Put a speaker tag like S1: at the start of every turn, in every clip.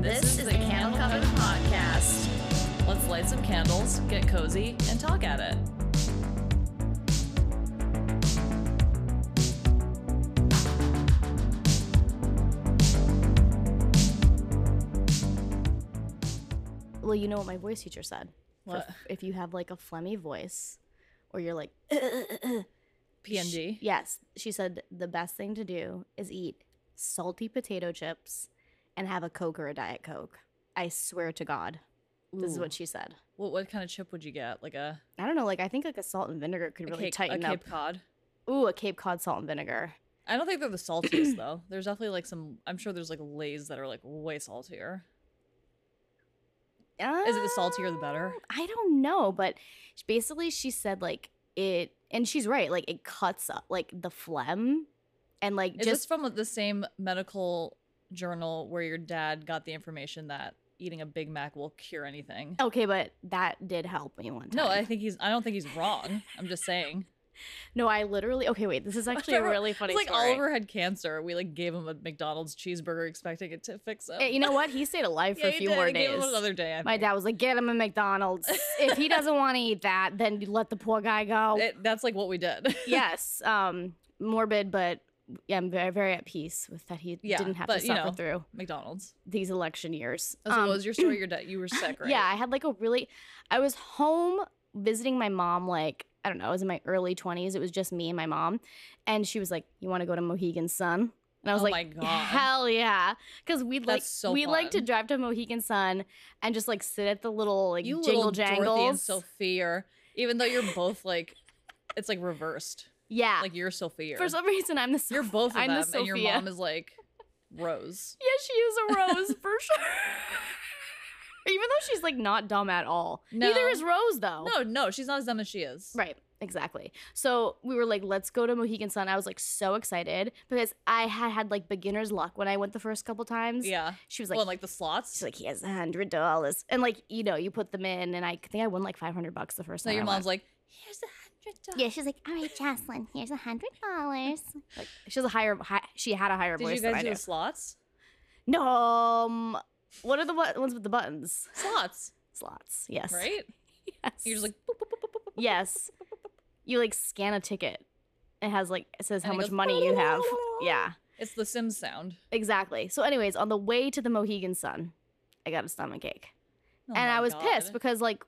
S1: This is the Candle Coven Podcast.
S2: Let's light some candles, get cozy, and talk at it.
S1: Well, you know what my voice teacher said. For
S2: What?
S1: f- If you have like a phlegmy voice, or you're like,
S2: PNG.
S1: yes, she said the best thing to do is eat salty potato chips and have a Coke or a Diet Coke. I swear to God, this is
S2: Ooh.
S1: what she said.
S2: What what kind of chip would you get? Like a,
S1: I don't know. Like, I think like a salt and vinegar
S2: a
S1: could really
S2: Cape-
S1: tighten
S2: a
S1: up.
S2: Cape Cod?
S1: Ooh, a Cape Cod salt and vinegar.
S2: I don't think they're the saltiest though. There's definitely like some. I'm sure there's like Lay's that are like way saltier. Is it the saltier the better?
S1: I don't know, but sh- basically she said like it, and she's right. Like it cuts up like the phlegm, and like
S2: Is this
S1: just
S2: from the same medical journal where your dad got the information that eating a Big Mac will cure anything?
S1: okay. But that did help me one time.
S2: No, I think he's. I don't think he's wrong. I'm just saying.
S1: no, I literally. Okay, wait. This is actually a
S2: remember-
S1: really funny.
S2: It's like
S1: story.
S2: Oliver had cancer. We like gave him a McDonald's cheeseburger, expecting it to fix him.
S1: Eh, you know what? He stayed alive for a
S2: Yeah, he
S1: few
S2: did.
S1: more
S2: I gave
S1: days.
S2: him another day. I
S1: My
S2: think.
S1: dad was like, "Get him a McDonald's. if he doesn't want to eat that, then you let the poor guy go."
S2: It- that's like what we did.
S1: yes, um, morbid, but yeah, I'm very, very at peace with that. He
S2: Yeah,
S1: didn't have
S2: but,
S1: to
S2: you
S1: suffer
S2: know,
S1: through
S2: McDonald's.
S1: these election years.
S2: Oh, so
S1: Um,
S2: what was your story? Your dad. You were sick, right?
S1: Yeah, I had like a really. I was home visiting my mom. Like I don't know, I was in my early twenties. It was just me and my mom, and she was like, "You want to go to Mohegan Sun?" And I was
S2: Oh
S1: like,
S2: my God.
S1: "Hell yeah!" Because we like
S2: That's so
S1: we like to
S2: fun.
S1: drive to Mohegan Sun and just like sit at the little like
S2: You
S1: jingle
S2: little Dorothy and
S1: jangles.
S2: Sophia. are- Even though you're both like, it's like reversed.
S1: yeah.
S2: Like you're Sophia.
S1: For some reason, I'm the
S2: you're
S1: Soph-
S2: both of
S1: I'm the
S2: them, and your
S1: Sophia.
S2: mom is like Rose.
S1: Yeah, she is a rose for sure. Even though she's like not dumb at all. Neither
S2: No.
S1: is Rose though.
S2: No, no, she's not as dumb as she is.
S1: Right, exactly. So we were like, let's go to Mohegan Sun. I was like so excited because I had had like beginner's luck when I went the first couple times.
S2: Yeah.
S1: She was
S2: Like,
S1: like,
S2: well, and, like the
S1: she's
S2: slots.
S1: like, he has a hundred dollars. And like, you know, you put them in and I think I won like 500 bucks the first
S2: So
S1: time.
S2: your
S1: I
S2: mom's
S1: went.
S2: like, here's a hundred dollars.
S1: yeah, she's like, all right, Jocelyn, here's a hundred dollars. Like, she has a higher, hi, she had a higher
S2: Did
S1: voice
S2: you
S1: than I
S2: guys do
S1: do.
S2: the slots?
S1: No, um, what are the bu- ones with the buttons?
S2: Slots,
S1: Slots. Yes.
S2: right?
S1: Yes.
S2: You're just like, boop, boop, boop, boop, boop, boop,
S1: Yes. You like scan a ticket. It has like it says how
S2: And it
S1: much
S2: goes,
S1: money you have. Yeah.
S2: It's the Sims sound.
S1: Exactly. So anyways, on the way to the Mohegan Sun, I got a stomach ache.
S2: Oh
S1: and
S2: my
S1: I was pissed
S2: God.
S1: because like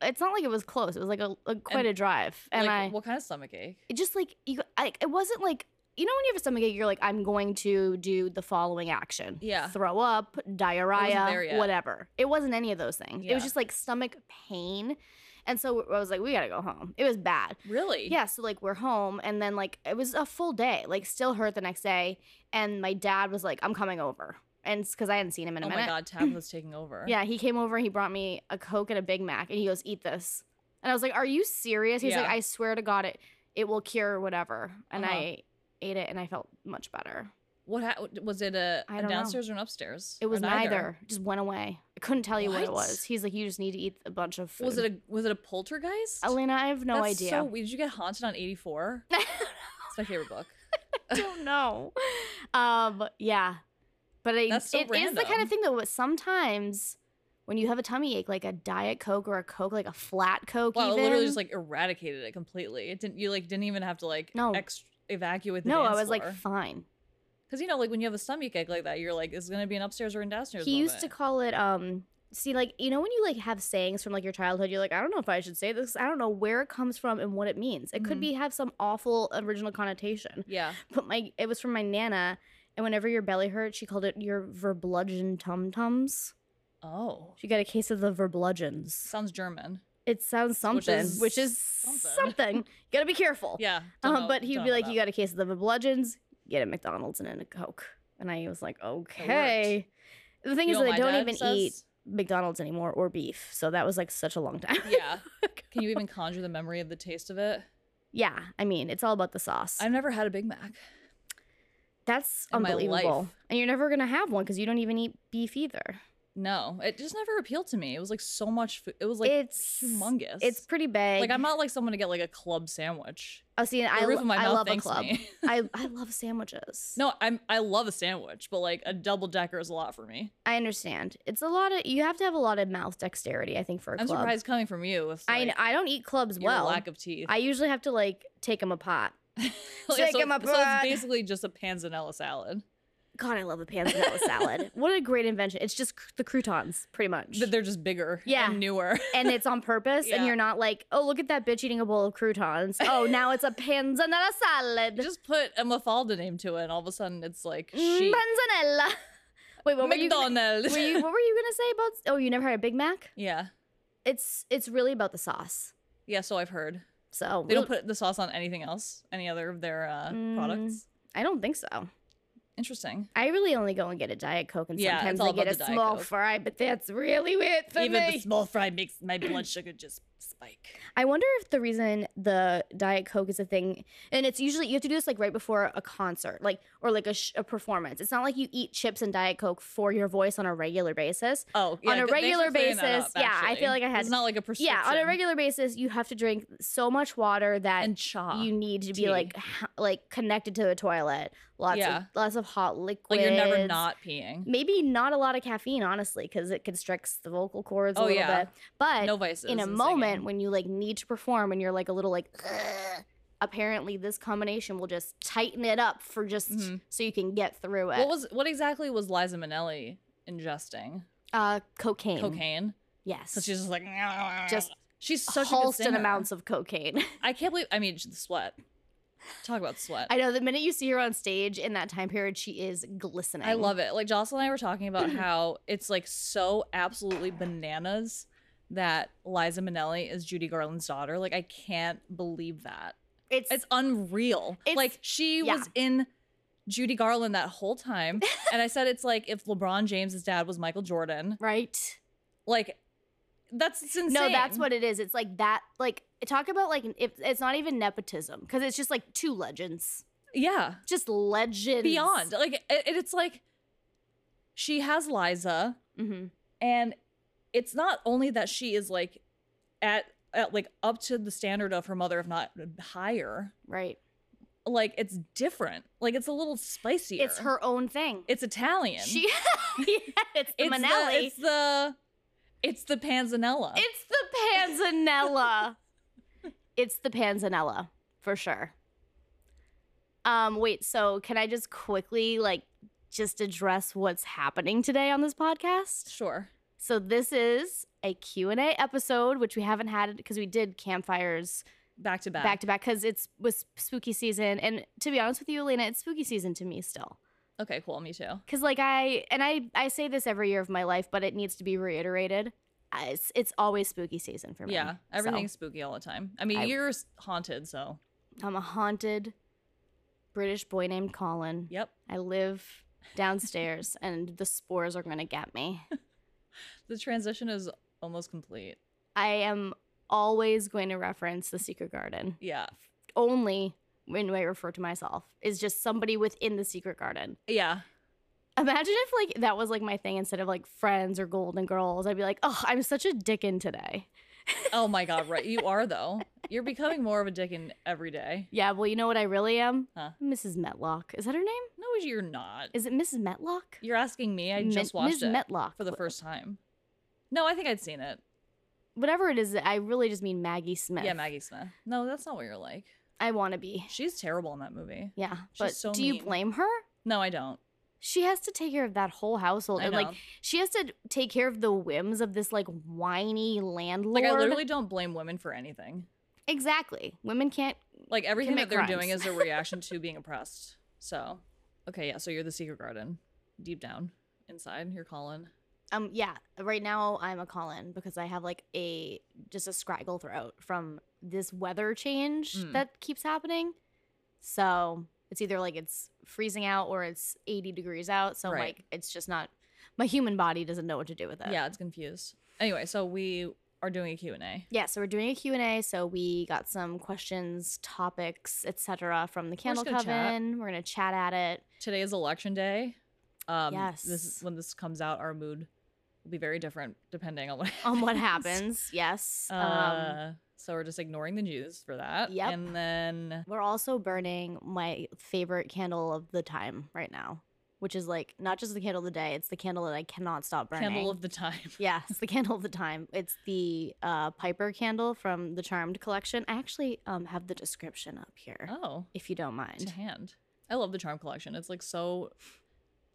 S1: it's not like it was close. It was like a, a quite
S2: And,
S1: a drive. And I
S2: like, what kind of stomach ache?
S1: it just like you like it wasn't like you know when you have a stomach ache, you're like, I'm going to do the following action.
S2: Yeah.
S1: Throw up,
S2: there
S1: diarrhea,
S2: yet.
S1: whatever. It wasn't any of those things. It
S2: Yeah.
S1: was just like stomach pain. And so I was like, we gotta go home. It was bad.
S2: Really?
S1: Yeah, so like we're home, and then like it was a full day, like still hurt the next day. And my dad was like, I'm coming over. And because I hadn't seen him in a
S2: oh
S1: minute.
S2: my God, Tabitha's taking over.
S1: Yeah, he came over, he brought me a Coke and a Big Mac, and he goes, Eat this. And I was like, Are you serious? He's like,
S2: Yeah.
S1: I swear to God, it, it will cure whatever. And
S2: Uh-huh.
S1: I ate it, and I felt much better.
S2: What ha- was it? A,
S1: I
S2: a
S1: don't know.
S2: downstairs or an upstairs?
S1: It
S2: Or
S1: was neither. just went away. I couldn't tell you what, it
S2: What?
S1: was. He's like, You just need to eat a bunch of food.
S2: Was it a was it a poltergeist?
S1: Elena, I have no
S2: That's
S1: idea.
S2: So weird. Did you get haunted on eighty four? It's my favorite book.
S1: don't know. Um, yeah, but it,
S2: That's so
S1: it is the kind
S2: random.
S1: of thing though. But sometimes when you have a tummy ache, like a diet coke or a coke, like a flat coke,
S2: Wow, it
S1: even
S2: literally just like eradicated it completely. It didn't. You like didn't even have to like
S1: No.
S2: ex- evacuate. The
S1: no, I was like fine.
S2: because you know, like when you have a stomach ache like that, you're like, it's gonna be an upstairs or a downstairs.
S1: He used to
S2: moment.
S1: call it um. See, like you know, when you like have sayings from like your childhood, you're like, I don't know if I should say this. I don't know where it comes from and what it means. It could
S2: Mhm.
S1: be have some awful original connotation.
S2: Yeah.
S1: But my, it was from my nana, and whenever your belly hurt, she called it your verbludgeon tum tums.
S2: Oh,
S1: She got a case of the verbludgeons.
S2: sounds German.
S1: It sounds something, which is,
S2: is
S1: something.
S2: something.
S1: You gotta be careful.
S2: Yeah. don't
S1: Um,
S2: know-
S1: but he'd
S2: don't
S1: be
S2: know
S1: like,
S2: that.
S1: "You got a case of the bludgeons. Get a McDonald's and then a Coke." And I was like, "Okay." The thing
S2: You
S1: is
S2: know
S1: that I
S2: what
S1: don't
S2: my dad
S1: even
S2: says?
S1: eat McDonald's anymore or beef, so that was like such a long time.
S2: Yeah. Can you even conjure the memory of the taste of it?
S1: yeah, I mean, it's all about the sauce.
S2: I've never had a Big Mac.
S1: That's
S2: in my life.
S1: unbelievable, and you're never gonna have one because you don't even eat beef either.
S2: No, it just never appealed to me. It was like so much food. It was like
S1: it's
S2: humongous.
S1: It's pretty big.
S2: like I'm not like someone to get like a club sandwich.
S1: Oh, see,
S2: The
S1: I,
S2: roof
S1: lo-
S2: of my
S1: I
S2: mouth
S1: love a
S2: thanks
S1: club.
S2: me.
S1: I, I love sandwiches.
S2: no, I'm I love a sandwich, but like a double decker is a lot for me.
S1: I understand. It's a lot of you have to have a lot of mouth dexterity. I think for a
S2: I'm
S1: club.
S2: surprised coming from you with
S1: I
S2: like,
S1: kn- I don't eat clubs
S2: your
S1: well.
S2: lack of teeth.
S1: I usually have to like take them apart.
S2: Like,
S1: Take
S2: so,
S1: 'em
S2: so
S1: apart.
S2: it's basically just a panzanella salad.
S1: God, I love a panzanella salad. What a great invention! It's just cr- the croutons, pretty much,
S2: But they're just bigger
S1: Yeah.
S2: and newer.
S1: and it's on purpose. And
S2: Yeah.
S1: you're not like, oh, look at that bitch eating a bowl of croutons. Oh, now it's a panzanella salad.
S2: just put a Mafalda name to it, and all of a sudden it's like
S1: Mm,
S2: she
S1: panzanella. Wait, what were you? Gonna,
S2: McDonald's.
S1: were you what were you gonna say about? Oh, you never had a Big Mac.
S2: yeah,
S1: It's it's really about the sauce.
S2: yeah. So I've heard
S1: So
S2: they
S1: we'll-
S2: don't put the sauce on anything else, any other of their uh,
S1: Mm.
S2: products.
S1: I don't think so.
S2: Interesting.
S1: I really only go and get a diet coke, and
S2: Yeah, it's
S1: sometimes
S2: all
S1: I get
S2: about
S1: a
S2: the Diet
S1: small
S2: Coke.
S1: fry. But that's really weird for
S2: Even
S1: me.
S2: the small fry makes my blood sugar just spike.
S1: I wonder if the reason the diet coke is a thing, and it's usually you have to do this like right before a concert, like or like a, sh- a performance. It's not like you eat chips and diet coke for your voice on a regular basis.
S2: Oh, yeah,
S1: On a
S2: good- thanks for
S1: regular
S2: clearing that
S1: basis,
S2: up,
S1: yeah, I feel
S2: actually.
S1: like I had-
S2: It's not like a prescription.
S1: Yeah, on a regular basis, you have to drink so much water that
S2: and cha.
S1: you need to be
S2: tea.
S1: like h- like connected to the toilet. Lots
S2: Yeah.
S1: of lots of hot liquids.
S2: like you're never not peeing.
S1: maybe not a lot of caffeine, honestly, because it constricts the vocal cords a
S2: Oh,
S1: little
S2: yeah.
S1: bit. But
S2: no vices.
S1: in a
S2: singing.
S1: moment when you like need to perform and you're like a little like, "Ugh," apparently this combination will just tighten it up for just
S2: Mhm.
S1: so you can get through it.
S2: What was what exactly was Liza Minnelli ingesting?
S1: uh, cocaine?
S2: Cocaine.
S1: Yes.
S2: So she's just like
S1: Just
S2: she's such a good
S1: Halston
S2: singer.
S1: amounts of cocaine.
S2: I can't believe. I mean, the sweat. Talk about sweat.
S1: I know the minute you see her on stage in that time period, she is glistening.
S2: I love it. Like Jocelyn and I were talking about how it's like so absolutely bananas that Liza Minnelli is Judy Garland's daughter. Like I can't believe that.
S1: It's,
S2: It's unreal.
S1: It's-
S2: like she
S1: yeah.
S2: was in Judy Garland that whole time. and I said it's like if LeBron James's dad was Michael Jordan.
S1: right.
S2: Like that's it's insane.
S1: No, that's what it is. It's like that. Like talk about like if it's not even nepotism because it's just like two legends.
S2: Yeah.
S1: just legends
S2: Beyond. Like it, it- it's like she has Liza
S1: hmm
S2: and it's not only that she is like at, at like up to the standard of her mother if not higher
S1: Right.
S2: like it's different like it's a little spicier
S1: It's her own thing.
S2: it's italian
S1: she. yeah, it's the
S2: it's the,
S1: Manelli.
S2: it's the it's the panzanella
S1: It's the Panzanella. it's the Panzanella for sure. Um. Wait. So can I just quickly like just address what's happening today on this podcast?
S2: sure
S1: So this is a Q&A episode which we haven't had because we did campfires
S2: back to back
S1: back to back cuz it's was spooky season and to be honest with you Elena it's spooky season to me still.
S2: okay cool me too
S1: Cause like I and I I say this every year of my life, but it needs to be reiterated. I- It's it's always spooky season for me.
S2: yeah
S1: So,
S2: everything's spooky all the time i mean
S1: I-
S2: you're s- haunted so
S1: I'm a haunted British boy named Colin.
S2: yep
S1: I live downstairs, and the spores are gonna get me.
S2: the transition is almost complete
S1: I am always going to reference the Secret Garden
S2: yeah
S1: only when I refer to myself is just somebody within the Secret Garden.
S2: yeah
S1: Imagine if like that was like my thing instead of like Friends or Golden Girls. I'd be like, oh, I'm such a Dickon today.
S2: oh my god right you are though you're becoming more of a dick in every day
S1: Yeah, well, you know what I really am?
S2: Huh.
S1: Mrs. Metlock. Is that her name?
S2: No, you're not.
S1: Is it Mrs. Metlock?
S2: You're asking me. I
S1: Mi-
S2: just
S1: Ms.
S2: watched it
S1: Metlock.
S2: for the
S1: Wh-
S2: first time. No, I think I'd seen it.
S1: Whatever it is, I really just mean Maggie Smith.
S2: Yeah, Maggie Smith. No, that's not what you're like.
S1: I want to be.
S2: She's terrible in that movie.
S1: Yeah.
S2: She's
S1: But
S2: so
S1: do you
S2: mean.
S1: blame her?
S2: No, I don't.
S1: She has to take care of that whole household.
S2: I
S1: and
S2: know.
S1: like she has to take care of the whims of this like whiny landlord.
S2: Like I literally don't blame women for anything.
S1: Exactly. Women can't
S2: Like everything
S1: Commit
S2: that they're doing
S1: crimes.
S2: is a reaction to being oppressed. So, okay, yeah. So you're the secret garden, deep down inside. You're Colin.
S1: um yeah. Right now I'm a Colin because I have like a just a scraggle throat from this weather change
S2: Mm.
S1: that keeps happening. So it's either like it's freezing out or it's 80 degrees out. So
S2: Right.
S1: like it's just not my human body doesn't know what to do with it.
S2: Yeah, it's confused. Anyway, so we are doing a Q and A.
S1: Yeah, so we're doing a Q&A, so we got some questions, topics, etc. from the Candle
S2: gonna
S1: Coven.
S2: chat.
S1: We're going to chat at it.
S2: Today is election day. Um, This
S1: Yes.
S2: is when this comes out. Our mood will be very different depending on what
S1: on what happens. Yes. um,
S2: Uh, so we're just ignoring the news for that.
S1: Yep.
S2: And then
S1: We're also burning my favorite candle of the time right now, which is like not just the candle of the day, it's the candle that I cannot stop burning.
S2: candle of the time.
S1: yeah, it's the candle of the time. It's the uh, Piper candle from the Charmed collection. I actually um, have the description up here,
S2: Oh,
S1: if you don't
S2: to
S1: mind.
S2: hand. I love the charm collection. It's like so,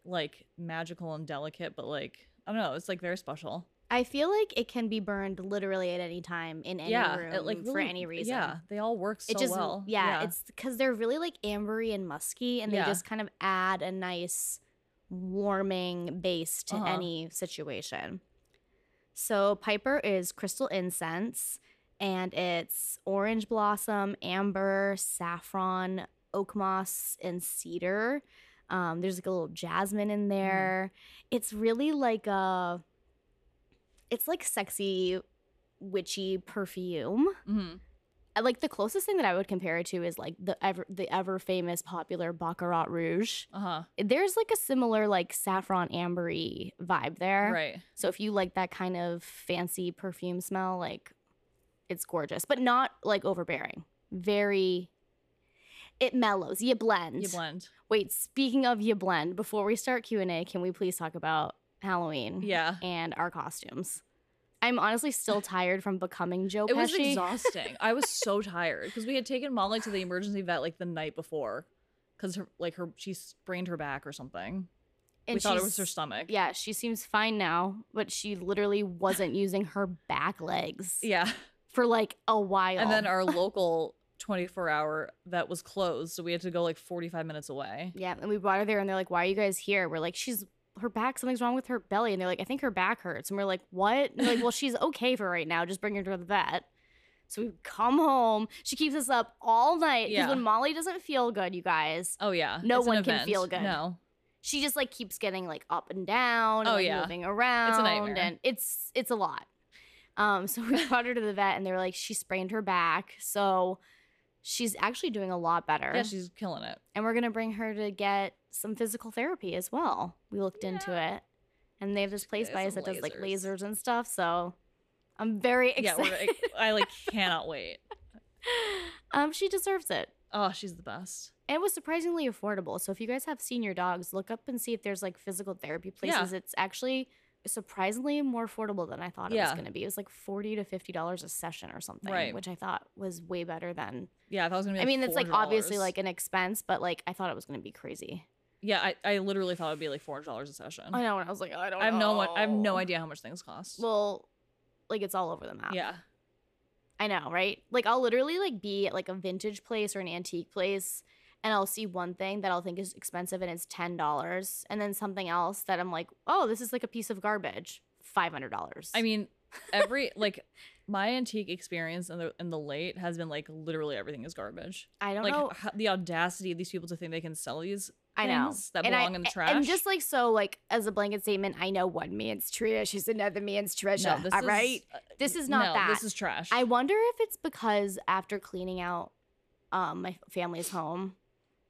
S2: like magical and delicate, but like I don't know. It's like very special.
S1: I feel like it can be burned literally at any time in any
S2: yeah,
S1: room
S2: it, like
S1: for
S2: really-
S1: any reason.
S2: Yeah, they all work so
S1: it just
S2: well.
S1: yeah, it's because they're really like ambery and musky and
S2: Yeah.
S1: they just kind of add a nice warming base to
S2: Uh-huh.
S1: any situation so piper is crystal incense and it's orange blossom amber saffron oak moss and cedar um, there's like a little jasmine in there it's really like a it's like sexy witchy perfume
S2: Mhm.
S1: I- like the closest thing that I would compare it to is like the ever the ever famous popular Baccarat Rouge.
S2: uh-huh.
S1: There's like a similar like saffron ambery vibe there.
S2: Right.
S1: So if you like that kind of fancy perfume smell, like it's gorgeous, but not like overbearing. Very it mellows. You blend.
S2: You blend.
S1: Wait, speaking of you blend, before we start Q&A, can we please talk about Halloween
S2: Yeah.
S1: and our costumes? I'm honestly still tired from becoming Joe
S2: It was
S1: Pesci.
S2: exhausting. I was so tired because we had taken mom like to the emergency vet like the night before, because her like her she sprained her back or something.
S1: and
S2: we thought it was
S1: she's-
S2: her stomach.
S1: Yeah, she seems fine now, but she literally wasn't using her back legs
S2: Yeah.
S1: for like a while.
S2: And then our local 24 hour vet was closed, so we had to go like 45 minutes away.
S1: yeah, and we brought her there, and they're like, "Why are you guys here?" We're like, "She's her back. Something's wrong with her belly." And they're like, "I think her back hurts." And we're like, "What?" And they're like, "Well, she's okay for right now. Just bring her to the vet." So we come home. She keeps us up all night because
S2: Yeah.
S1: when Molly doesn't feel good, you guys,
S2: Oh yeah,
S1: No
S2: It's an
S1: one can feel
S2: event.
S1: good.
S2: No,
S1: she just like keeps getting like up and down. and,
S2: Oh,
S1: like,
S2: yeah.
S1: moving around.
S2: nightmare.
S1: and it's it's a lot. Um, so we brought her to the vet, and they were like, she sprained her back, so she's actually doing a lot better.
S2: yeah, she's killing it.
S1: and we're gonna bring her to get some physical therapy as well. We looked into it, and they have this place
S2: get
S1: by us
S2: some
S1: that does like
S2: lasers.
S1: lasers and stuff. So I'm very
S2: Yeah,
S1: excited.
S2: we're, like, I like cannot wait.
S1: um, she deserves it.
S2: Oh, she's the best.
S1: And it was surprisingly affordable. So if you guys have senior dogs, look up and see if there's like physical therapy places. It's actually surprisingly more affordable than I thought it
S2: Yeah.
S1: was going to be. It was like forty to fifty dollars a session or something,
S2: Right.
S1: which I thought was way better than.
S2: Yeah, I thought it was gonna be.
S1: I mean, it's like
S2: $400.
S1: obviously like an expense, but like I thought it was going to be crazy.
S2: yeah, I, I literally thought it'd be like four hundred dollars a session.
S1: I know, and I was like, I don't.
S2: I have no one. I have
S1: know.
S2: no idea how much things cost.
S1: Well, like it's all over the map.
S2: yeah,
S1: I know, right? Like I'll literally like be at like a vintage place or an antique place and I'll see one thing that I'll think is expensive and it's ten dollars and then something else that I'm like, oh, this is like a piece of garbage. Five hundred dollars.
S2: I mean, every like my antique experience in the in the late has been like literally everything is garbage.
S1: I don't
S2: Like
S1: know.
S2: ho- the audacity of these people to think they can sell these
S1: I know.
S2: things that
S1: And I-
S2: belong in the trash.
S1: And just like so, like as a blanket statement, I know one man's trash is another man's treasure.
S2: no, this
S1: all
S2: is,
S1: right?
S2: uh,
S1: This is not
S2: no,
S1: that.
S2: This is trash.
S1: I wonder if it's because after cleaning out um, my family's home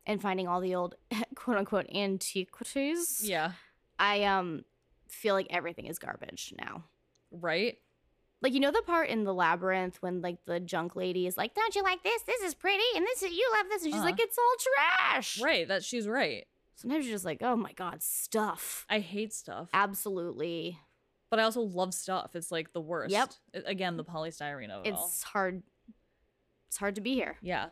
S1: and finding all the old quote unquote antiquities.
S2: yeah,
S1: I um feel like everything is garbage now.
S2: right.
S1: Like you know the part in the labyrinth when like the junk lady is like, "Don't you like this? This is pretty, and this is you love this," and she's like,
S2: Uh-huh.
S1: "It's all trash."
S2: Right, that she's right.
S1: Sometimes you're just like, "Oh my god, stuff."
S2: I hate stuff,
S1: Absolutely,
S2: but I also love stuff. It's like the worst.
S1: Yep.
S2: I- again, the polystyrene of it all.
S1: it's hard. It's hard to be here.
S2: Yeah,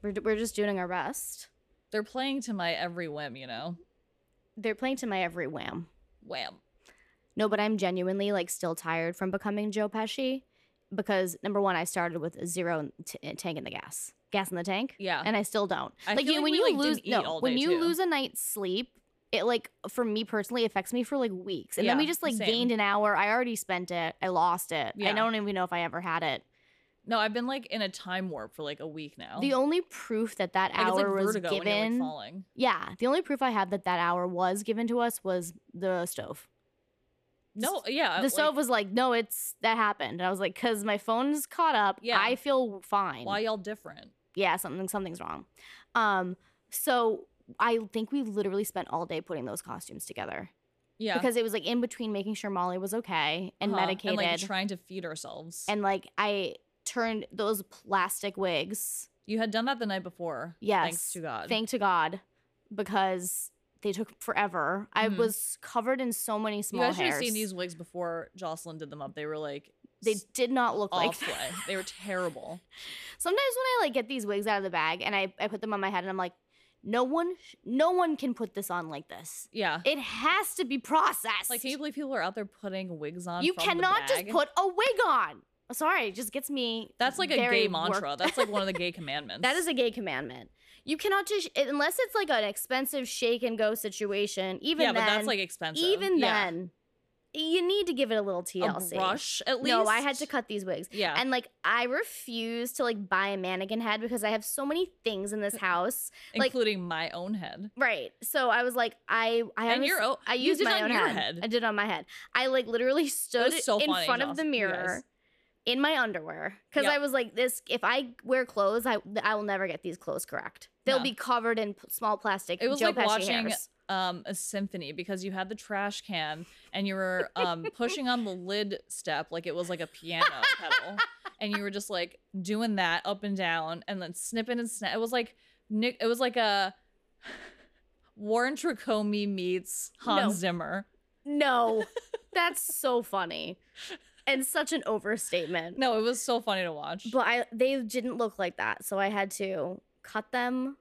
S1: We're we're just doing our best.
S2: they're playing to my every whim. You know,
S1: They're playing to my every whim.
S2: wham.
S1: No, but I'm genuinely like still tired from becoming Joe Pesci because number one, I started with a zero t- eh, tank in the gas, gas in the tank.
S2: Yeah,
S1: and I still don't.
S2: I
S1: like
S2: feel
S1: you,
S2: like
S1: when
S2: we,
S1: you
S2: like, didn't
S1: lose,
S2: eat
S1: no,
S2: all
S1: when
S2: day,
S1: you
S2: too.
S1: lose a night's sleep, it like for me personally affects me for like weeks, and then
S2: Yeah,
S1: we just like
S2: same.
S1: gained an hour. I already spent it. I lost it. I
S2: Yeah.
S1: don't even know if I ever had it.
S2: no, I've been like in a time warp for like a week now.
S1: The only proof that that
S2: Oh. like, it's like
S1: hour was
S2: vertigo when you're like
S1: given,
S2: falling.
S1: yeah, the only proof I had that that hour was given to us was the stove.
S2: No, yeah,
S1: The
S2: Uh, like,
S1: stove was like, no, it's that happened, and I was like, because my phone's caught up.
S2: Yeah.
S1: I feel fine.
S2: Why y'all different?
S1: yeah something something's wrong um so i think we literally spent all day putting those costumes together
S2: Yeah.
S1: because it was like in between making sure Molly was okay and
S2: Uh-huh.
S1: medicated.
S2: And like trying to feed ourselves.
S1: and like I turned those plastic wigs.
S2: you had done that the night before.
S1: Yes.
S2: Thanks to God.
S1: Thank to God, because they took forever. I
S2: Mhm.
S1: was covered in so many
S2: you
S1: small
S2: guys should
S1: hairs.
S2: have seen these wigs before Jocelyn did them up. They were like
S1: They
S2: s-
S1: did not look like.
S2: awful. they were terrible.
S1: Sometimes when I like get these wigs out of the bag and I, I put them on my head and I'm like, no one sh- no one can put this on like this.
S2: Yeah.
S1: It has to be processed.
S2: Like, can you believe people are out there putting wigs on?
S1: You
S2: from the
S1: cannot just
S2: bag?
S1: put a wig on. Sorry, it just gets me.
S2: That's like a
S1: very
S2: gay
S1: worked
S2: mantra. That's like one of the gay commandments.
S1: That is a gay commandment. You cannot just unless it's like an expensive shake and go situation. Even
S2: yeah,
S1: then,
S2: but that's like expensive.
S1: even
S2: Yeah.
S1: then, you need to give it a little TLC.
S2: a brush at least.
S1: No, I had to cut these wigs.
S2: Yeah,
S1: And like I refuse to like buy a mannequin head because I have so many things in this house. like-
S2: including my own head.
S1: Right. So I was like, I I
S2: And
S1: honest-
S2: your own.
S1: I
S2: you
S1: used
S2: did
S1: my
S2: on
S1: own
S2: your
S1: head.
S2: head.
S1: I did on my head. I like literally stood
S2: so
S1: in
S2: funny,
S1: front of the
S2: Joss, you
S1: mirror
S2: guys.
S1: in my underwear because
S2: Yep.
S1: I was like, this. If I wear clothes, I I will never get these clothes correct. They'll
S2: No.
S1: be covered in p- small plastic.
S2: It was
S1: Joe
S2: like
S1: Pesci
S2: watching
S1: hairs.
S2: um, a symphony because you had the trash can and you were um, pushing on the lid step like it was like a piano pedal, and you were just like doing that up and down and then snipping and snap. It was like Nick. It was like a Warren Tracomi meets Hans
S1: No.
S2: Zimmer.
S1: No, that's so funny, and such an overstatement.
S2: No, it was so funny to watch.
S1: But I they didn't look like that, so I had to cut them,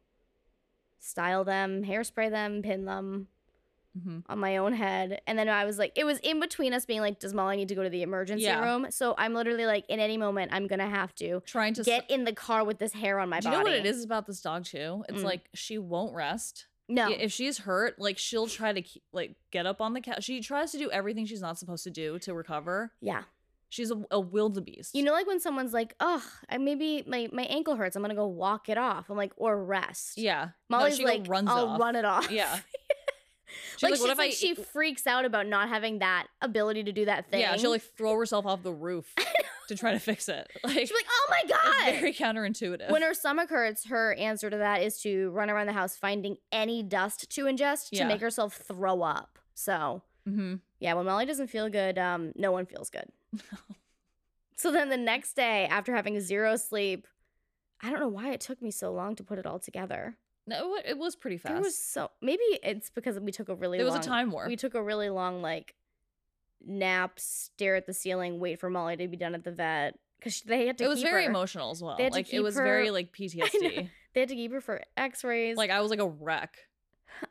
S1: style them, hairspray them, pin them.
S2: Mhm.
S1: on my own head. And then I was like, it was in between us being like, does Molly need to go to the emergency
S2: Yeah.
S1: room? So I'm literally like, in any moment, I'm gonna have to
S2: Trying to s-
S1: get in the car with this hair on my
S2: Do you
S1: body.
S2: know what it is about this dog too? It's
S1: Mm.
S2: like she won't rest.
S1: No.
S2: Yeah, if she's hurt, like she'll try to keep, like get up on the couch. She tries to do everything she's not supposed to do to recover.
S1: yeah.
S2: She's a, a wildebeest.
S1: You know, like when someone's like, oh, I maybe my, my ankle hurts. I'm gonna go walk it off. I'm like, or rest.
S2: Yeah. No,
S1: Molly's
S2: she,
S1: like, I'll
S2: off.
S1: run it off.
S2: Yeah. She's
S1: like, she's
S2: what if
S1: like
S2: I? e
S1: she freaks out about not having that ability to do that thing.
S2: yeah, she'll like throw herself off the roof to try to fix it. Like,
S1: she's like, oh my god.
S2: it's very counterintuitive.
S1: When her stomach hurts, her answer to that is to run around the house finding any dust to ingest to
S2: Yeah.
S1: make herself throw up. So,
S2: Mhm.
S1: yeah, when Molly doesn't feel good, um, no one feels good. so then the next day, after having zero sleep, I don't know why it took me so long to put it all together.
S2: no, it, it was pretty fast.
S1: There was so maybe it's because we took a really
S2: There was
S1: long,
S2: a time warp.
S1: we took a really long like nap, stare at the ceiling, wait for Molly to be done at the vet because they had to.
S2: it was
S1: keep
S2: very
S1: her.
S2: emotional as well.
S1: had to
S2: Like it
S1: keep
S2: was very
S1: her-
S2: like PTSD.
S1: They had to keep her for X-rays.
S2: Like I was like a wreck.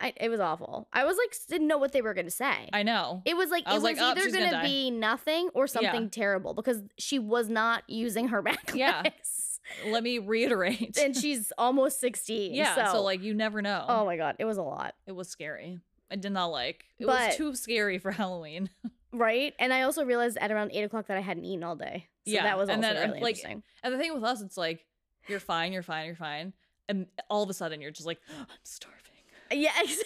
S1: I, it was awful. I was like, s- didn't know what they were going to say.
S2: I know.
S1: it was like
S2: I
S1: it was
S2: was like, "Oh,
S1: either
S2: she's gonna
S1: going to
S2: die."
S1: be nothing or something terrible because she was not using her back
S2: Yeah.
S1: legs,
S2: Let me reiterate.
S1: and she's almost sixteen.
S2: yeah.
S1: so,
S2: So, like um you never know.
S1: oh my god, it was a lot,
S2: it was scary. I did not like. It
S1: But-
S2: was too scary for Halloween.
S1: right? And I also realized at around eight o'clock that I hadn't eaten all day. So
S2: Yeah,
S1: that was also
S2: and then, uh,
S1: really
S2: like,
S1: interesting.
S2: And the thing with us, it's like you're fine, you're fine, you're fine, and all of a sudden you're just like, I'm starving,
S1: Yeah, exactly.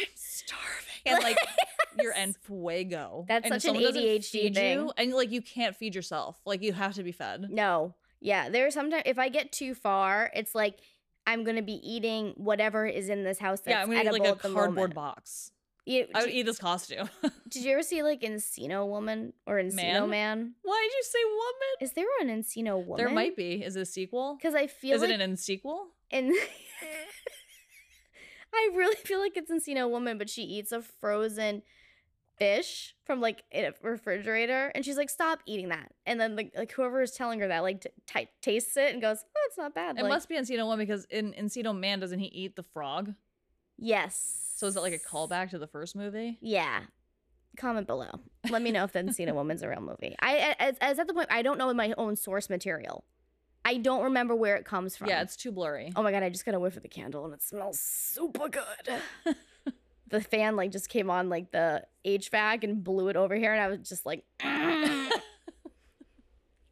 S2: I'm starving, and like you're in fuego.
S1: That's
S2: And if
S1: such an
S2: someone doesn't
S1: ADHD
S2: feed
S1: thing.
S2: You, and like you can't feed yourself. Like you have to be fed.
S1: No. Yeah. There's sometimes if I get too far, it's like I'm gonna be eating whatever is in this house that's
S2: yeah, I'm gonna eat
S1: edible
S2: like a
S1: at the
S2: cardboard
S1: moment.
S2: box.
S1: You-
S2: I would eat this costume.
S1: Did you ever see like Encino Woman or Encino Man?
S2: Man? Why did you say woman?
S1: Is there an Encino Woman?
S2: There might be. Is it a sequel?
S1: Because I feel
S2: Is
S1: like
S2: it an in sequel?
S1: in. I really feel like it's Encino Woman, but she eats a frozen fish from like in a refrigerator, and she's like, "Stop eating that!" And then like, like whoever is telling her that like t- t- tastes it and goes, "Oh, it's not bad."
S2: It
S1: like,
S2: must be Encino One because in Encino Man, doesn't he eat the frog?
S1: Yes.
S2: So is it like a callback to the first movie?
S1: Yeah. Comment below. Let me know if the Encino Woman's a real movie. I I- as, as at the point I don't know my own source material. I don't remember where it comes from.
S2: Yeah, it's too blurry.
S1: oh my god! I just got a whiff of the candle and it smells super good. the fan like just came on like the HVAC and blew it over here, and I was just like, "Mm."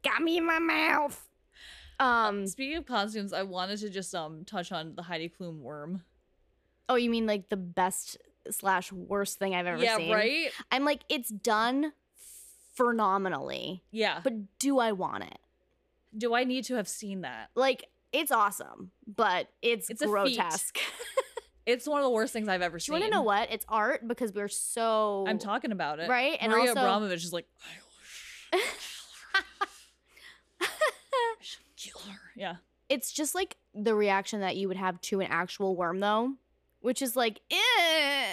S1: got me in my mouth. Um.
S2: Speaking of costumes, I wanted to just um touch on the Heidi Klum worm.
S1: Oh, you mean like the best slash worst thing I've ever
S2: yeah,
S1: seen?
S2: right.
S1: I'm like, it's done phenomenally.
S2: Yeah.
S1: but do I want it?
S2: Do I need to have seen that?
S1: Like, it's awesome, but it's,
S2: It's a feat.
S1: grotesque.
S2: It's one of the worst things I've ever
S1: Do you
S2: seen.
S1: want to know what? It's art because we're so
S2: I'm talking about it.
S1: right, and
S2: Maria
S1: also
S2: Abramovich is like, I will kill her. I shall kill her. Yeah.
S1: it's just like the reaction that you would have to an actual worm though, which is like, eh,
S2: Yeah.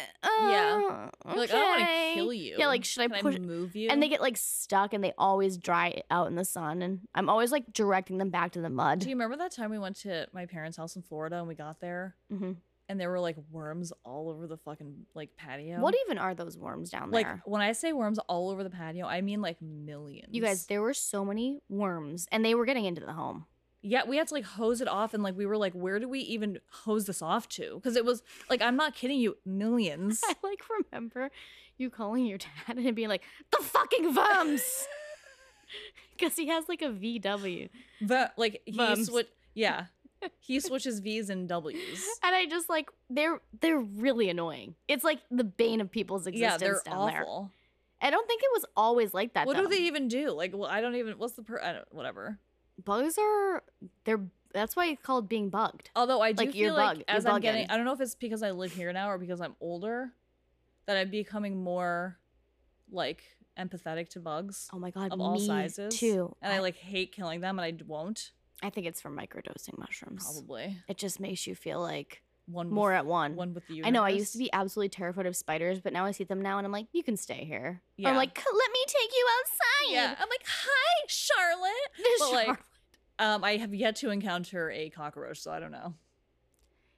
S1: oh,
S2: You're like, I don't want
S1: okay."
S2: to kill you.
S1: Yeah, like should I
S2: Can
S1: push?
S2: I move you?
S1: and they get like stuck and they always dry out in the sun, and I'm always like directing them back to the mud.
S2: Do you remember that time we went to my parents' house in Florida and we got there
S1: Mhm.
S2: and there were like worms all over the fucking like patio?
S1: What even are those worms down
S2: like
S1: there?
S2: when I say worms all over the patio, I mean like millions.
S1: You guys, there were so many worms, and they were getting into the home.
S2: yeah, we had to like hose it off, and like we were like, where do we even hose this off to? Because it was like, I'm not kidding you, millions.
S1: I like remember you calling your dad and being like, the fucking worms! Because he has like a VW.
S2: but like he
S1: Bums.
S2: switch, yeah, he switches V's and W's.
S1: And I just like they're they're really annoying. It's like the bane of people's
S2: Yeah,
S1: existence
S2: they're
S1: down there.
S2: awful.
S1: I don't think it was always like that.
S2: What
S1: though.
S2: do they even do? Like, well, I don't even. What's the per? I don't, whatever.
S1: Bugs are they're that's why it's called being bugged.
S2: Although I do
S1: Like, you're
S2: feel like
S1: bug- you're
S2: as I'm getting,
S1: bugging.
S2: I don't know if it's because I live here now or because I'm older, that I'm becoming more like empathetic to bugs,
S1: Oh my god,
S2: Of all
S1: me
S2: sizes,
S1: too.
S2: and I like hate killing them, and I d- won't
S1: I think it's from microdosing mushrooms.
S2: probably Mm.
S1: It just makes you feel like
S2: one with-
S1: more at one.
S2: one with the
S1: I know I used to
S2: universe.
S1: be absolutely terrified of spiders, but now I see them now and I'm like, you can stay here. Or
S2: Yeah.
S1: I'm like, let me take you outside.
S2: Yeah, I'm like, hi, Charlotte.
S1: This
S2: But like,
S1: shark-
S2: um, I have yet to encounter a cockroach, so I don't know.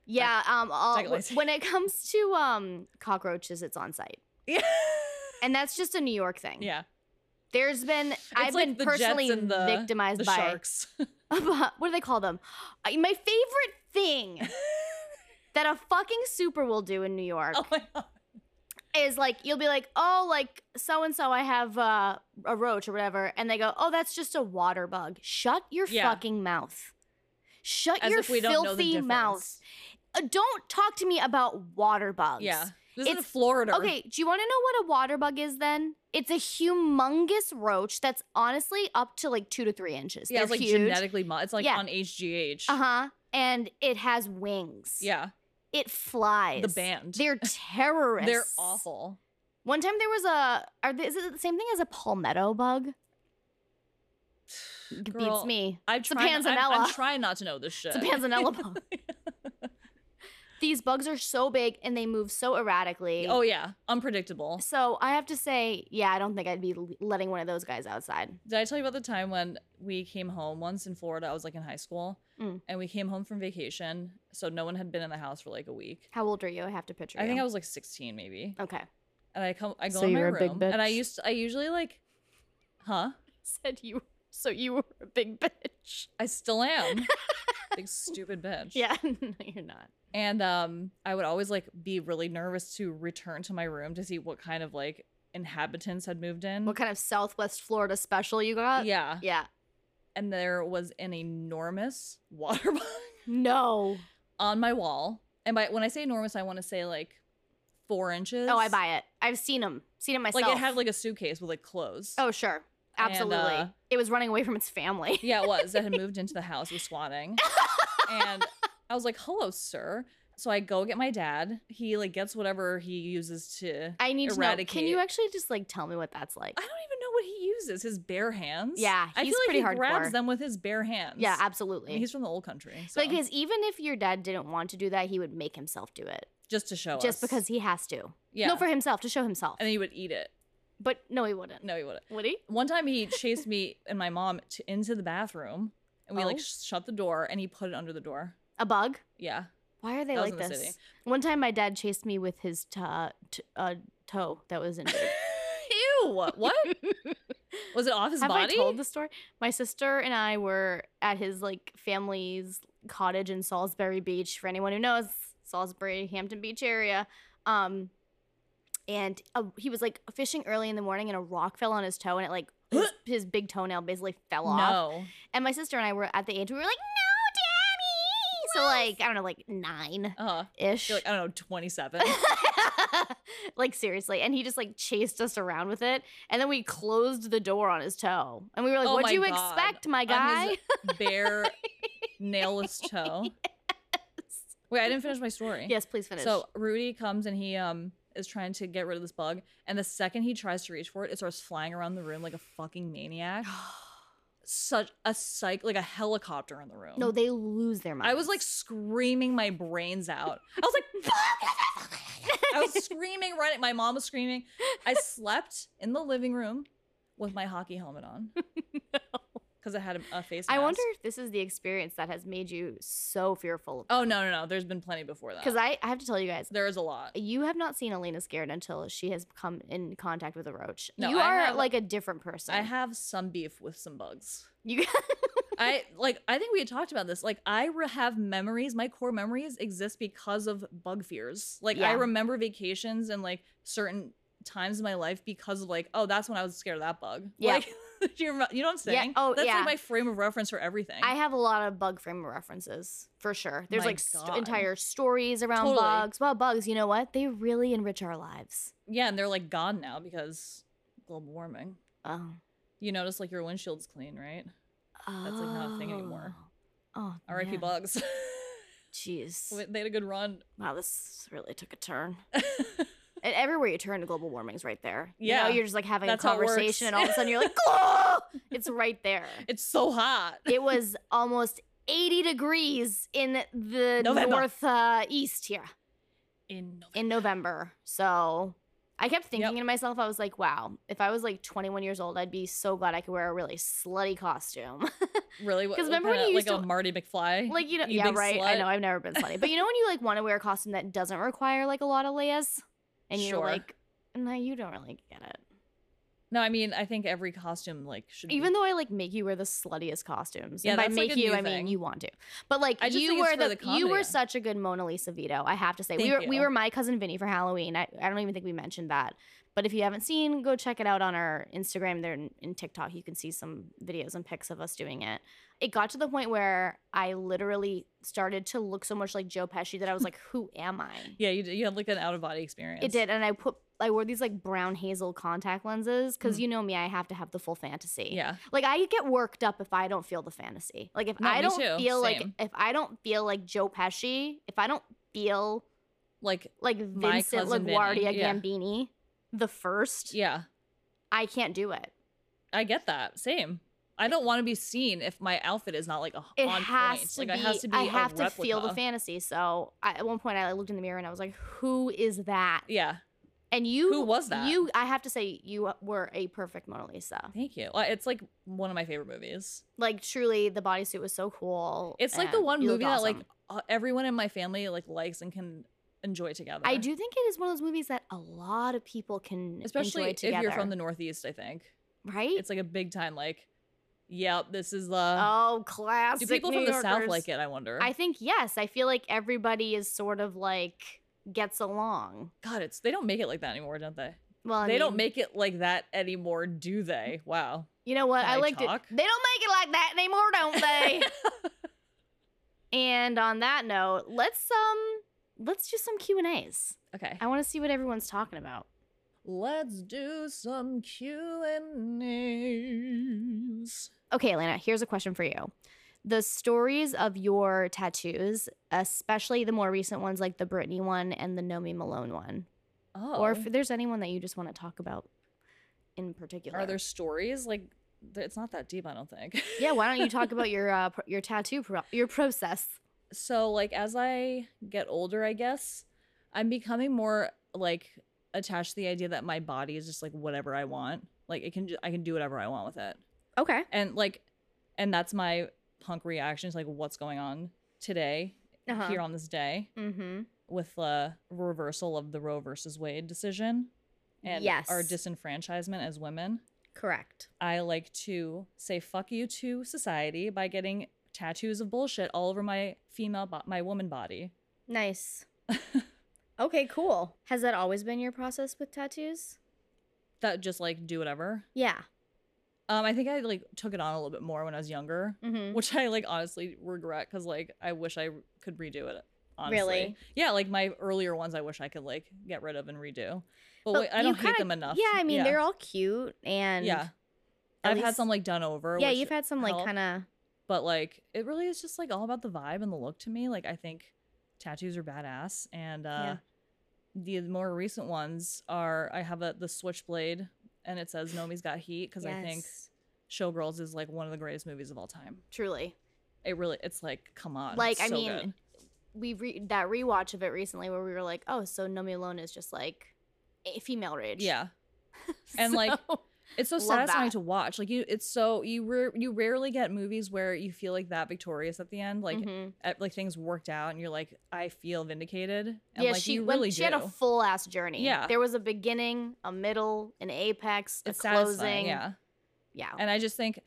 S1: yeah, um, all,
S2: take it later.
S1: when it comes to um cockroaches, it's on site,
S2: Yeah,
S1: and that's just a New York thing.
S2: yeah,
S1: There's been I've
S2: like
S1: been
S2: the Jets
S1: personally
S2: and the-
S1: victimized
S2: the
S1: by
S2: sharks.
S1: what do they call them? Uh, My favorite thing that a fucking super will do in New York
S2: oh my god.
S1: is like you'll be like, oh, like so and so, I have uh, a roach or whatever, and they go, oh, that's just a water bug. Shut your
S2: Yeah.
S1: fucking mouth. Shut
S2: As
S1: your
S2: if we don't know the
S1: filthy
S2: difference.
S1: mouth. Uh, don't talk to me about water bugs.
S2: Yeah, this is in
S1: It's-
S2: Florida.
S1: Okay, do you want to know what a water bug is then? It's a humongous roach that's honestly up to like two to three inches.
S2: Yeah,
S1: They're
S2: it's like
S1: huge.
S2: genetically mod. It's like
S1: Yeah.
S2: on HGH.
S1: Uh huh. And it has wings.
S2: Yeah,
S1: It flies.
S2: the band.
S1: They're terrorists.
S2: They're awful.
S1: One time there was a. Are they, is it the same thing as a palmetto bug? It
S2: Girl,
S1: beats me.
S2: I'm
S1: a
S2: trying. I'm, I'm
S1: panzanella.
S2: trying not to know this shit.
S1: It's a panzanella bug. These bugs are so big and they move so erratically.
S2: oh yeah, unpredictable.
S1: So I have to say, yeah, I don't think I'd be l- letting one of those guys outside.
S2: Did I tell you about the time when we came home once in Florida? I was like in high school,
S1: Mm.
S2: and we came home from vacation, so no one had been in the house for like a week.
S1: How old are you? I have to picture.
S2: I think
S1: you.
S2: I was like 16 maybe,
S1: Okay.
S2: and I come, I go
S1: Oh. So
S2: in my
S1: you're a big
S2: room, and I
S1: bitch.
S2: used, I usually like, huh?
S1: Said you. So you were a big bitch.
S2: I still am, big stupid bitch.
S1: Yeah. no, you're not.
S2: And um, I would always like be really nervous to return to my room to see what kind of like inhabitants had moved in.
S1: What kind of Southwest Florida special you got?
S2: Mm. yeah.
S1: Yeah.
S2: And there was an enormous water bug
S1: No.
S2: on my wall. And by when I say enormous, I want to say like four inches.
S1: Oh, I buy it. I've seen them. Seen it myself.
S2: Like it had like a suitcase with like clothes.
S1: Oh, sure.
S2: And,
S1: Absolutely.
S2: uh,
S1: it was running away from its family.
S2: Yeah, it was. That had moved into the house, was swatting. and I was like, hello, sir. So I go get my dad. He like gets whatever he uses to
S1: I need to know. Can you
S2: Eradicate.
S1: actually just like tell me what that's like?
S2: I don't even know what he uses. His bare hands.
S1: Yeah,
S2: I
S1: he's
S2: feel like
S1: pretty
S2: he grabs
S1: hardcore.
S2: them with his bare hands.
S1: yeah,
S2: I
S1: absolutely.
S2: mean, he's from the old country. So
S1: Because even if your dad didn't want to do that, he would make himself do it
S2: just to show us,
S1: just because he has to.
S2: yeah,
S1: No, for himself to show himself.
S2: and then he would eat it.
S1: but no, he wouldn't.
S2: No, he wouldn't.
S1: Would he?
S2: One time he chased me and my mom to, into the bathroom, and we like
S1: Oh.
S2: sh- shut the door, and he put it under the door.
S1: A bug?
S2: Yeah,
S1: Why are they
S2: That was
S1: like
S2: in the
S1: this?
S2: city.
S1: One time, my dad chased me with his t- uh, t- uh, toe that was injured.
S2: ew. What was it off his
S1: Have
S2: body?
S1: I told the story? My sister and I were at his like family's cottage in Salisbury Beach. For anyone who knows, Salisbury, Hampton Beach area. Um, and uh, he was like fishing early in the morning, and a rock fell on his toe, and it like his, his big toenail basically fell off.
S2: no,
S1: And my sister and I were at the age we were like, no, daddy. So like I don't know, like nine
S2: uh,
S1: ish.
S2: you're like I don't know, twenty seven.
S1: like seriously and he just like chased us around with it and then we closed the door on his toe and we were like
S2: Oh
S1: what
S2: my
S1: do you
S2: God.
S1: expect my
S2: On
S1: guy
S2: his bare nailless toe. Wait, I didn't finish my story.
S1: Yes, please finish.
S2: So Rudy comes and he um is trying to get rid of this bug, and the second he tries to reach for it, it starts flying around the room like a fucking maniac. Such a psych, like a helicopter in the room.
S1: no, they lose their mind.
S2: I was like screaming my brains out. I was like, I was screaming running. My mom was screaming. I slept in the living room with my hockey helmet on because I had a, a face.
S1: I
S2: mask.
S1: wonder if this is the experience that has made you so fearful of.
S2: Oh uh, no, no, no. There's been plenty before that.
S1: Because I, I have to tell you guys,
S2: there is a lot.
S1: you have not seen Alina scared until she has come in contact with a roach.
S2: No,
S1: you
S2: I
S1: are
S2: have-
S1: like a different person.
S2: I have some beef with some bugs.
S1: You,
S2: I like. I think we had talked about this. Like, I re- have memories. My core memories exist because of bug fears. Like,
S1: Yeah.
S2: I remember vacations and like certain times in my life because of like, oh, that's when I was scared of that bug.
S1: Yeah.
S2: Like, do you, remember, you know what I'm
S1: Yeah.
S2: saying?
S1: Oh,
S2: that's
S1: yeah.
S2: like my frame of reference for everything.
S1: I have a lot of bug frame references for sure. There's
S2: My
S1: like st-
S2: God.
S1: entire stories around
S2: Totally.
S1: bugs. Well, bugs, you know what? They really enrich our lives.
S2: yeah, and they're like gone now because global warming.
S1: Oh,
S2: You notice like your windshield's clean, right?
S1: that's
S2: like, not a thing anymore.
S1: Oh,
S2: R.I.P.
S1: man.
S2: bugs.
S1: Jeez.
S2: they had a good run.
S1: Wow, this really took a turn. And everywhere you turn, global warming's right there. You
S2: Yeah.
S1: know, you're just like having
S2: That's
S1: a
S2: how it works.
S1: conversation, and all of a sudden you're like, "Glow!" it's right there.
S2: it's so hot.
S1: It was almost 80 degrees in the
S2: November.
S1: north uh, east here
S2: In November.
S1: in November. So I kept thinking
S2: Yep.
S1: to myself, I was like, wow, if I was like 21 years old, I'd be so glad I could wear a really slutty costume.
S2: Really? What-
S1: 'Cause
S2: what
S1: remember when
S2: kinda-
S1: you
S2: like
S1: used
S2: a
S1: to-
S2: Marty McFly?
S1: like, you know,
S2: You
S1: yeah,
S2: big
S1: right. I
S2: slut.
S1: know I've never been slutty. But you know when you like want to wear a costume that doesn't require like a lot of layers? And you're
S2: Sure.
S1: like, no, you don't really get it.
S2: No, I mean I think every costume like should
S1: Even
S2: be,
S1: though I like make you wear the sluttiest costumes,
S2: Yeah,
S1: and by
S2: that's, like,
S1: make
S2: a
S1: you,
S2: new
S1: I mean
S2: thing.
S1: you want to. But like
S2: I just
S1: you
S2: think it's
S1: were
S2: for
S1: the,
S2: the
S1: you were
S2: comedy.
S1: such a good Mona Lisa Vito. I have to say we
S2: Thank
S1: were we
S2: you.
S1: were my cousin Vinny for Halloween. I, I don't even think we mentioned that. But if you haven't seen, go check it out on our Instagram. There and in TikTok, you can see some videos and pics of us doing it. It got to the point where I literally started to look so much like Joe Pesci that I was like, "Who am I?"
S2: yeah, you d- you had like an out of body experience.
S1: It did, and I put I wore these like brown hazel contact lenses because
S2: Mm.
S1: you know me, I have to have the full fantasy.
S2: Yeah,
S1: Like I get worked up if I don't feel the fantasy. Like if
S2: No,
S1: I
S2: me
S1: don't
S2: too.
S1: feel
S2: Same.
S1: like if I don't feel like Joe Pesci, if I don't feel
S2: like
S1: like
S2: My
S1: Vincent
S2: Cousin Vinny,
S1: LaGuardia
S2: yeah.
S1: Gambini, the first,
S2: yeah,
S1: I can't do it.
S2: I get that. Same. I don't want to be seen if my outfit is not like a
S1: It
S2: on
S1: has
S2: point.
S1: to
S2: like
S1: be.
S2: I has to be.
S1: I
S2: a
S1: have to feel the
S2: replica.
S1: fantasy. So I, at one point, I looked in the mirror and I was like, "Who is that?"
S2: Yeah.
S1: And you,
S2: Who was that?
S1: You, I have to say, you were a perfect Mona Lisa.
S2: Thank you. Well, It's like one of my favorite movies.
S1: Like truly, the bodysuit was so cool.
S2: It's like the
S1: and
S2: one
S1: you looked
S2: movie that like
S1: awesome.
S2: uh, everyone in my family like likes and can enjoy together.
S1: I do think it is one of those movies that a lot of people can
S2: especially
S1: enjoy
S2: if
S1: together.
S2: you're from the Northeast. I think
S1: right.
S2: it's like a big time. Like, yep, this is the.
S1: oh, classic.
S2: do people
S1: New
S2: from the South
S1: Yorkers.
S2: like it? I wonder.
S1: I think yes. I feel like everybody is sort of like gets along.
S2: God, it's they don't make it like that anymore, don't they?
S1: Well, I
S2: they don't
S1: mean,
S2: make it like that anymore, do they? Wow.
S1: You know what?
S2: Can
S1: I
S2: I
S1: liked
S2: talk?
S1: it. They don't make it like that anymore, don't they? and on that note, let's um, let's do some Q and A's.
S2: Okay.
S1: I want to see what everyone's talking about.
S2: Let's do some Q and A's.
S1: Okay, Elena, here's a question for you. The stories of your tattoos, especially the more recent ones like the Britney one and the Nomi Malone one,
S2: Oh.
S1: or if there's anyone that you just want to talk about in particular.
S2: are there stories like? th- It's not that deep, I don't think.
S1: yeah, why don't you talk about your uh, pro- your tattoo pro- your process?
S2: so like as I get older, I guess I'm becoming more like attached to the idea that my body is just like whatever I want. Like it can, ju- I can do whatever I want with it.
S1: Okay.
S2: and like and that's my punk reaction to like what's going on today
S1: Uh-huh.
S2: here on this day
S1: Mm-hmm.
S2: with the reversal of the roe versus wade decision and our
S1: Yes.
S2: disenfranchisement as women
S1: Correct.
S2: i like to say fuck you to society by getting tattoos of bullshit all over my female bo- my woman body
S1: Nice. okay, cool. Has that always been your process with tattoos?
S2: that just like do whatever
S1: Yeah.
S2: um i think i like took it on a little bit more when i was younger
S1: Mm-hmm.
S2: which I like honestly regret because like I wish I could redo it. Honestly.
S1: Really?
S2: Yeah, like my earlier ones, I wish I could like get rid of and redo, but,
S1: But
S2: wait, I
S1: Oh, you
S2: don't hate
S1: kinda-
S2: them enough.
S1: Yeah, I mean they're all cute and
S2: yeah.
S1: at
S2: I've had
S1: least-
S2: some like done over.
S1: yeah.
S2: which-
S1: You've had some like
S2: help.
S1: kind of
S2: but like it really is just like all about the vibe and the look to me. Like I think tattoos are badass, and uh,
S1: Yeah.
S2: the more recent ones are I have a the switchblade, and it says Nomi's got heat because I think
S3: Yes.
S2: Showgirls is like one of the greatest movies of all time.
S1: Truly.
S2: It really, it's like, come on,
S1: Like,
S2: it's
S1: I
S2: so
S1: mean,
S2: good.
S1: We re- that rewatch of it recently where we were like, oh, so Nomi Alone is just like a female rage.
S2: yeah, and, like,
S1: So-
S2: it's so
S1: Love
S2: satisfying
S1: that.
S2: to watch. Like you, it's so you rare you rarely get movies where you feel like that victorious at the end, like
S1: Mhm.
S2: at, like things worked out, and you're like, I feel vindicated. And
S1: yeah,
S2: like,
S1: she
S2: you
S1: went-
S2: really
S1: she had a
S2: do.
S1: full ass journey.
S2: Yeah.
S1: there was a beginning, a middle, an apex,
S2: it's
S1: a
S2: satisfying,
S1: closing.
S2: yeah.
S1: yeah,
S2: And I just think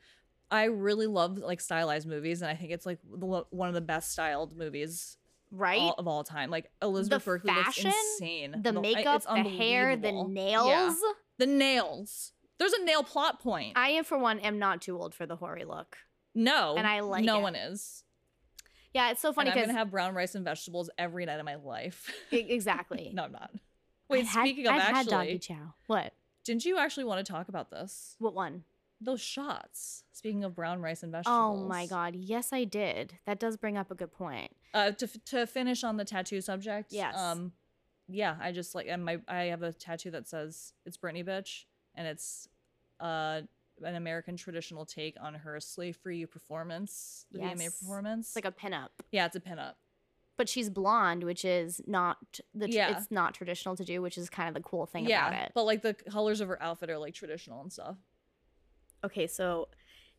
S2: I really love like stylized movies, and I think it's like the, one of the best styled movies
S1: right.
S2: all, of all time. Like Elizabeth Berkley
S1: fashion,
S2: looks insane.
S1: the
S2: I-
S1: makeup,
S2: it's
S1: the hair, the
S2: unbelievable.
S1: nails.
S2: Yeah. the nails. There's a nail plot point.
S1: I am, for one, am not too old for the hoary look.
S2: no,
S1: and I like
S2: no
S1: it.
S2: one is.
S1: Yeah, it's so funny
S2: and I'm
S1: because e,
S2: gonna have brown rice and vegetables every night of my life.
S1: exactly.
S2: no, I'm not.
S1: I
S2: Wait,
S1: had-
S2: speaking of
S1: I've had
S2: actually,
S1: doggy chow. What?
S2: didn't you actually want to talk about this?
S1: What one?
S2: Those shots. Speaking of brown rice and
S1: Oh
S2: vegetables.
S1: my god! Yes, I did. That does bring up a good point.
S2: Uh, to f- to finish on the tattoo subject.
S1: Yes.
S2: Um, yeah, I just like and my I have a tattoo that says it's Britney bitch and it's uh an American traditional take on her slave free performance, the
S1: Yes.
S2: VMA performance.
S1: It's like a pinup,
S2: yeah, it's a pinup.
S1: but she's blonde, which is not the. Tr-
S2: Yeah.
S1: It's not traditional to do, which is kind of the cool thing
S2: yeah,
S1: about it.
S2: but like the colors of her outfit are like traditional and stuff.
S1: okay, so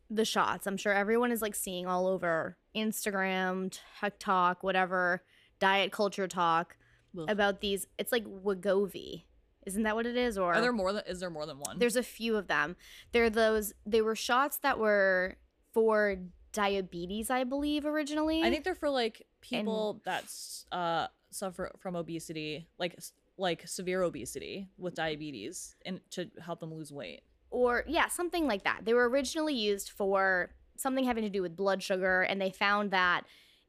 S1: the shots. I'm sure everyone is like seeing all over Instagram, TikTok, whatever diet culture talk
S2: Ugh.
S1: about these. It's like Wagovi, isn't that what it is? Or
S2: Are there more than is there more than one?
S1: There's a few of them. They're those. They were shots that were for diabetes, I believe, originally.
S2: I think they're for like people that s- uh, suffer from obesity, like s- like severe obesity with diabetes, and to help them lose weight.
S1: or yeah, something like that. They were originally used for something having to do with blood sugar, and they found that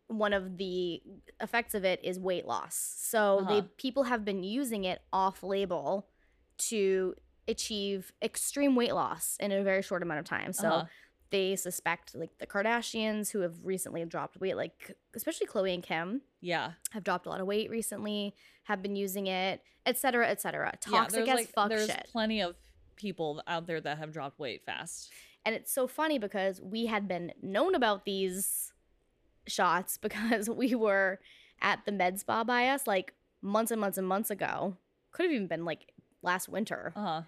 S1: one of the effects of it is weight loss. So they
S2: Uh-huh.
S1: people have been using it off label to achieve extreme weight loss in a very short amount of time. So
S2: Uh-huh.
S1: they suspect like the Kardashians who have recently dropped weight, like especially Chloe and Kim.
S2: yeah,
S1: have dropped a lot of weight recently, have been using it, et cetera, et cetera.
S2: Yeah,
S1: Toxic
S2: there's,
S1: as
S2: like-
S1: fuck
S2: There's
S1: shit.
S2: plenty of people out there that have dropped weight fast.
S1: and it's so funny because we had been known about these shots because we were at the med spa by us like months and months and months ago. Could have even been like last winter
S2: Uh huh.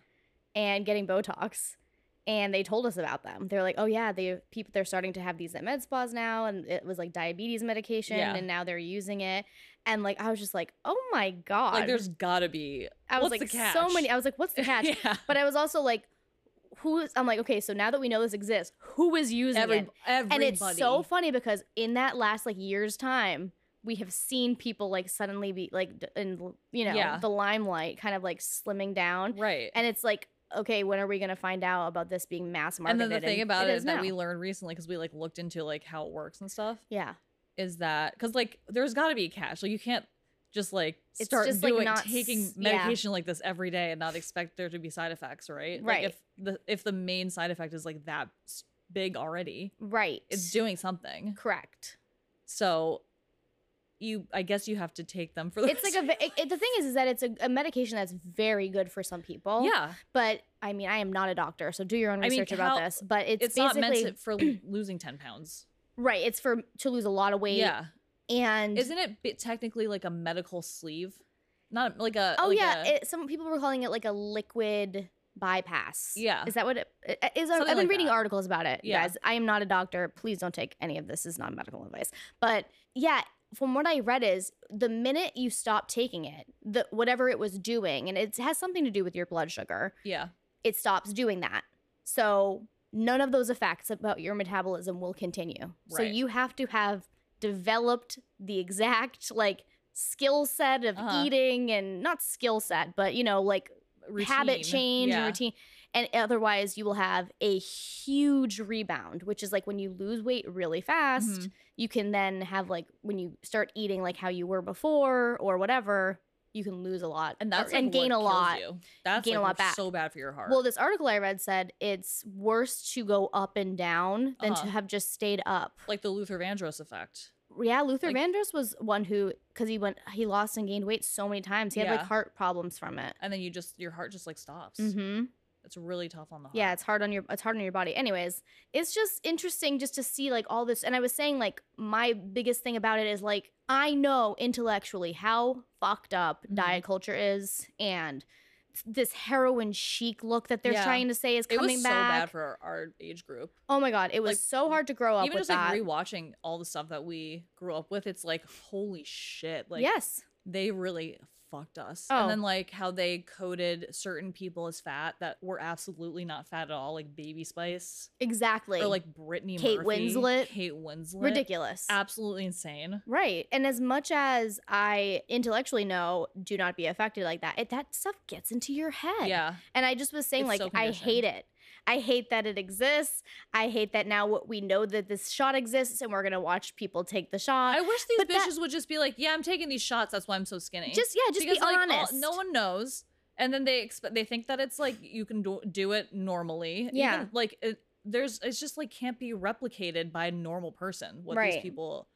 S1: and getting Botox. And they told us about them. They're like, oh yeah, they people they're starting to have these at med spas now, and it was like diabetes medication,
S2: Yeah.
S1: and now they're using it. And like I was just like, oh my god,
S2: Like, there's gotta be.
S1: I was
S2: What's
S1: like
S2: the
S1: so
S2: catch?
S1: many. I was like, what's the catch?
S2: yeah.
S1: But I was also like, who is? I'm like, okay, so now that we know this exists, who is using
S2: Every,
S1: it?
S2: everybody.
S1: And it's so funny because in that last like year's time, we have seen people like suddenly be like d- in you know
S2: Yeah.
S1: the limelight, kind of like slimming down,
S2: right.
S1: and it's like. Okay, when are we gonna find out about this being mass
S2: And
S1: marketed?
S2: then the thing about it
S1: is
S2: that
S1: now.
S2: we learned recently because we like looked into like how it works and stuff.
S1: yeah,
S2: is that because like there's got to be a catch. Like you can't just like
S1: It's
S2: start
S1: just, like,
S2: doing
S1: not
S2: taking
S1: s- yeah.
S2: medication like this every day and not expect there to be side effects, right? Like,
S1: Right.
S2: if the if the main side effect is like that s- big already,
S1: right.
S2: it's doing something.
S1: correct.
S2: So you, I guess you have to take them for the.
S1: It's like a. ve- It, it- the thing is, is that it's a, a medication that's very good for some people.
S2: yeah.
S1: But I mean, I am not a doctor, so do your own
S2: I mean,
S1: research about
S2: how-
S1: this. But it's,
S2: It's, not meant
S1: basically
S2: to, for lo- losing ten pounds.
S1: right. It's for to lose a lot of weight.
S2: Yeah,
S1: And
S2: isn't it bi- technically like a medical sleeve? Not like a.
S1: oh
S2: like
S1: yeah,
S2: a-
S1: it, some people were calling it like a liquid bypass.
S2: Yeah.
S1: Is that what it it- is? I've
S2: Something
S1: been
S2: like
S1: reading
S2: that.
S1: articles about it, you
S2: Yeah.
S1: guys. I am not a doctor. Please don't take any of this as non medical advice. But yeah, from what I read is the minute you stop taking it, the whatever it was doing, and it has something to do with your blood sugar.
S2: yeah.
S1: it stops doing that. So none of those effects about your metabolism will continue. So
S2: Right.
S1: you have to have developed the exact like skill set of
S2: Uh-huh.
S1: eating and not skill set, but you know, like habit
S2: Routine.
S1: change and
S2: Yeah.
S1: routine. And otherwise you will have a huge rebound, which is like when you lose weight really fast,
S2: Mhm.
S1: you can then have like when you start eating like how you were before or whatever, you can lose a lot
S2: and that's
S1: or-
S2: like,
S1: and
S2: what
S1: gain a
S2: kills
S1: lot.
S2: You. That's
S1: Gain a
S2: like,
S1: lot back.
S2: so bad for your heart.
S1: Well, this article I read said it's worse to go up and down than to
S2: Uh-huh.
S1: have just stayed up.
S2: like the Luther Vandross effect.
S1: Yeah, Luther
S2: Like-
S1: Vandross was one who because he went he lost and gained weight so many times. He had
S2: Yeah.
S1: like heart problems from it.
S2: and then you just your heart just like stops.
S1: Mm-hmm.
S2: It's really tough on the heart.
S1: yeah it's hard on your it's hard on your body anyways it's just interesting just to see like all this and i was saying like my biggest thing about it is like i know intellectually how fucked up
S2: Mhm.
S1: diet culture is and this heroin chic look that they're
S2: Yeah.
S1: trying to say is
S2: it was
S1: coming
S2: so
S1: back
S2: bad for our, our age group.
S1: oh my god it was
S2: like,
S1: so hard to grow up
S2: Even
S1: with
S2: just
S1: that
S2: like rewatching all the stuff that we grew up with, it's like holy shit. Like
S1: yes
S2: they really fucked us.
S1: Oh.
S2: And then like how they coded certain people as fat that were absolutely not fat at all, like Baby Spice
S1: exactly
S2: or like Brittany
S1: Kate
S2: Murphy,
S1: Winslet.
S2: Kate Winslet.
S1: ridiculous
S2: Absolutely insane.
S1: Right. And as much as I intellectually know, do not be affected like that, it, that stuff gets into your head.
S2: Yeah.
S1: And I just was saying,
S2: It's
S1: like,
S2: so
S1: I
S2: conditioned.
S1: hate it. I hate that it exists. I hate that now what we know that this shot exists and we're gonna watch people take the shot.
S2: I wish these
S1: but that-
S2: bitches would just be like, yeah, I'm taking these shots. That's why I'm so skinny.
S1: just yeah, just
S2: because
S1: be
S2: like, all-
S1: honest.
S2: no one knows, and then they expect they think that it's like you can do, do it normally.
S1: Yeah.
S2: Even, like it, there's it's just like can't be replicated by a normal person what
S1: Right.
S2: these people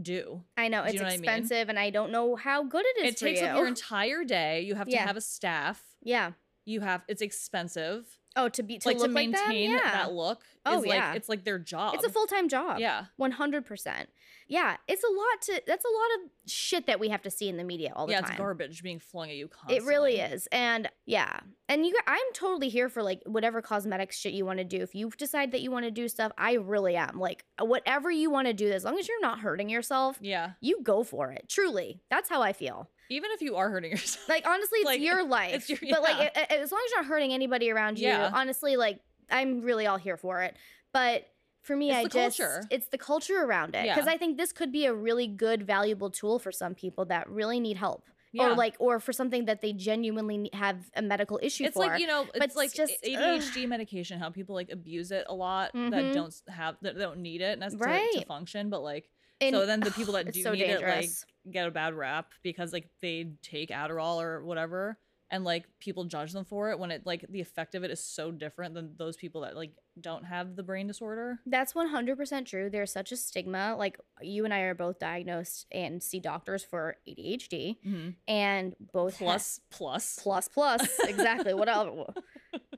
S2: do.
S1: I know
S2: Do you
S1: it's
S2: know what I mean?
S1: expensive and I don't know how good it is
S2: it
S1: for
S2: takes
S1: you.
S2: up your entire day. You have to
S1: Yeah.
S2: have a staff.
S1: yeah.
S2: You have it's expensive.
S1: Oh, to be to
S2: like to
S1: look
S2: maintain
S1: like that. Yeah.
S2: that look.
S1: Oh,
S2: is
S1: yeah.
S2: like it's like their job.
S1: It's a full time job.
S2: yeah.
S1: One hundred percent. Yeah. It's a lot to that's a lot of shit that we have to see in the media all the
S2: yeah,
S1: time.
S2: it's garbage being flung at you
S1: It
S2: constantly.
S1: really is. And yeah. And you g- I'm totally here for like whatever cosmetic shit you want to do. If you decide that you want to do stuff, I really am. Like whatever you want to do, as long as you're not hurting yourself,
S2: Yeah.
S1: you go for it. Truly. That's how I feel.
S2: Even if you are hurting yourself.
S1: Like honestly, it's
S2: Like,
S1: your life.
S2: it's your-
S1: But like
S2: yeah.
S1: a- a- as long as you're not hurting anybody around you,
S2: Yeah.
S1: honestly, like I'm really all here for it. But for me,
S2: It's
S1: I
S2: the
S1: just
S2: culture.
S1: it's the culture around it because
S2: Yeah.
S1: I think this could be a really good, valuable tool for some people that really need help
S2: Yeah.
S1: or like or for something that they genuinely ne- have a medical issue
S2: it's
S1: for.
S2: like you know it's,
S1: it's
S2: like
S1: just,
S2: just, adhd medication how people like abuse it a lot that
S1: Mhm.
S2: don't s- have that don't need it and that's to- to,
S1: Right.
S2: function but like
S1: And-
S2: so then the people that
S1: it's
S2: do
S1: so
S2: need
S1: dangerous.
S2: it like get a bad rap because like they take adderall or whatever and like people judge them for it when it like the effect of it is so different than those people that like don't have the brain disorder
S1: that's 100% true. There's such a stigma. Like you and I are both diagnosed and see doctors for ADHD and Mm-hmm. both ha-
S2: plus plus
S1: plus plus exactly what else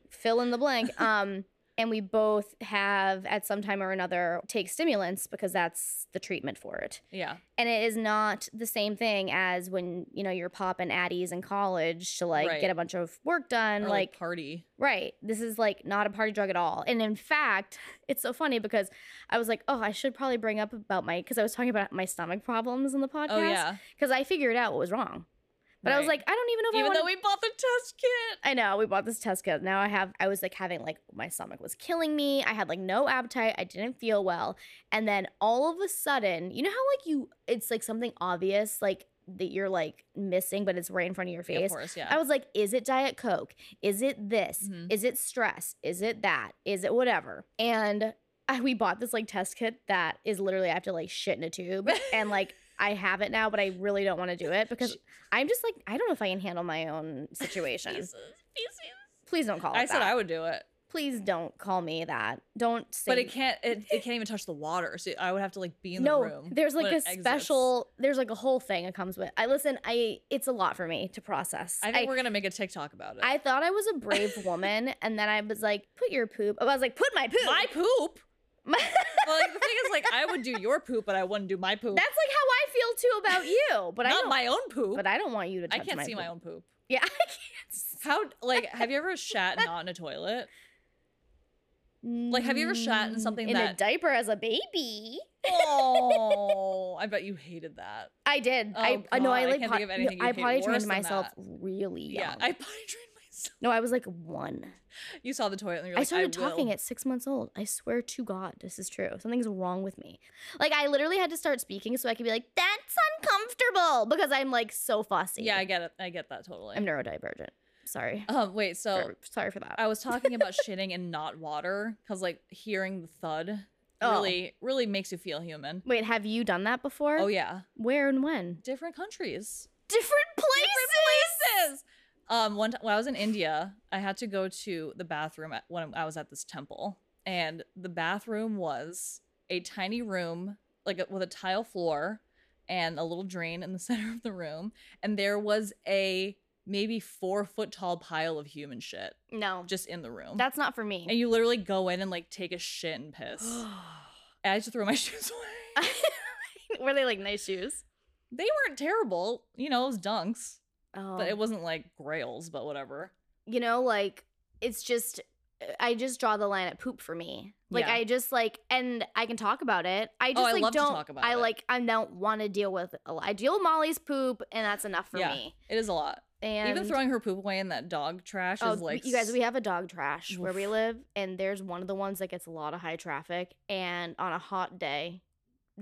S1: fill in the blank um and we both have at some time or another take stimulants because that's the treatment for it
S2: yeah
S1: and it is not the same thing as when you know you're popping addies in college to like
S2: Right.
S1: get a bunch of work done
S2: or,
S1: like
S2: like party
S1: Right. This is like not a party drug at all. And in fact, it's so funny because I was like, oh, I should probably bring up about my, because I was talking about my stomach problems in the podcast.
S2: oh yeah
S1: Because I figured out what was wrong. But I was
S2: Right.
S1: like, I don't even know if I
S2: even
S1: wanna-
S2: though we bought the test kit
S1: I know we bought this test kit. Now I have. I was like having like my stomach was killing me. I had like no appetite. I didn't feel well. And then all of a sudden, you know how like you, it's like something obvious like that you're like missing, but it's right in front of your
S2: yeah, of
S1: face.
S2: course yeah
S1: I was like, is it Diet Coke? Is it this?
S2: Mhm.
S1: Is it stress? Is it that? Is it whatever? And I, we bought this like test kit that is literally I have to like shit in a tube and like I have it now, but I really don't want to do it because I'm just like I don't know if I can handle my own situation.
S2: Pieces, pieces.
S1: Please don't call it
S2: I said
S1: that.
S2: I would do it,
S1: Please don't call me that. Don't say.
S2: but it can't. It, it can't even touch the water, so I would have to like be in
S1: no,
S2: the room.
S1: there's like
S2: when
S1: a
S2: it exits.
S1: special. There's like a whole thing it comes with. I listen. I it's a lot for me to process.
S2: I think we're gonna make a TikTok about it.
S1: I thought I was a brave woman, and then I was like, "Put your poop." I was like, "Put my poop."
S2: my poop.
S1: My-
S2: Well, like, the thing is, like, I would do your poop, but I wouldn't do my poop.
S1: That's like how I feel too about you, but I
S2: Not
S1: don't.
S2: my own poop.
S1: but I don't want you to.
S2: I
S1: Touch
S2: can't
S1: my
S2: see
S1: poop.
S2: my own poop.
S1: Yeah, I can't.
S2: How like have you ever shat not in a toilet? have you ever shat in
S1: Mm,
S2: something
S1: in a
S2: that-
S1: diaper as a baby?
S2: Oh, I bet you hated that.
S1: I did.
S2: Oh,
S1: I I know. I
S2: God, I
S1: like.
S2: can't
S1: pot-
S2: think of anything
S1: I
S2: you hate
S1: potty
S2: worse
S1: trained
S2: than
S1: myself
S2: that.
S1: really young.
S2: Yeah, I potty trained myself.
S1: no, I was like one.
S2: You saw the toilet and you're
S1: I
S2: like,
S1: started talking
S2: will.
S1: at six months old. I swear to God, this is true. Something's wrong with me. Like I literally had to start speaking so I could be like, "That's uncomfortable," because I'm like so fussy.
S2: Yeah, I get it. I get that totally.
S1: I'm neurodivergent. Sorry.
S2: um, wait. So
S1: For- sorry for that.
S2: I was talking about shitting and not water because like hearing the thud
S1: Oh.
S2: really really makes you feel human.
S1: Wait, have you done that before?
S2: Oh yeah,
S1: Where and when?
S2: different countries.
S1: Different places.
S2: Um, one time when I was in India, I had to go to the bathroom at, when I was at this temple, and the bathroom was a tiny room like a, with a tile floor and a little drain in the center of the room, and there was a maybe four foot tall pile of human shit
S1: No,
S2: just in the room.
S1: that's not for me.
S2: and you literally go in and like take a shit and piss. And I just throw my shoes away.
S1: Were they like nice shoes?
S2: They weren't terrible, you know, it was dunks,
S1: Oh,
S2: but it wasn't like grails, but whatever.
S1: you know, like it's just uh, I just draw the line at poop for me. Like
S2: Yeah. Oh,
S1: I just like, and I can talk about it. I just
S2: I
S1: like
S2: love to
S1: don't.
S2: talk about
S1: I
S2: it.
S1: like I don't want to deal with. it a lot. I deal with Molly's poop, and that's enough for
S2: Yeah.
S1: me.
S2: It is a lot.
S1: And
S2: Even throwing her poop away in that dog trash
S1: Oh,
S2: is like
S1: you guys, we have a dog trash where we
S2: Oof.
S1: live, and there's one of the ones that gets a lot of high traffic. And on a hot day,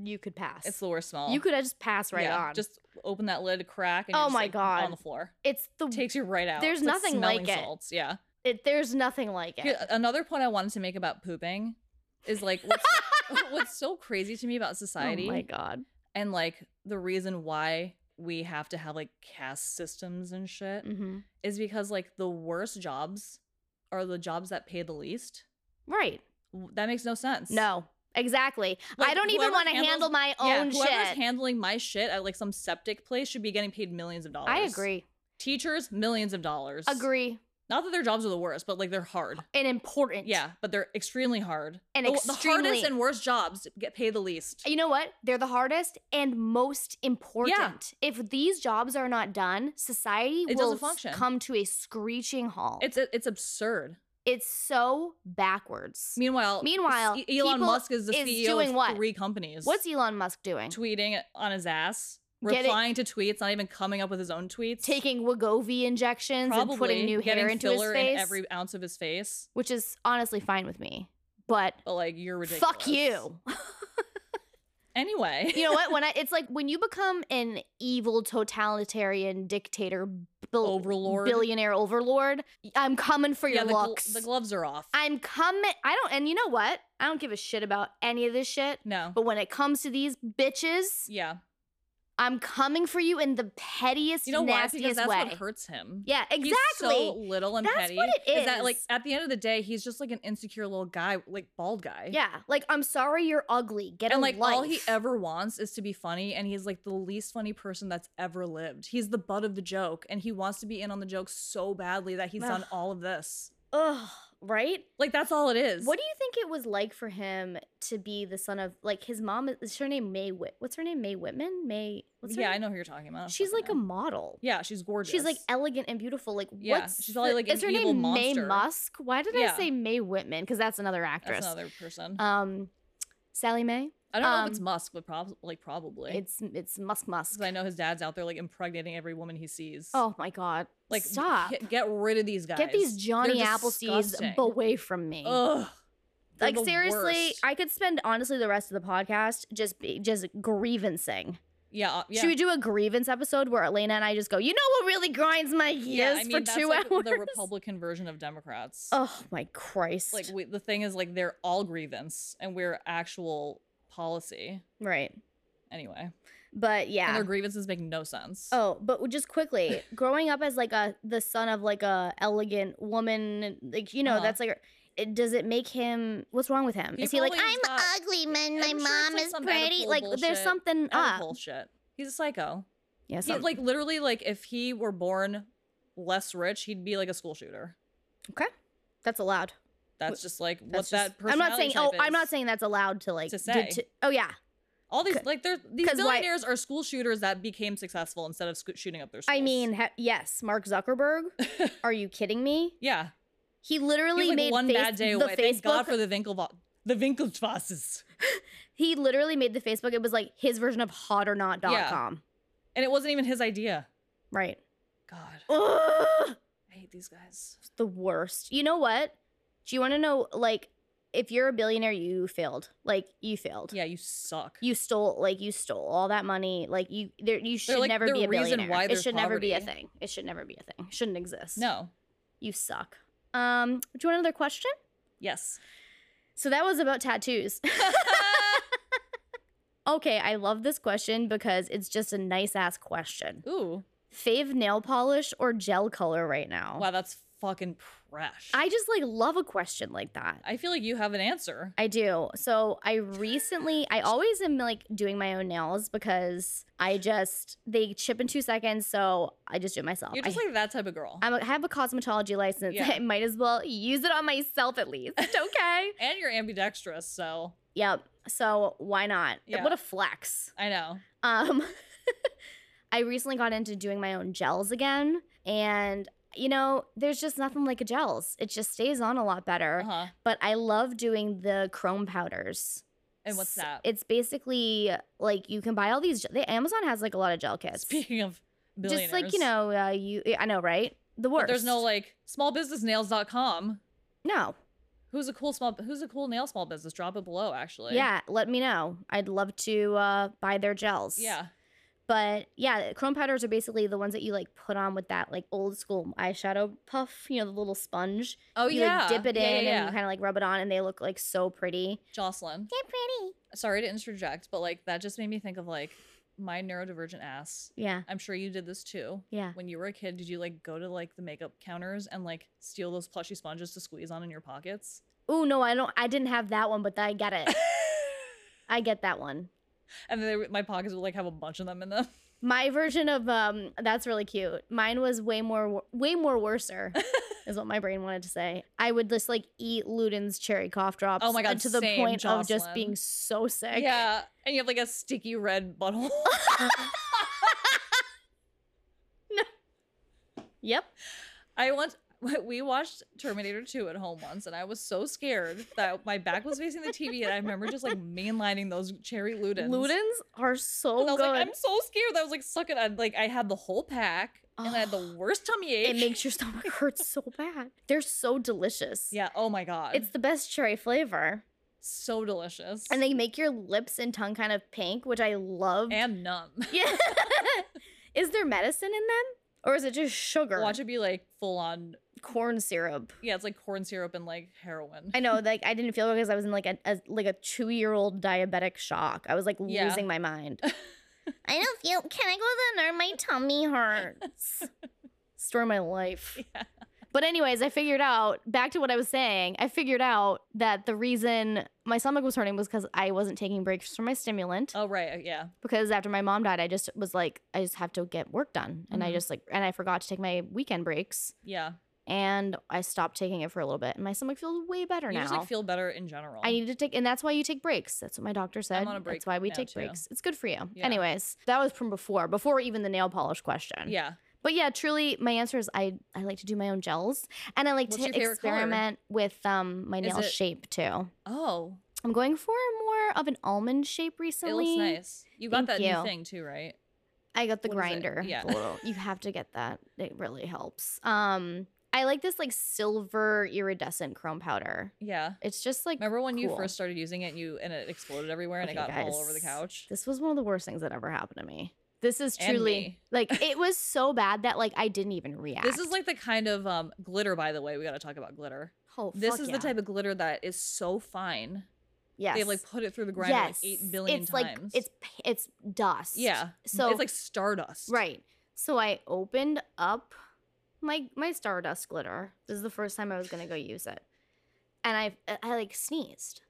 S1: you could pass.
S2: it's the worst smell.
S1: you could uh, just pass right
S2: Yeah,
S1: on.
S2: Just open that lid, crack, and
S1: Oh
S2: you're just,
S1: my
S2: like,
S1: God.
S2: on the floor.
S1: it's the
S2: Takes you right out.
S1: There's
S2: It's
S1: nothing like
S2: smelling
S1: it.
S2: salts. Yeah.
S1: it, there's nothing like it. Oh
S2: Here, another point I wanted to make about pooping is like what's, what's so crazy to me about society
S1: Oh my god.
S2: and like the reason why we have to have like caste systems and shit
S1: hmm
S2: is because like the worst jobs are the jobs that pay the least.
S1: Right.
S2: W- That makes no sense.
S1: No. Exactly. I
S2: Like,
S1: don't even
S2: whoever
S1: want to
S2: handles-
S1: handle my
S2: Yeah,
S1: own
S2: whoever's
S1: shit.
S2: handling my shit at like some septic place should be getting paid millions of dollars.
S1: I agree.
S2: Teachers, millions of dollars.
S1: Agree.
S2: Not that their jobs are the worst, but like they're hard.
S1: And important.
S2: Yeah, but they're extremely hard.
S1: And
S2: the, the
S1: extremely-
S2: hardest and worst jobs get paid the least.
S1: You know what? They're the hardest and most important. If these jobs are not done, society
S2: It doesn't
S1: will s-
S2: function.
S1: come to a screeching halt.
S2: It's it's absurd.
S1: It's so backwards.
S2: Meanwhile,
S1: Meanwhile,
S2: E- Elon
S1: people
S2: Musk is the
S1: is
S2: CEO
S1: doing
S2: of
S1: what?
S2: three companies.
S1: What's Elon Musk doing?
S2: tweeting on his ass,
S1: Get it-
S2: replying to tweets, not even coming up with his own tweets.
S1: Taking Wegovy injections
S2: probably
S1: and putting new
S2: getting
S1: hair into his
S2: filler
S1: face,
S2: in every ounce of his face.
S1: which is honestly fine with me. But
S2: But like you're ridiculous.
S1: fuck you.
S2: Anyway,
S1: You know what? When I, it's like when you become an evil totalitarian dictator, bil-
S2: Overlord.
S1: billionaire overlord, I'm coming for
S2: yeah,
S1: your
S2: the, gl-
S1: looks.
S2: the gloves are off.
S1: I'm coming. I don't. And you know what? I don't give a shit about any of this shit.
S2: no,
S1: But when it comes to these bitches,
S2: yeah,
S1: I'm coming for you in the pettiest,
S2: you know why? Because
S1: nastiest
S2: that's
S1: way.
S2: what hurts him.
S1: yeah, exactly.
S2: He's so little and
S1: That's
S2: petty.
S1: what it
S2: that like
S1: is.
S2: at the end of the day, he's just like an insecure little guy, like bald guy.
S1: yeah, like I'm sorry you're ugly. Get
S2: And
S1: a
S2: like
S1: life.
S2: all he ever wants is to be funny, and he's like the least funny person that's ever lived. He's the butt of the joke, and he wants to be in on the joke so badly that he's done
S1: Ugh.
S2: all of this.
S1: Ugh. Right?
S2: Like that's all it is.
S1: What do you think it was like for him to be the son of like his mom? Is her name May Whit? What's her name? May Whitman? May? What's her
S2: yeah, I
S1: name?
S2: know who you're talking about.
S1: She's like a
S2: a.
S1: model.
S2: yeah, she's gorgeous.
S1: She's like elegant and beautiful. Like
S2: Yeah,
S1: what's
S2: she's probably,
S1: the-
S2: like, an
S1: is her
S2: evil
S1: name May
S2: monster.
S1: Musk? Why did
S2: Yeah.
S1: I say May Whitman? Because that's another actress.
S2: that's another person.
S1: Um, Sally May.
S2: I don't know if it's
S1: um,
S2: Musk, but prob- like probably.
S1: It's it's Musk Musk.
S2: 'Cause I know his dad's out there like impregnating every woman he sees.
S1: Oh my god!
S2: like
S1: stop.
S2: Get, get rid of these guys.
S1: Get these Johnny Appleseeds
S2: disgusting.
S1: away from me.
S2: Ugh. They're
S1: like
S2: the
S1: seriously,
S2: worst.
S1: I could spend honestly the rest of the podcast just be, just grievancing.
S2: Yeah, uh, yeah.
S1: Should we do a grievance episode where Elena and I just go, you know what really grinds my gears
S2: yeah, I mean,
S1: for
S2: that's
S1: two
S2: like
S1: hours?
S2: the Republican version of Democrats.
S1: oh my Christ!
S2: Like we, the thing is, like they're all grievance, and we're actual policy
S1: right,
S2: anyway.
S1: but
S2: And
S1: yeah.
S2: their grievances make no sense.
S1: Oh, but just quickly, growing up as like a the son of like a elegant woman, like you know,
S2: Uh-huh.
S1: that's like. It, does it make him? What's wrong with him?
S2: He
S1: is he like
S2: probably
S1: I'm
S2: is not-
S1: ugly, man? My
S2: I'm sure it's,
S1: mom
S2: like,
S1: is
S2: some
S1: pretty.
S2: Oedipal
S1: Like
S2: bullshit.
S1: there's something
S2: Oedipal
S1: up.
S2: shit. He's a psycho.
S1: Yeah,
S2: He,
S1: something.
S2: like literally, like if he were born less rich, he'd be like a school shooter.
S1: that's allowed.
S2: That's just like what
S1: That's
S2: that
S1: just- I'm
S2: personality
S1: not saying.
S2: type
S1: Oh, I'm not
S2: is.
S1: saying that's allowed to like.
S2: To
S1: do-
S2: say.
S1: to- oh yeah,
S2: all these
S1: c-
S2: like they're these
S1: 'cause why-
S2: billionaires are school shooters that became successful instead of sco- shooting up their schools.
S1: I mean, ha- yes, Mark Zuckerberg. are you kidding me?
S2: yeah,
S1: He
S2: He was,
S1: literally
S2: like,
S1: made
S2: one
S1: face-
S2: bad day
S1: the
S2: away. Thank
S1: Facebook.
S2: God for the Winkelvo- the Winkelvosses.
S1: he literally made the Facebook. It was like his version of hotornot.com.
S2: Yeah. and it wasn't even his idea.
S1: Right.
S2: God,
S1: Ugh,
S2: I hate these guys.
S1: it's the worst. You know what? Do you want to know like if you're a billionaire, you failed. Like you failed.
S2: Yeah, you suck.
S1: You stole like you stole all that money. Like you there you should
S2: like,
S1: never
S2: the
S1: be a
S2: reason
S1: billionaire.
S2: why
S1: it
S2: there's
S1: should never be a
S2: poverty.
S1: thing. It should never be a thing. It shouldn't exist.
S2: no.
S1: You suck. Um, do you want another question?
S2: Yes.
S1: So that was about tattoos. okay, I love this question because it's just a nice ass question.
S2: Ooh.
S1: Fave nail polish or gel color right now?
S2: Wow, that's fucking fresh.
S1: I just like love a question like that.
S2: I feel like you have an answer.
S1: I do. So I recently, I always am like doing my own nails because I just, they chip in two seconds. So I just do it myself.
S2: You're
S1: I
S2: just like that type of girl.
S1: I'm a, I have a cosmetology license.
S2: Yeah.
S1: I might as well use it on myself at least. Okay.
S2: and you're ambidextrous, so
S1: yep. So why not?
S2: Yeah.
S1: What a flex.
S2: I know.
S1: Um, I recently got into doing my own gels again, and you know, there's just nothing like a gels. It just stays on a lot better.
S2: Uh-huh.
S1: But I love doing the chrome powders.
S2: And what's
S1: S-
S2: that?
S1: It's basically like you can buy all these. The Amazon has like a lot of gel kits.
S2: Speaking of billionaires.
S1: Just like you know, uh, you I know, right? The worst.
S2: but there's no like smallbusinessnails.com.
S1: no.
S2: Who's a cool small who's a cool nail small business? Drop it below actually.
S1: Yeah, let me know. I'd love to uh, buy their gels.
S2: Yeah.
S1: But yeah, chrome powders are basically the ones that you like put on with that like old school eyeshadow puff, you know, the little sponge.
S2: Oh
S1: you
S2: yeah.
S1: like dip it
S2: Yeah,
S1: in
S2: yeah,
S1: and
S2: yeah.
S1: you kind of like rub it on and they look like so pretty.
S2: Jocelyn.
S1: They're pretty.
S2: Sorry to interject, but like that just made me think of like my neurodivergent ass.
S1: Yeah.
S2: I'm sure you did this too.
S1: Yeah.
S2: When you were a kid, did you like go to like the makeup counters and like steal those plushy sponges to squeeze on in your pockets?
S1: Ooh, no, I don't I didn't have that one, but I get it. I get that one.
S2: and then they, would- my pockets would like have a bunch of them in them.
S1: My version of um that's really cute. Mine was way more wor- way more worser. is what my brain wanted to say. I would just like eat Luden's cherry cough drops
S2: Oh my God,
S1: uh, to the
S2: same,
S1: point of just
S2: Jocelyn.
S1: being so sick.
S2: Yeah. And you have like a sticky red butthole.
S1: Yep.
S2: I once we watched Terminator 2 at home once and I was so scared that my back was facing the TV and I remember just like mainlining those cherry Ludens.
S1: Ludens Oh, are so
S2: And I was
S1: good.
S2: like, I'm so scared. I was like sucking I like I had the whole pack and I had the worst tummy ache.
S1: Ah. it makes your stomach hurt so bad. They're so delicious.
S2: Yeah, oh my god.
S1: It's the best cherry flavor.
S2: so delicious.
S1: And they make your lips and tongue kind of pink, which I love.
S2: and numb.
S1: yeah. is there medicine in them? Or is it just sugar?
S2: Watch it be like full on
S1: corn syrup.
S2: yeah, it's like corn syrup and like heroin.
S1: I know, like I didn't feel it because I was in like a, a like a two year old diabetic shock. I was like
S2: Yeah.
S1: losing my mind. I don't feel. Can I go to the nurse? My tummy hurts. Story of my life.
S2: Yeah.
S1: But anyways, I figured out back to what I was saying. I figured out that the reason my stomach was hurting was because I wasn't taking breaks from my stimulant.
S2: Oh right, yeah.
S1: Because after my mom died, I just was like, I just have to get work done, and I
S2: Mhm.
S1: just like, and I forgot to take my weekend breaks,
S2: Yeah.
S1: and I stopped taking it for a little bit, and my stomach feels way better
S2: You
S1: now.
S2: just like feel better in general.
S1: I need to take, and that's why you take breaks. That's what my doctor said.
S2: on a break
S1: that's why we
S2: now,
S1: take
S2: too.
S1: breaks. It's good for you.
S2: Yeah.
S1: Anyways, that was from before, before even the nail polish question.
S2: yeah.
S1: But yeah, truly, my answer is I I like to do my own gels, and I like
S2: What's
S1: to
S2: your favorite color?
S1: experiment with um my
S2: Is
S1: nail
S2: it-
S1: shape too.
S2: Oh,
S1: I'm going for more of an almond shape
S2: it
S1: recently.
S2: looks nice. You got that
S1: Thank
S2: new
S1: you.
S2: thing too, right?
S1: I got the
S2: What is it?
S1: grinder.
S2: Yeah.
S1: the little- you have to get that. It really helps. Um, I like this like silver iridescent chrome powder.
S2: Yeah.
S1: It's just like
S2: Remember when you
S1: cool.
S2: first started using it and you and it exploded everywhere and it got
S1: Okay,
S2: all over the
S1: guys.
S2: couch?
S1: This was one of the worst things that ever happened to me. This is
S2: And
S1: truly
S2: me.
S1: like it was so bad that like I didn't even react.
S2: This is like the kind of um glitter by the way, we got to talk about glitter.
S1: oh,
S2: This
S1: fuck
S2: is
S1: yeah.
S2: the type of glitter that is so fine.
S1: yes.
S2: They've like put it through the grinder like
S1: Yes.
S2: 8 billion
S1: it's
S2: times.
S1: like it's p- it's dust.
S2: yeah.
S1: So
S2: it's like stardust.
S1: right. So I opened up my my Stardust glitter. This is the first time I was gonna go use it, and I I, I like sneezed.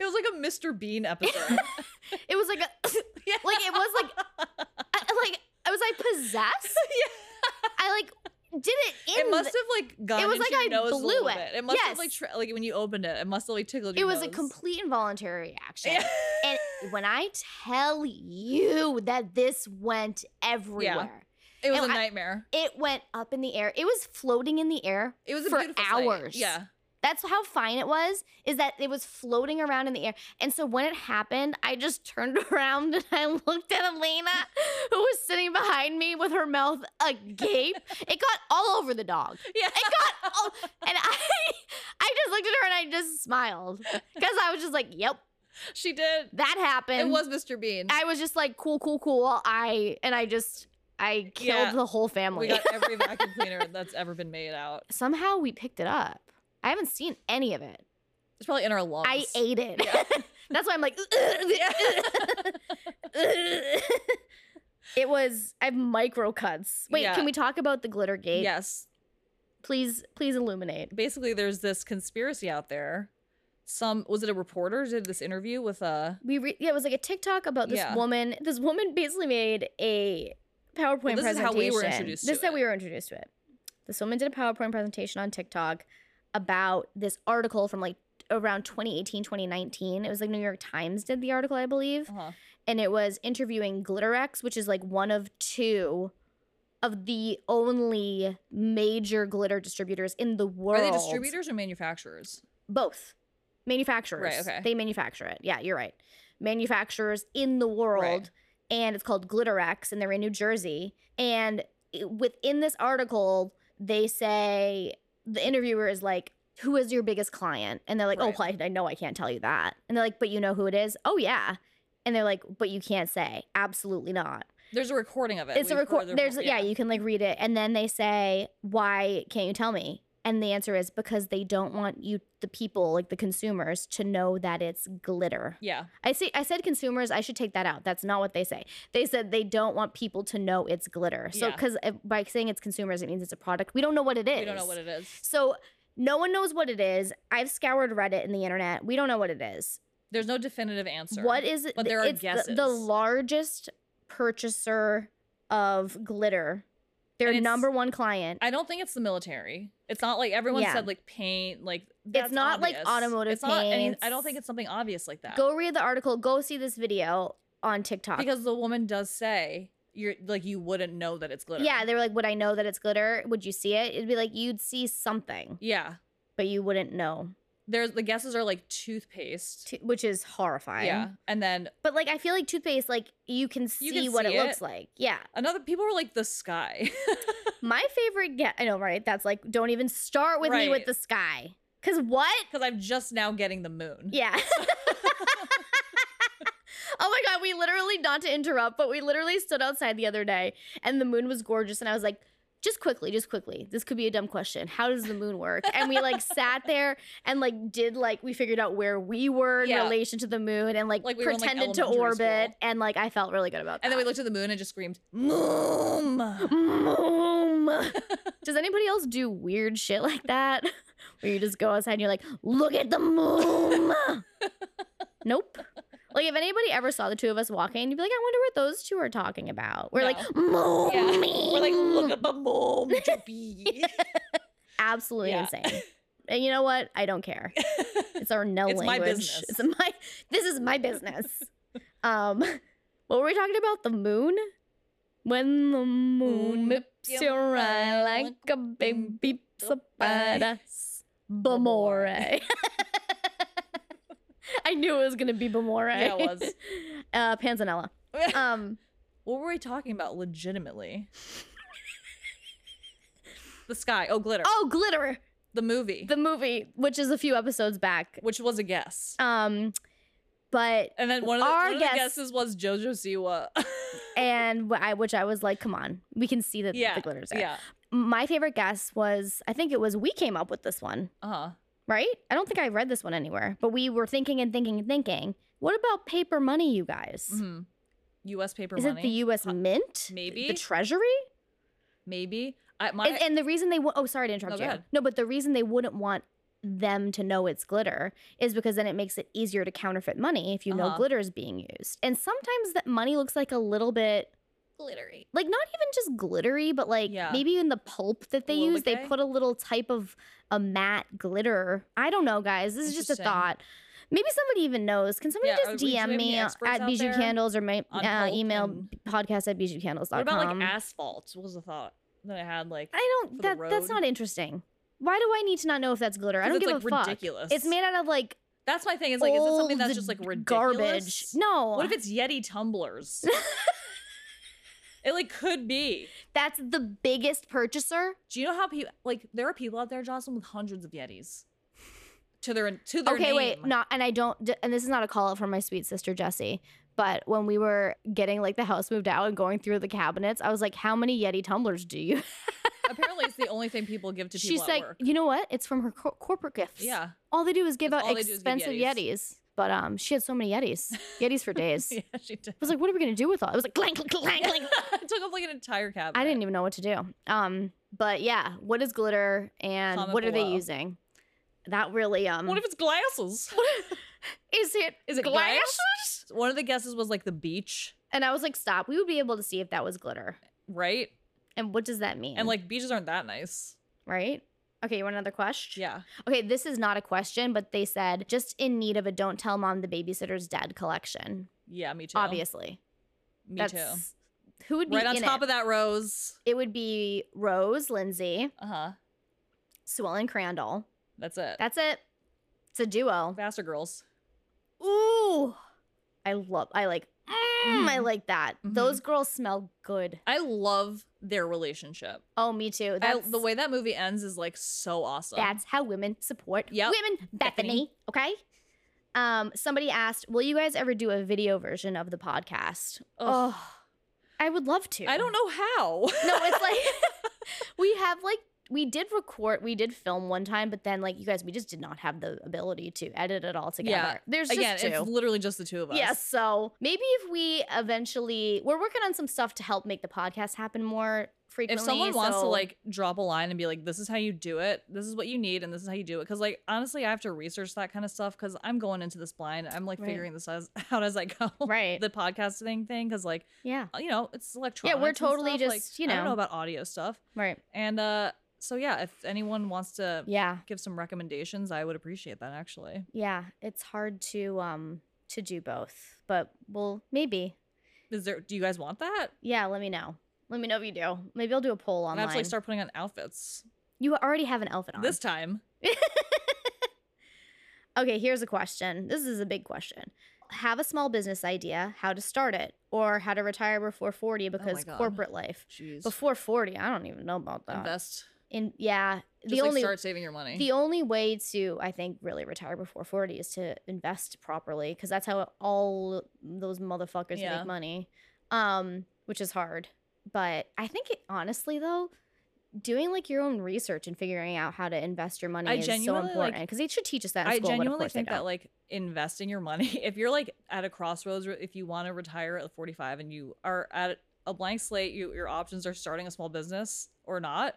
S2: It was like a Mr. Bean episode.
S1: It was like a
S2: yeah.
S1: like it was like I, like I was like possessed. I like did it in
S2: It must
S1: the-
S2: have like gone.
S1: was
S2: into
S1: like
S2: your
S1: I
S2: nose a
S1: blew
S2: little
S1: it.
S2: Bit. It must have like
S1: Yes.
S2: tra- like when you opened it, it must have like tickled
S1: it
S2: your
S1: was a
S2: nose.
S1: complete involuntary reaction.
S2: Yeah.
S1: And when I tell you that this went everywhere,
S2: It was
S1: And
S2: a
S1: I-
S2: nightmare.
S1: it went up in the air. It was floating in the air.
S2: It was a
S1: for
S2: beautiful sight.
S1: hours.
S2: Yeah.
S1: That's how fine it was, is that it was floating around in the air. And so when it happened, I just turned around and I looked at Elena, who was sitting behind me with her mouth agape. It got all over the dog.
S2: Yeah.
S1: got all- And I I just looked at her and I just smiled. Because I was just like, Yep,
S2: she did.
S1: that happened.
S2: It was Mr. Bean.
S1: I was just like, cool, cool, cool. I and I just I killed
S2: Yeah.
S1: the whole
S2: we
S1: family.
S2: got every vacuum cleaner that's ever been made out.
S1: Somehow we picked it up. I haven't seen any of it.
S2: It's probably in our lungs.
S1: I ate it.
S2: Yeah.
S1: That's why I'm like,
S2: Yeah.
S1: It was I have micro cuts. Wait,
S2: Yeah.
S1: can we talk about the glitter gate?
S2: Yes.
S1: Please, please illuminate.
S2: Basically, there's this conspiracy out there. Some was it a reporter did this interview with uh, a
S1: We re- yeah, it was like a TikTok about this
S2: Yeah.
S1: woman. This woman basically made a PowerPoint
S2: this is
S1: presentation.
S2: how we were introduced to
S1: This is how
S2: it.
S1: we were introduced to it. This woman did a PowerPoint presentation on TikTok about this article from like around 2018, 2019. It was like New York Times did the article, I believe.
S2: uh
S1: and it was interviewing GlitterX, which is like one of two of the only major glitter distributors in the world.
S2: are they distributors or manufacturers?
S1: Both manufacturers.
S2: okay.
S1: They manufacture it. Yeah, you're right. Manufacturers in the world, and it's called GlitterX, and they're in New Jersey. And it- within this article, they say the interviewer is like. Who is your biggest client? And they're like,
S2: Right.
S1: oh, well, I, I know I can't tell you that. And they're like, but you know who it is? Oh, yeah. And they're like, but you can't say. Absolutely not.
S2: There's a recording of it.
S1: It's a
S2: We've heard
S1: record.
S2: the
S1: There's
S2: report-
S1: yeah. you can like read it, and then they say, "Why can't you tell me?" And the answer is because they don't want you, the people, like the consumers, to know that it's glitter.
S2: yeah.
S1: I say I said consumers. I should take that out. That's not what they say. They said they don't want people to know it's glitter. So
S2: Yeah.
S1: because by saying it's consumers, it means it's a product. We don't know what it is.
S2: We don't know what it is.
S1: So no one knows what it is. I've scoured Reddit and the internet. We don't know what it is.
S2: There's no definitive answer.
S1: What is it?
S2: But there are
S1: it's the- The,
S2: guesses.
S1: largest purchaser of glitter, their
S2: it's-
S1: number one client.
S2: I don't think it's the military. It's not like everyone
S1: Yeah.
S2: said like paint. Like that's
S1: not, like,
S2: obvious.
S1: automotive
S2: It's not any, I
S1: paints.
S2: don't think it's something obvious like that.
S1: go read the article. Go see this video on TikTok.
S2: because the woman does say you're like you wouldn't know that it's glitter.
S1: yeah, they were like, "Would I know that it's glitter? Would you see it?" It'd be like you'd see something,
S2: yeah.
S1: but you wouldn't know,
S2: There's the guesses are like toothpaste.
S1: t- which is horrifying.
S2: yeah, and then
S1: But like, I feel like toothpaste, like you can see
S2: You can
S1: what
S2: see
S1: it, looks
S2: it.
S1: like. Yeah,
S2: another people were like the sky.
S1: my favorite. Get I know, right? That's like, don't even start with me with
S2: Right.
S1: the sky. Cause what?
S2: Because I'm just now getting the moon.
S1: Yeah. oh my god, we literally not to interrupt, but we literally stood outside the other day and the moon was gorgeous and I was like just quickly, just quickly. This could be a dumb question. How does the moon work? And we like sat there and like did like we figured out where we were in
S2: Yeah.
S1: relation to the moon and like,
S2: Like, we were in, like,
S1: pretended to orbit
S2: elementary school.
S1: and like I felt really good about that.
S2: And then we looked at the moon and just screamed, Moon!
S1: Moon. Does anybody else do weird shit like that? Where you just go outside and you're like, look at the moon. nope. Like if anybody ever saw the two of us walking, you'd be like, I wonder what those two are talking about. We're like, moon.
S2: Yeah. We're like, look at the moon, Juppie."
S1: Absolutely
S2: Yeah.
S1: insane. And you know what? I don't care. It's our Nell
S2: It's my
S1: language.
S2: business.
S1: It's my this is my business. um what were we talking about? The moon? When the moon
S2: Moon
S1: whips
S2: whips
S1: your
S2: your
S1: eye
S2: eye
S1: like
S2: like
S1: a big beeps
S2: The
S1: about
S2: best.
S1: Bamore. I knew it was gonna be Bamore.
S2: Yeah, it was.
S1: uh Panzanella. Um
S2: What were we talking about legitimately? the sky. Oh, glitter.
S1: oh glitter.
S2: The movie,
S1: The movie, which is a few episodes back.
S2: which was a guess.
S1: Um but
S2: And then one of the,
S1: our
S2: one of the
S1: guess-
S2: guesses was JoJo Siwa.
S1: and wh- I, which I was like, come on, we can see that
S2: Yeah,
S1: the glitter's there.
S2: yeah.
S1: My favorite guess was, I think it was we came up with this one,
S2: Uh huh.
S1: right? I don't think I read this one anywhere, but we were thinking and thinking and thinking. What about paper money, you guys?
S2: hmm U.S. paper
S1: Is
S2: money.
S1: it the U.S.
S2: Uh,
S1: Mint?
S2: maybe?
S1: the Treasury.
S2: Maybe. I, my,
S1: And, and the reason they wo- oh sorry to interrupt
S2: go
S1: you.
S2: ahead.
S1: No, but the reason they wouldn't want them to know it's glitter is because then it makes it easier to counterfeit money if you know
S2: Uh-huh.
S1: glitter is being used. And sometimes that money looks like a little bit
S2: glittery.
S1: like not even just glittery, but like
S2: Yeah.
S1: maybe in the pulp that they
S2: Little
S1: use, they
S2: bit.
S1: put a little type of a matte glitter. I don't know, guys. This is just a
S2: Interesting.
S1: thought. Maybe somebody even knows. Can somebody
S2: Yeah, are we-
S1: just
S2: do we have
S1: DM
S2: any
S1: me at
S2: experts out
S1: Bijou
S2: there
S1: Candles or my
S2: on
S1: uh,
S2: pulp
S1: email
S2: and-
S1: b- podcast at bijoucandles.com?
S2: What about like asphalt? What was the thought that I had? Like,
S1: I
S2: for
S1: don't.
S2: the
S1: That that's
S2: road?
S1: not interesting. Why do I need to not know if that's glitter? I
S2: 'Cause
S1: don't
S2: it's,
S1: give
S2: like,
S1: a fuck.
S2: ridiculous.
S1: It's made out of like
S2: that's my thing. Is like, is it something that's
S1: old
S2: just like ridiculous?
S1: Oh, garbage. No,
S2: What if it's Yeti tumblers? it like could be.
S1: that's the biggest purchaser?
S2: Do you know how people like there are people out there, Jocelyn, with hundreds of Yetis to their to their
S1: okay
S2: name.
S1: wait not and i don't d- and this is not a call out for my sweet sister jessie but when we were getting like the house moved out and going through the cabinets i was like how many yeti tumblers do you
S2: Apparently, it's the only thing people give to people
S1: she's
S2: at
S1: like
S2: work.
S1: you know what it's from her cor- corporate gifts
S2: Yeah,
S1: all they do is give
S2: That's
S1: out
S2: all they do is give
S1: expensive yetis.
S2: Yetis.
S1: But um, she had so many Yetis, Yetis for days.
S2: yeah,
S1: I
S2: she did.
S1: was like, what are we gonna do with all? It was like clank, clank, clank, clank.
S2: it took up like an entire cabinet.
S1: I didn't even know what to do. Um, but yeah, what is glitter and
S2: Comment
S1: what are they
S2: below.
S1: using? That really um.
S2: What if it's glasses?
S1: is it?
S2: Is it
S1: glass?
S2: glasses? One of the guesses was like the beach,
S1: And I was like, stop. We would be able to see if that was glitter.
S2: right?
S1: And what does that mean?
S2: And like beaches aren't that nice.
S1: right? Okay, you want another question?
S2: Yeah.
S1: Okay, this is not a question, but they said just in need of a "Don't Tell Mom the Babysitter's Dead" collection.
S2: Yeah, me too.
S1: Obviously,
S2: Me too.
S1: that's who would be
S2: Right on
S1: in
S2: top
S1: it.
S2: of that rose.
S1: it would be Rose, Lindsay,
S2: Uh huh.
S1: Sewell, and Crandall.
S2: That's it.
S1: That's it. It's a duo.
S2: Vassar girls.
S1: Ooh, I love. I like. mm, I
S2: Mhm.
S1: like that.
S2: Mhm.
S1: Those girls smell good.
S2: I love their relationship.
S1: Oh, me too.
S2: I,
S1: That's
S2: the way that movie ends is like so awesome.
S1: That's how women support
S2: Yep.
S1: women, Bethany.
S2: Bethany.
S1: Okay. Um, somebody asked, "Will you guys ever do a video version of the podcast?"
S2: Ugh.
S1: Oh, I would love to.
S2: I don't know how.
S1: No, it's like we have like we did record, we did film one time, but then like you guys, we just did not have the ability to edit it all together.
S2: Yeah.
S1: There's just
S2: Again,
S1: two.
S2: it's literally just the two of us.
S1: Yes. So maybe if we eventually, we're working on some stuff to help make the podcast happen more frequently.
S2: If someone wants to
S1: so-
S2: like drop a line and be like, this is how you do it, this is what you need, and this is how you do it. Cause like honestly, I have to research that kind of stuff because I'm going into this blind. I'm like
S1: Right.
S2: figuring this as, out as I go.
S1: Right.
S2: The podcasting thing. Cause like, uh,
S1: yeah.
S2: you know, it's electronic.
S1: totally just, you
S2: I don't
S1: know.
S2: know about audio stuff.
S1: Right.
S2: And uh so yeah, if anyone wants to
S1: Yeah.
S2: give some recommendations, I would appreciate that actually.
S1: Yeah. It's hard to, um, to do both, but we'll maybe.
S2: Is there do you guys want that?
S1: Yeah. Let me know. Let me know if you do. Maybe I'll do a poll
S2: I have to like
S1: online.
S2: start putting on outfits
S1: you already have an outfit on.
S2: this time.
S1: Okay, here's a question. This is a big question. Have a small business idea, how to start it, or how to retire before 40 because
S2: Oh God.
S1: corporate life.
S2: Jeez.
S1: Before 40, I don't even know about that.
S2: Invest.
S1: In yeah,
S2: Just
S1: the
S2: like
S1: only
S2: start saving your money.
S1: the only way to I think really retire before 40 is to invest properly cuz that's how all those motherfuckers
S2: Yeah.
S1: make money. Um, which is hard. But I think it, honestly though, doing like your own research and figuring out how to invest your money
S2: I
S1: is so
S2: genuinely, like-
S1: important because they should teach us that in
S2: I
S1: school, but of
S2: genuinely
S1: course they
S2: think that
S1: don't.
S2: like investing your money, if you're like at a crossroads, where- if you want to retire at 45 and you are at a blank slate, you, your options are starting a small business or not.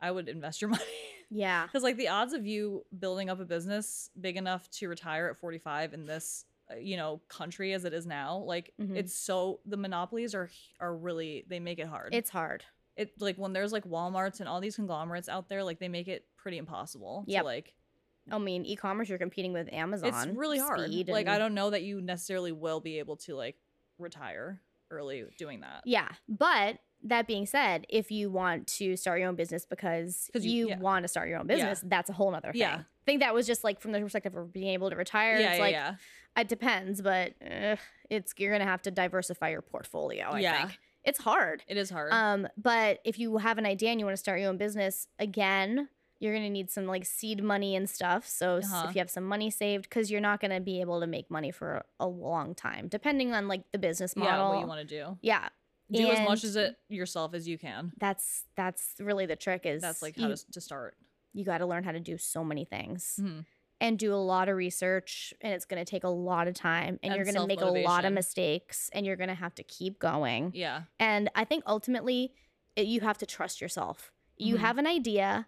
S2: I would invest your money
S1: yeah.
S2: because like the odds of you building up a business big enough to retire at 45 in this uh, you know country as it is now like
S1: Mhm.
S2: it's so the monopolies are are really they make it hard
S1: It's hard.
S2: it like when there's like walmarts and all these conglomerates out there like they make it pretty impossible Yeah,
S1: Yep.
S2: to like
S1: I mean, e-commerce you're competing with Amazon.
S2: it's really hard.
S1: speed
S2: Like I
S1: and-
S2: don't know that you necessarily will be able to like retire early doing that.
S1: Yeah, but that being said, if you want to start your own business because
S2: 'Cause
S1: you,
S2: you- yeah.
S1: want to start your own
S2: Yeah.
S1: business, that's a whole nother thing.
S2: Yeah.
S1: I think that was just like from the perspective of being able to retire.
S2: yeah,
S1: it's
S2: yeah,
S1: like
S2: yeah.
S1: it depends, but eh, it's you're gonna have to diversify your portfolio. I
S2: Yeah.
S1: think it's hard.
S2: It is hard.
S1: Um, but if you have an idea and you want to start your own business again, you're gonna need some like seed money and stuff. So s-
S2: Uh-huh.
S1: if you have some money saved, because you're not gonna be able to make money for a long time, depending on like the business
S2: yeah,
S1: model.
S2: what you want to do.
S1: Yeah,
S2: Do as much
S1: and-
S2: as it yourself as you can.
S1: that's that's really the trick. Is
S2: That's like how
S1: you,
S2: to, s- to start.
S1: you got to learn how to do so many things
S2: Mhm.
S1: and do a lot of research, and it's gonna take a lot of time, and, you're
S2: And
S1: gonna make a lot of
S2: self-motivation.
S1: mistakes, and you're gonna have to keep going.
S2: Yeah.
S1: And I think ultimately, it, you have to trust yourself. You
S2: Mhm.
S1: have an idea.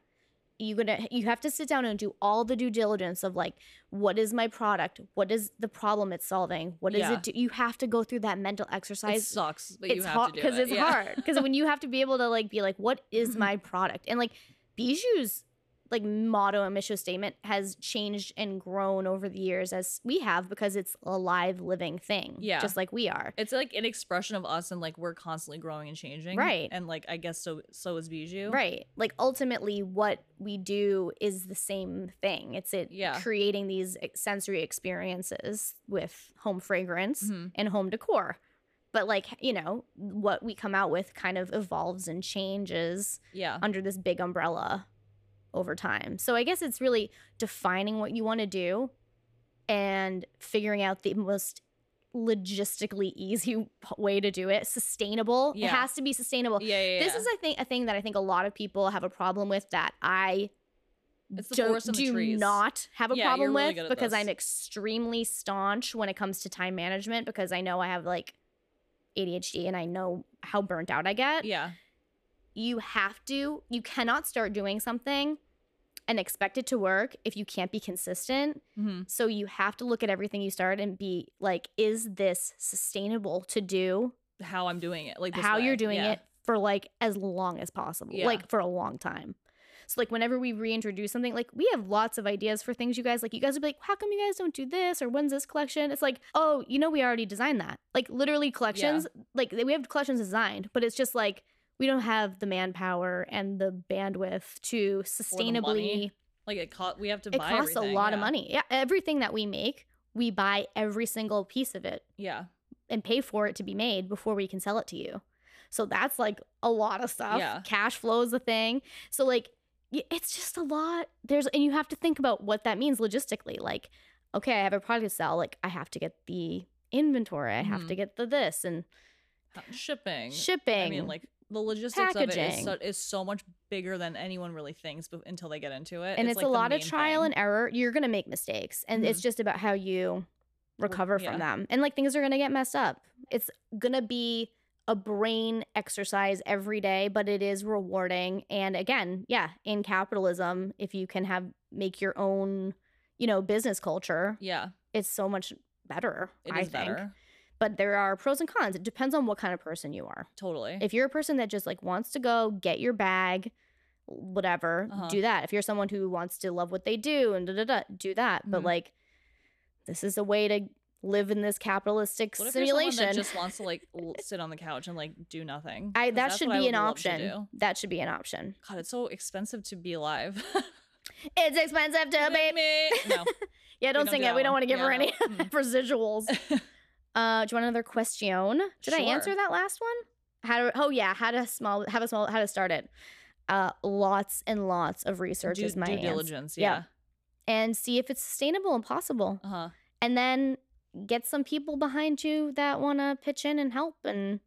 S1: You gonna you have to sit down and do all the due diligence of like what is my product, what is the problem it's solving, what is
S2: Yeah.
S1: it? Do? You have to go through that mental
S2: It
S1: exercise.
S2: sucks, but you
S1: it's
S2: have
S1: hard
S2: to do
S1: because
S2: it.
S1: it's
S2: yeah. Mm-hmm.
S1: hard because when you have to be able to like be like what is my product and like Bijou's like motto and mission statement has changed and grown over the years as we have because it's a live living thing
S2: Yeah.
S1: just like we are
S2: It's like an expression of us, and like we're constantly growing and changing.
S1: Right.
S2: And like I guess so. So is Bijou.
S1: Right. Like ultimately, what we do is the same thing. It's it
S2: Yeah.
S1: creating these e- sensory experiences with home fragrance
S2: Mhm.
S1: and home decor. But like you know, what we come out with kind of evolves and changes
S2: Yeah.
S1: under this big umbrella over time. So I guess it's really defining what you want to do and figuring out the most logistically easy p- way to do it. Sustainable. It
S2: Yeah.
S1: has to be sustainable
S2: Yeah. Yeah.
S1: this
S2: yeah.
S1: is i think a thing that i think a lot of people have a problem with that i
S2: It's the
S1: don't-
S2: forest and the
S1: do
S2: trees.
S1: not have a
S2: Yeah,
S1: problem
S2: you're really
S1: with
S2: good at
S1: because
S2: this.
S1: I'm extremely staunch when it comes to time management because I know I have like ADHD and I know how burnt out I get.
S2: Yeah.
S1: You have to, you cannot start doing something and expect it to work if you can't be consistent.
S2: hmm
S1: So you have to look at everything you start and be like, is this sustainable to do?
S2: How I'm doing it, like this
S1: how you're
S2: way.
S1: doing
S2: Yeah.
S1: it for like as long as possible,
S2: Yeah.
S1: like for a long time. So like whenever we reintroduce something, like we have lots of ideas for things you guys like. You guys would be like, how come you guys don't do this or when's this collection? It's like, oh, you know, we already designed that. Like literally collections, like we have collections designed, but it's just like we don't have the manpower and the bandwidth to sustainably.
S2: money Like it cost. We have to
S1: It
S2: buy.
S1: costs a
S2: everything,
S1: lot of
S2: yeah.
S1: money. Yeah, everything that we make, we buy every single piece of it
S2: Yeah.
S1: and pay for it to be made before we can sell it to you. So that's like a lot of stuff.
S2: Yeah.
S1: Cash flow is a thing. So like y- it's just a lot. There's and you have to think about what that means logistically. Like, okay, I have a product to sell. Like I have to get the inventory. I have
S2: Mhm.
S1: to get the this and
S2: How- Shipping.
S1: shipping.
S2: I mean, like the logistics of it
S1: Packaging.
S2: is so, is so much bigger than anyone really thinks bef- until they get into it.
S1: and it's,
S2: like,
S1: a
S2: the
S1: lot of
S2: main
S1: trial
S2: thing. Mm-hmm.
S1: and error. You're gonna make mistakes, and it's just about how you recover
S2: yeah.
S1: from them. And like things are gonna get messed up. It's gonna be a brain exercise every day, but it is rewarding. And again, yeah, in capitalism, if you can have make your own, you know, business culture,
S2: Yeah,
S1: it's so much better.
S2: it is
S1: I think.
S2: better.
S1: But there are pros and cons. It depends on what kind of person you are.
S2: Totally.
S1: If you're a person that just like wants to go get your bag, whatever,
S2: Uh-huh.
S1: do that. If you're someone who wants to love what they do and da da da, do that. But
S2: Mhm.
S1: like, this is a way to live in this capitalistic
S2: what if you're someone
S1: simulation.
S2: that just wants to like l- sit on the couch and like do nothing?
S1: I
S2: 'Cause
S1: that
S2: that's
S1: should
S2: what I
S1: be
S2: would
S1: an
S2: love to
S1: option.
S2: do.
S1: That should be an option.
S2: God, it's so expensive to be alive.
S1: It's expensive to
S2: Me-
S1: baby.
S2: No,
S1: Yeah, don't
S2: don't
S1: sing
S2: do
S1: it.
S2: that
S1: We don't
S2: one.
S1: want to give
S2: Yeah,
S1: her
S2: no.
S1: any
S2: Mm.
S1: residuals. Uh, do you want another question? Did I
S2: Sure.
S1: answer that last one? How to, oh yeah, how to small have a small how to start it. Uh, lots and lots of research
S2: due,
S1: is my
S2: due
S1: answer.
S2: diligence.
S1: Yeah.
S2: Yeah.
S1: and see if it's sustainable and possible.
S2: Uh huh.
S1: And then get some people behind you that want to pitch in and help. And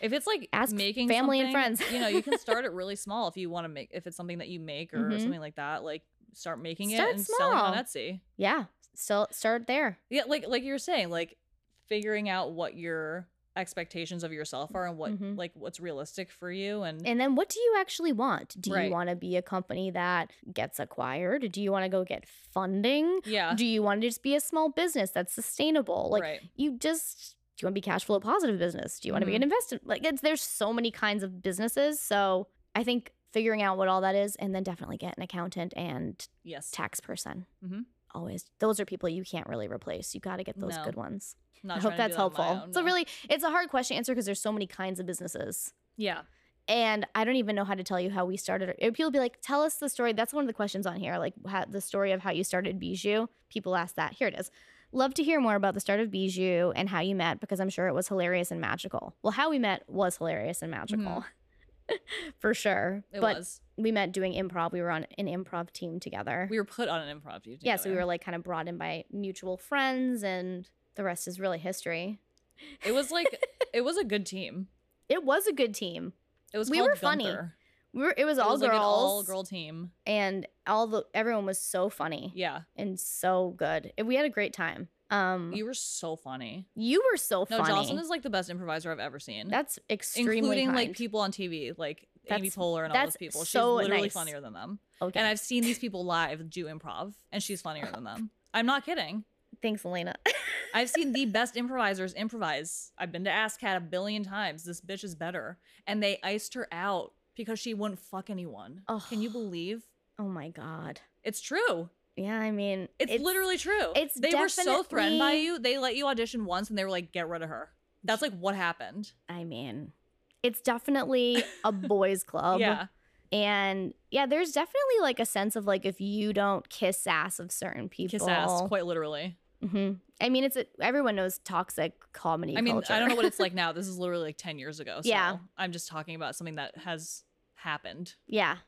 S2: If it's like
S1: Ask
S2: making
S1: family and
S2: something,
S1: friends.
S2: you know, you can start it really small if you want to make. If it's something that you make or
S1: Mhm.
S2: something like that, like start making
S1: Start
S2: it and selling on
S1: small.
S2: Etsy.
S1: yeah, still start there.
S2: Yeah, like like you were saying, like figuring out what your expectations of yourself are and what
S1: Mhm.
S2: like what's realistic for you and,
S1: And then what do you actually want? Do you
S2: Right.
S1: want to be a company that gets acquired? Do you want to go get funding?
S2: yeah,
S1: Do you want to just be a small business that's sustainable? Like
S2: Uh. right.
S1: you just do you want to be cash flow positive business? Do you want to be
S2: Mhm.
S1: an investment? Like it's, there's so many kinds of businesses. So I think figuring out what all that is and then definitely get an accountant and
S2: Yes,
S1: tax person.
S2: Mhm.
S1: Always, those are people you can't really replace. You got to get those
S2: No.
S1: good ones.
S2: Not
S1: I
S2: trying
S1: hope
S2: to do
S1: that's
S2: that on my
S1: helpful.
S2: own,
S1: It's a
S2: no.
S1: really, it's a hard question to answer because there's so many kinds of businesses,
S2: yeah.
S1: and I don't even know how to tell you how we started. our- People be like, "Tell us the story." That's one of the questions on here, like how, the story of how you started Bijou. People ask that. Here it is. Love to hear more about the start of Bijou and how you met because I'm sure it was hilarious and magical. Well, how we met was hilarious and magical, for sure.
S2: Mm-hmm. It
S1: but
S2: was.
S1: we met doing improv. We were on an improv team together.
S2: We were put on an impromptu.
S1: Yeah, so we were
S2: together.
S1: like kind of brought in by mutual friends, and the rest is really history.
S2: It was like it was a good team.
S1: It was a good team.
S2: It was.
S1: We
S2: called
S1: were funny.
S2: Gunther.
S1: We were, it was
S2: It
S1: all
S2: was
S1: girls,
S2: like an all girl team.
S1: and all the everyone was so funny
S2: Yeah,
S1: and so good. And We had a great time. Um, you,
S2: you were so funny.
S1: were so
S2: No,
S1: funny.
S2: Jocelyn is like the best improviser I've ever seen.
S1: that's extremely
S2: including
S1: kind.
S2: like people on TV, like Amy
S1: That's-
S2: Poehler and all
S1: that's
S2: those people.
S1: so
S2: She's literally
S1: nice.
S2: funnier than them.
S1: okay,
S2: And I've seen these people live do improv, and she's funnier than them. I'm not kidding.
S1: thanks, Elena.
S2: I've seen the best improvisers improvise. I've been to ASCAT a billion times. This bitch is better. And they iced her out because she wouldn't fuck anyone.
S1: Ugh.
S2: Can you believe?
S1: oh my god.
S2: It's true.
S1: Yeah, I mean,
S2: It's, literally true.
S1: it's
S2: they were so threatened by
S1: definitely-
S2: you. They let you audition once and they were like, get rid of her. That's like what happened.
S1: I mean, it's definitely a boys' club.
S2: yeah.
S1: And yeah, there's definitely like a sense of like if you don't kiss ass of certain people,
S2: Kiss ass, quite literally.
S1: hmm I mean, it's a, everyone knows toxic comedy.
S2: I mean,
S1: culture.
S2: I don't know what it's like now. This is literally like 10 years ago. So
S1: Yeah.
S2: I'm just talking about something that has happened.
S1: yeah,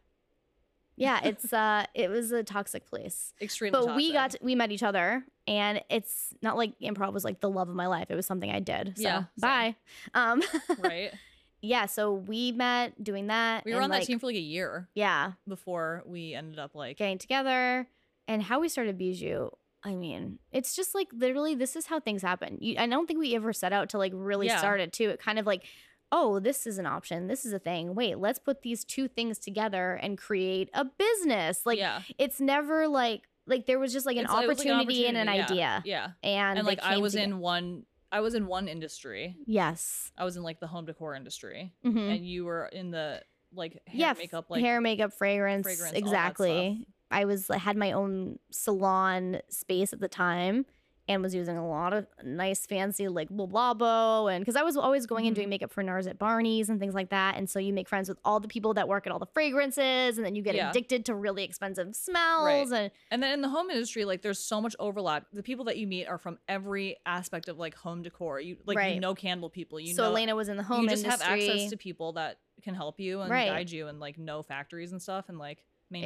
S1: yeah. It's uh, it was a toxic place,
S2: Extremely
S1: but we
S2: toxic.
S1: got to, we met each other, and it's not like improv was like the love of my life. It was something I did. So
S2: Yeah, same.
S1: bye. Um,
S2: right?
S1: yeah, so we met doing that.
S2: We were
S1: and,
S2: on that
S1: like,
S2: team for like a year
S1: Yeah,
S2: before we ended up like
S1: getting together and how we started Bijou. I mean, it's just like literally this is how things happen. You, I don't think we ever set out to like really
S2: Yeah.
S1: start it too. It kind of like, oh, this is an option. This is a thing. Wait, let's put these two things together and create a business. Like
S2: yeah,
S1: it's never like like there was just like an,
S2: It's like- it was,
S1: opportunity,
S2: like, an
S1: and an
S2: opportunity,
S1: idea.
S2: yeah.
S1: And,
S2: And,
S1: they
S2: like I
S1: came
S2: was
S1: toge-
S2: in one I was in one industry.
S1: Yes.
S2: I was in like the home decor industry
S1: Mhm.
S2: and you were in the like hair
S1: yeah, f-
S2: makeup like
S1: hair, makeup, fragrance,
S2: fragrance, all that
S1: exactly. I was I had my own salon space at the time and was using a lot of nice fancy like Labo and because I was always going
S2: Mm-hmm.
S1: and doing makeup for NARS at Barney's and things like that. And so you make friends with all the people that work at all the fragrances and then you get
S2: Yeah.
S1: addicted to really expensive smells and
S2: And then in the home industry, like there's so much overlap. The people that you meet are from every aspect of like home decor. You like
S1: Right.
S2: you know candle people. You
S1: so
S2: know
S1: Elena was in the home
S2: you just
S1: industry.
S2: have access to people that can help you and
S1: Right.
S2: guide you and like know factories and stuff and like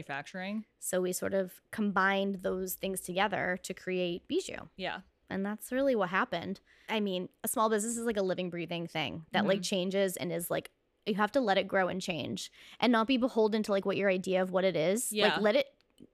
S2: manufacturing.
S1: so we sort of combined those things together to create Bijou.
S2: Yeah.
S1: and that's really what happened i mean a small business is like a living breathing thing that
S2: Mm-hmm.
S1: like changes and is like you have to let it grow and change and not be beholden to like what your idea of what it is
S2: Yeah.
S1: like let it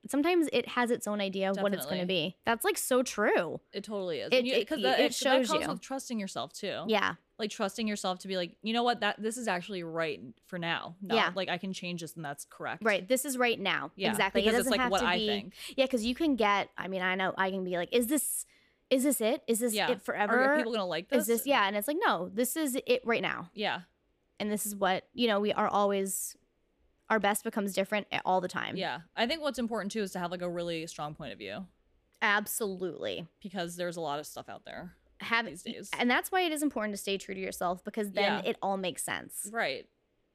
S1: sometimes it has its own idea of what it's going to be that's like so true
S2: It totally is.
S1: It-
S2: And you-
S1: it-
S2: 'cause
S1: y-
S2: that,
S1: it
S2: that
S1: shows
S2: comes
S1: you.
S2: with trusting yourself too.
S1: yeah
S2: Like trusting yourself to be like, you know what, that this is actually right for now. Not
S1: Yeah.
S2: like I can change this and that's correct.
S1: right this is right now
S2: Yeah.
S1: exactly
S2: Because
S1: it
S2: it's
S1: doesn't
S2: like
S1: have
S2: what
S1: to
S2: I
S1: be
S2: think.
S1: yeah because you can get i mean i know i can be like is this is this it is this
S2: Yeah.
S1: it forever
S2: Are people gonna like this?
S1: is this yeah and it's like no this is it right now
S2: Yeah.
S1: and this is what you know we are always our best becomes different all the time
S2: Yeah. I think what's important too is to have like a really strong point of view
S1: Absolutely.
S2: because there's a lot of stuff out there.
S1: Have
S2: These days.
S1: and that's why it is important to stay true to yourself because then
S2: Yeah.
S1: it all makes sense.
S2: Right.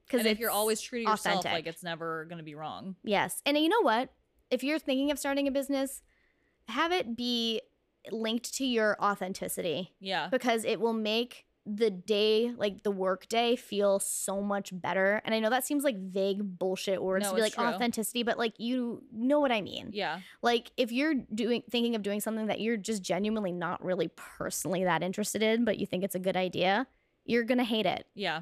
S1: Because
S2: And if you're always true to yourself, like
S1: authentic.
S2: it's never gonna be wrong.
S1: yes, and you know what? If you're thinking of starting a business, have it be linked to your authenticity
S2: Yeah.
S1: because it will make the day like the work day feel so much better and i know that seems like vague bullshit words
S2: No,
S1: to be like
S2: it's true.
S1: authenticity but like you know what i mean
S2: Yeah.
S1: like if you're doing thinking of doing something that you're just genuinely not really personally that interested in but you think it's a good idea you're gonna hate it
S2: Yeah.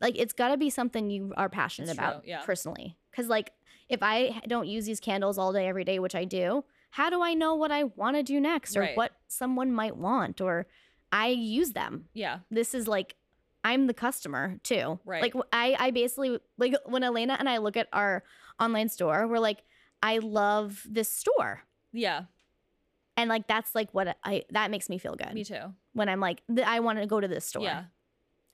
S1: like it's gotta be something you are passionate
S2: It's
S1: about
S2: true, yeah.
S1: personally because like if i h- don't use these candles all day every day which i do how do i know what i want to do next or
S2: Right.
S1: what someone might want or i use them
S2: Yeah.
S1: this is like I'm the customer too.
S2: Right.
S1: Like wh- I I basically like when Elena and I look at our online store, we're like I love this store.
S2: Yeah.
S1: And like that's like what I that makes me feel good
S2: Me too.
S1: when I'm like th- I want to go to this store.
S2: Yeah.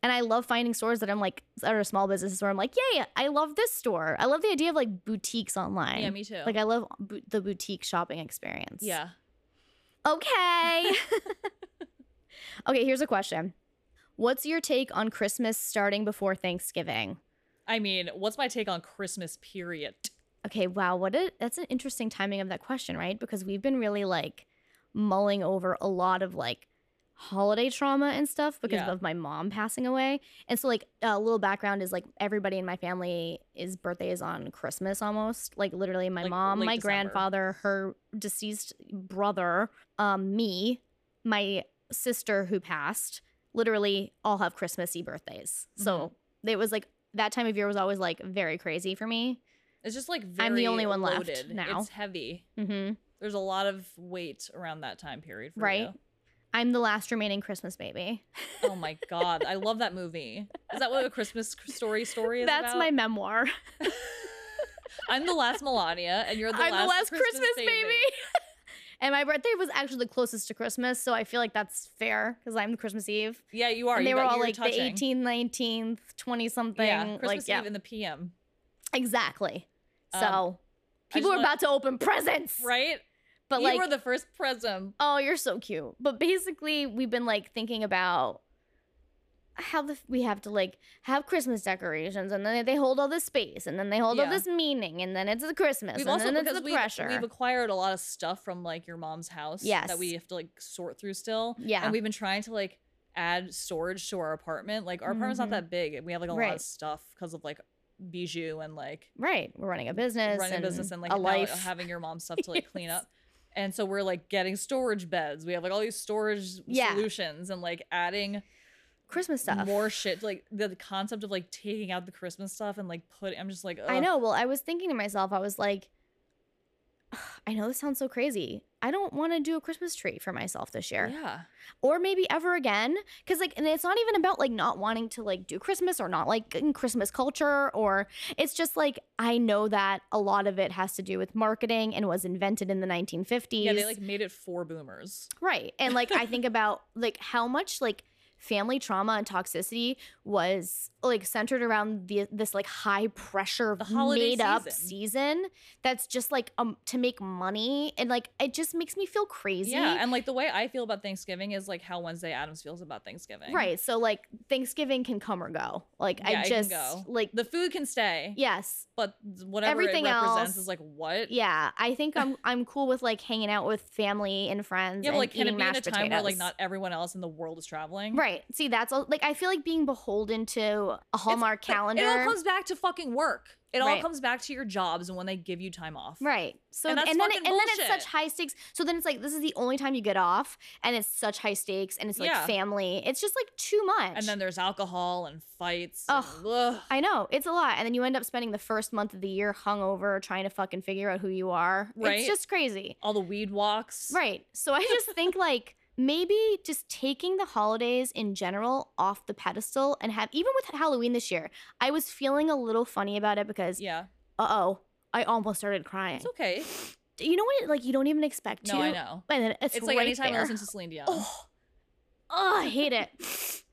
S1: And I love finding stores that I'm like that are small businesses where I'm like, "Yay, I love this store." I love the idea of like boutiques online.
S2: Yeah, me too.
S1: like I love bo- the boutique shopping experience.
S2: yeah.
S1: Okay. okay, here's a question. What's your take on Christmas starting before Thanksgiving?
S2: I mean, what's my take on Christmas period?
S1: Okay, wow, what a that's an interesting timing of that question, right? Because we've been really like mulling over a lot of like holiday trauma and stuff because
S2: Yeah.
S1: of my mom passing away. And so like a little background is like everybody in my family is birthday is on Christmas almost. Like literally my
S2: Like,
S1: mom,
S2: late
S1: my
S2: December.
S1: grandfather, her deceased brother, um me, my sister who passed, literally all have Christmassy birthdays. So
S2: Mm-hmm.
S1: it was like that time of year was always like very crazy for me.
S2: It's just like very
S1: I'm the only one left
S2: loaded.
S1: now.
S2: It's heavy.
S1: Mhm.
S2: There's a lot of weight around that time period for
S1: Right?
S2: you.
S1: I'm the last remaining Christmas baby.
S2: Oh my god, I love that movie. Is that what a Christmas story story is
S1: That's my
S2: about?
S1: memoir.
S2: I'm the last Melania, and you're the
S1: I'm
S2: last
S1: the last
S2: Christmas,
S1: Christmas baby.
S2: baby.
S1: and my birthday was actually the closest to Christmas, so I feel like that's fair because I'm Christmas Eve.
S2: Yeah, you are.
S1: and
S2: you
S1: they were
S2: got-
S1: all
S2: you were
S1: like
S2: touching.
S1: the 18th, 19th, 20 something.
S2: Yeah, Christmas
S1: like, yeah,
S2: Eve in the PM.
S1: exactly.
S2: Um,
S1: so
S2: I
S1: people
S2: just
S1: were
S2: wanna-
S1: about to open presents,
S2: Right?
S1: but
S2: you
S1: like
S2: were the first present.
S1: Oh, you're so cute. But basically, we've been like thinking about how the, we have to like have Christmas decorations, and then they hold all this space, and then they hold all
S2: Yeah.
S1: this meaning, and then it's the Christmas,
S2: We've
S1: and
S2: also
S1: then it's
S2: because
S1: the
S2: we've,
S1: pressure.
S2: we've acquired a lot of stuff from like your mom's house
S1: Yes.
S2: that we have to like sort through still.
S1: yeah,
S2: And we've been trying to like add storage to our apartment. Like our apartment's
S1: Mhm.
S2: not that big and we have like a lot
S1: Right.
S2: of stuff because of like bijou and like
S1: right. We're running a business,
S2: running a business and like
S1: a
S2: now, like,
S1: life.
S2: having your mom's stuff to like clean
S1: Yes.
S2: up. And so we're like getting storage beds. We have like all these storage
S1: Yeah.
S2: solutions and like adding
S1: Christmas stuff.
S2: more shit. Like the, the concept of like taking out the Christmas stuff and like put. I'm just like,
S1: I
S2: ugh.
S1: know. Well, I was thinking to myself, I was like, I know this sounds so crazy. I don't want to do a Christmas tree for myself this year.
S2: Yeah.
S1: or maybe ever again because like and it's not even about like not wanting to like do christmas or not like in christmas culture or it's just like i know that a lot of it has to do with marketing and was invented in the 1950s
S2: Yeah, they like made it for boomers.
S1: right and like i think about like how much like family trauma and toxicity was like centered around the, this like high pressure
S2: The holiday
S1: made up
S2: season.
S1: season that's just like um to make money and like it just makes me feel crazy
S2: Yeah, and like the way I feel about Thanksgiving is like how Wednesday Adams feels about Thanksgiving.
S1: Right. So like Thanksgiving can come or go. Like
S2: Yeah,
S1: I
S2: it can
S1: just
S2: go.
S1: like
S2: The food can stay.
S1: yes.
S2: But whatever
S1: Everything
S2: it represents
S1: else-
S2: is like what?
S1: Yeah, I think I'm I'm cool with like hanging out with family and friends
S2: Yeah,
S1: and
S2: but like can
S1: eating
S2: it be in a
S1: mashed
S2: time where like
S1: potatoes.
S2: not everyone else in the world is traveling?
S1: Right. See, that's all like I feel like being beholden to a
S2: It's-
S1: Hallmark
S2: but
S1: calendar.
S2: It all comes back to fucking work. It all
S1: Right.
S2: comes back to your jobs and when they give you time off.
S1: Right. So
S2: And that's
S1: then it,
S2: fucking
S1: and then it's
S2: bullshit.
S1: such high stakes. So then it's like this is the only time you get off and it's such high stakes and it's like
S2: Yeah.
S1: family. It's just like too much.
S2: And then there's alcohol and fights.
S1: Ugh.
S2: And, ugh.
S1: I know, it's a lot. And then you end up spending the first month of the year hungover trying to fucking figure out who you are.
S2: Right.
S1: It's just crazy.
S2: all the weed walks.
S1: Right. So I just think like maybe just taking the holidays in general off the pedestal and have even with Halloween this year, I was feeling a little funny about it because
S2: Yeah.
S1: uh oh, I almost started crying.
S2: It's okay.
S1: you know what? Like you don't even expect to.
S2: No, I know.
S1: And then it's,
S2: It's, like
S1: right
S2: anytime I
S1: there.
S2: listen to Celine Dion.
S1: Oh, oh, I hate it.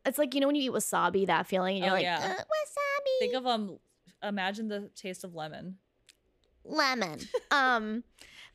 S1: it's like you know when you eat wasabi, that feeling, and you're
S2: Oh,
S1: like
S2: yeah.
S1: "Uh, wasabi.
S2: Think of um imagine the taste of lemon.
S1: lemon. um,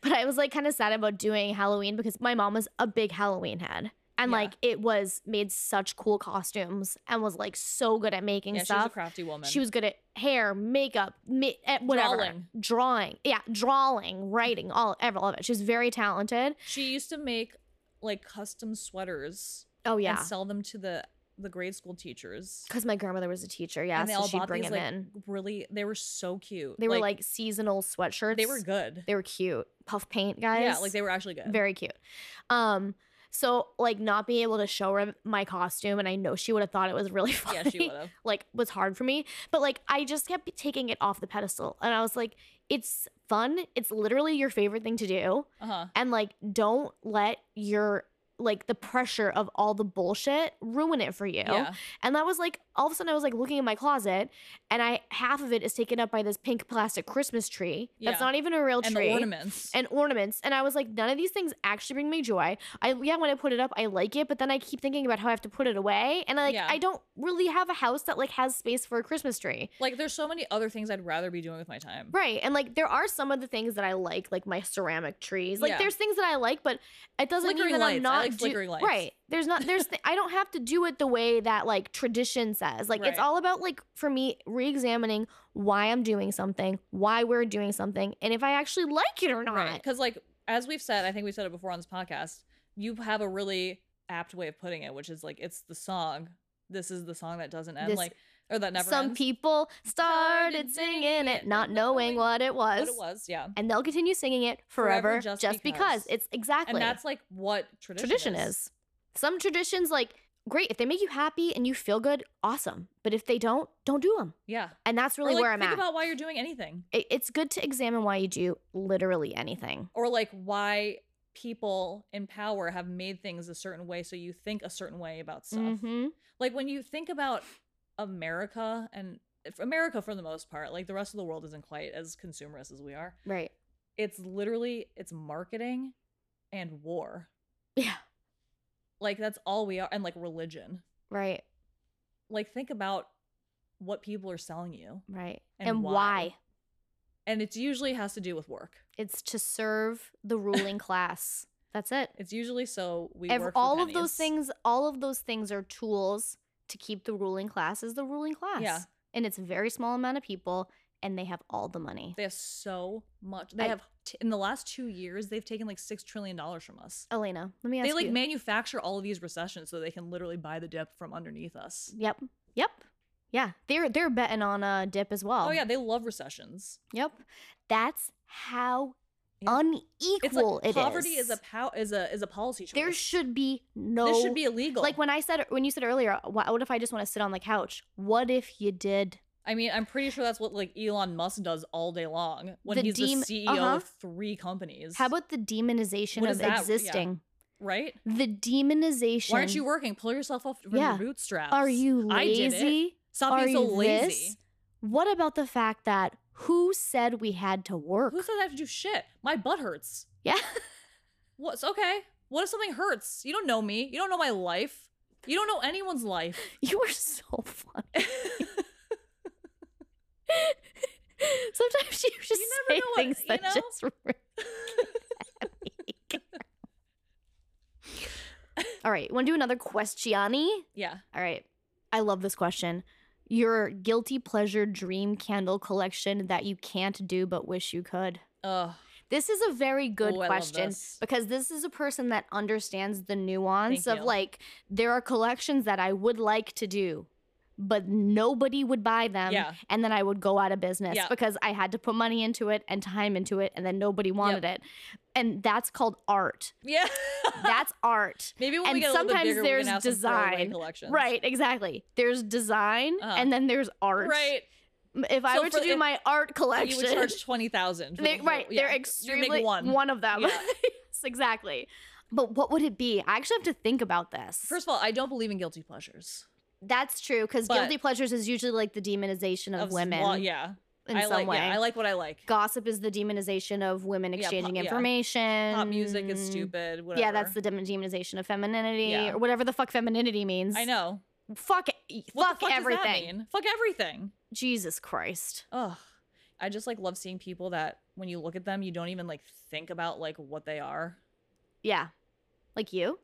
S1: but I was like kind of sad about doing Halloween because my mom was a big Halloween head. And
S2: Yeah.
S1: like it was made such cool costumes and was like so good at making
S2: Yeah, she's a
S1: stuff.
S2: crafty woman.
S1: She was good at hair, makeup, ma- at whatever.
S2: Drawing.
S1: Drawing. Yeah, drawing, writing, all, ever, all of it. She was very talented.
S2: She used to make like custom sweaters
S1: Oh, yeah.
S2: and sell them to the the grade school teachers.
S1: Because my grandmother was a teacher. Yeah,
S2: and they
S1: so
S2: all
S1: she'd
S2: bought
S1: bring
S2: these
S1: them
S2: like
S1: in.
S2: really they were so cute.
S1: They were like seasonal sweatshirts.
S2: they were good.
S1: They were cute. Puff paint, guys.
S2: yeah, like they were actually good.
S1: very cute um so like not being able to show her my costume and i know she would have thought it was really funny
S2: yeah, she would have.
S1: like was hard for me but like i just kept taking it off the pedestal and i was like it's fun it's literally your favorite thing to do
S2: Uh huh.
S1: and like don't let your like the pressure of all the bullshit ruin it for you
S2: Yeah.
S1: and that was like all of a sudden I was like looking in my closet and I half of it is taken up by this pink plastic Christmas tree that's
S2: Yeah.
S1: not even a real
S2: And
S1: tree
S2: the ornaments.
S1: and ornaments. And I was like, none of these things actually bring me joy. I yeah, when I put it up, I like it, but then I keep thinking about how I have to put it away. And I like
S2: Yeah.
S1: I don't really have a house that like has space for a Christmas tree.
S2: like there's so many other things I'd rather be doing with my time.
S1: Right. And like there are some of the things that I like, like my ceramic trees. Like
S2: Yeah.
S1: there's things that I like, but it doesn't
S2: Flickering
S1: mean that
S2: lights.
S1: I'm
S2: I
S1: not
S2: like
S1: do-
S2: flickering lights.
S1: Right. There's not there's th- I don't have to do it the way that like tradition says. Like
S2: Right.
S1: it's all about like for me re-examining why I'm doing something, why we're doing something, and if I actually like it or not.
S2: Because like as we've said, I think we've said it before on this podcast. You have a really apt way of putting it, which is like it's the song. This is the song that doesn't end,
S1: This-
S2: like or that never
S1: Some
S2: ends.
S1: people started
S2: Started singing
S1: singing
S2: it,
S1: it, not knowing what it was.
S2: what it was, yeah.
S1: And they'll continue singing it
S2: Forever,
S1: forever,
S2: just
S1: just,
S2: because.
S1: because. It's exactly
S2: And that's like what tradition,
S1: tradition
S2: is.
S1: is. Some traditions, like, great. If they make you happy and you feel good, awesome. But if they don't, don't do them.
S2: Yeah.
S1: And that's
S2: Or,
S1: really
S2: like,
S1: where I'm
S2: think
S1: at.
S2: about why you're doing anything.
S1: It- it's good to examine why you do literally anything.
S2: Or like why people in power have made things a certain way so you think a certain way about stuff.
S1: Mm-hmm.
S2: Like when you think about America and if America for the most part, like the rest of the world isn't quite as consumerist as we are.
S1: Right.
S2: It's literally it's marketing and war.
S1: Yeah.
S2: Like that's all we are and like religion.
S1: Right.
S2: Like think about what people are selling you.
S1: Right.
S2: And
S1: And,
S2: why.
S1: why.
S2: And it's usually has to do with work.
S1: It's to serve the ruling class. That's it.
S2: It's usually so we
S1: Ev-
S2: work for
S1: all of those
S2: pennies.
S1: things all of those things are tools to keep the ruling class as the ruling class
S2: Yeah.
S1: and it's a very small amount of people and they have all the money
S2: They have so much. They
S1: I-
S2: have t- in the last two years, they've taken like six trillion dollars from us.
S1: elena let me ask
S2: they like
S1: you
S2: manufacture all of these recessions so they can literally buy the dip from underneath us.
S1: yep yep yeah they're they're betting on a dip as well
S2: Oh yeah, they love recessions.
S1: yep that's how
S2: Yeah. It's like
S1: unequal it is.
S2: poverty is a pow- is a is a policy choice.
S1: there should be no
S2: this should be illegal.
S1: like when I said when you said earlier, "Wha- what if I just want to sit on the couch? What if you did?
S2: I mean, I'm pretty sure that's what like Elon Musk does all day long when
S1: The
S2: he's
S1: dem-
S2: the CEO
S1: uh-huh.
S2: of three companies.
S1: How about the demonization
S2: What
S1: of
S2: is that? Yeah.
S1: existing?
S2: right?
S1: The demonization.
S2: Why aren't you working? Pull yourself off from
S1: Yeah.
S2: your bootstraps.
S1: Are you
S2: I did it.
S1: lazy?
S2: Stop
S1: Are
S2: being so
S1: you
S2: lazy.
S1: this? What about the fact that who said we had to work?
S2: Who said I have to do shit? My butt hurts.
S1: yeah.
S2: What's okay? What if something hurts? You don't know me. You don't know my life. You don't know anyone's life.
S1: You are so funny. Sometimes you just
S2: never
S1: say
S2: know what-
S1: things
S2: you
S1: that
S2: know?
S1: just. All right, want to do another questiani?
S2: yeah.
S1: All right. I love this question. Your guilty pleasure dream candle collection that you can't do but wish you could.
S2: Ugh.
S1: This is a very good
S2: Ooh, Oh, I love
S1: question
S2: this.
S1: because this is a person that understands the nuance
S2: Thank
S1: of
S2: you.
S1: like there are collections that I would like to do but nobody would buy them
S2: Yeah.
S1: and then I would go out of business
S2: Yeah.
S1: because I had to put money into it and time into it and then nobody wanted it. And that's called art.
S2: Yeah.
S1: That's art.
S2: Maybe when
S1: and
S2: we get a little bit
S1: sometimes
S2: bigger, we're
S1: there's
S2: gonna have some throwaway
S1: design.
S2: collections.
S1: Right, exactly. There's design
S2: Uh-huh.
S1: and then there's art.
S2: Right.
S1: M- If I
S2: So
S1: were
S2: for
S1: to do
S2: the-
S1: my art
S2: You
S1: collection,
S2: would charge twenty thousand.
S1: they, right, they're extremely
S2: one.
S1: of them.
S2: Yeah.
S1: yes, exactly. But what would it be? I actually have to think about this.
S2: First of all, I don't believe in guilty pleasures
S1: That's true because
S2: But-
S1: guilty pleasures is usually like the demonization of,
S2: s-
S1: women
S2: Well, yeah,
S1: in
S2: I
S1: some
S2: like.
S1: way.
S2: Yeah, I like what I like.
S1: Gossip is the demonization of women
S2: Yeah, pop-
S1: exchanging
S2: yeah.
S1: information.
S2: Pop music is stupid. Whatever.
S1: Yeah, that's the dem- demonization of femininity
S2: Yeah.
S1: or whatever the fuck femininity means.
S2: I know.
S1: Fuck,
S2: What
S1: fuck
S2: the fuck
S1: everything.
S2: Does that mean? Fuck everything.
S1: Jesus Christ.
S2: Ugh. I just like love seeing people that when you look at them, you don't even like think about like what they are.
S1: Yeah. Like you?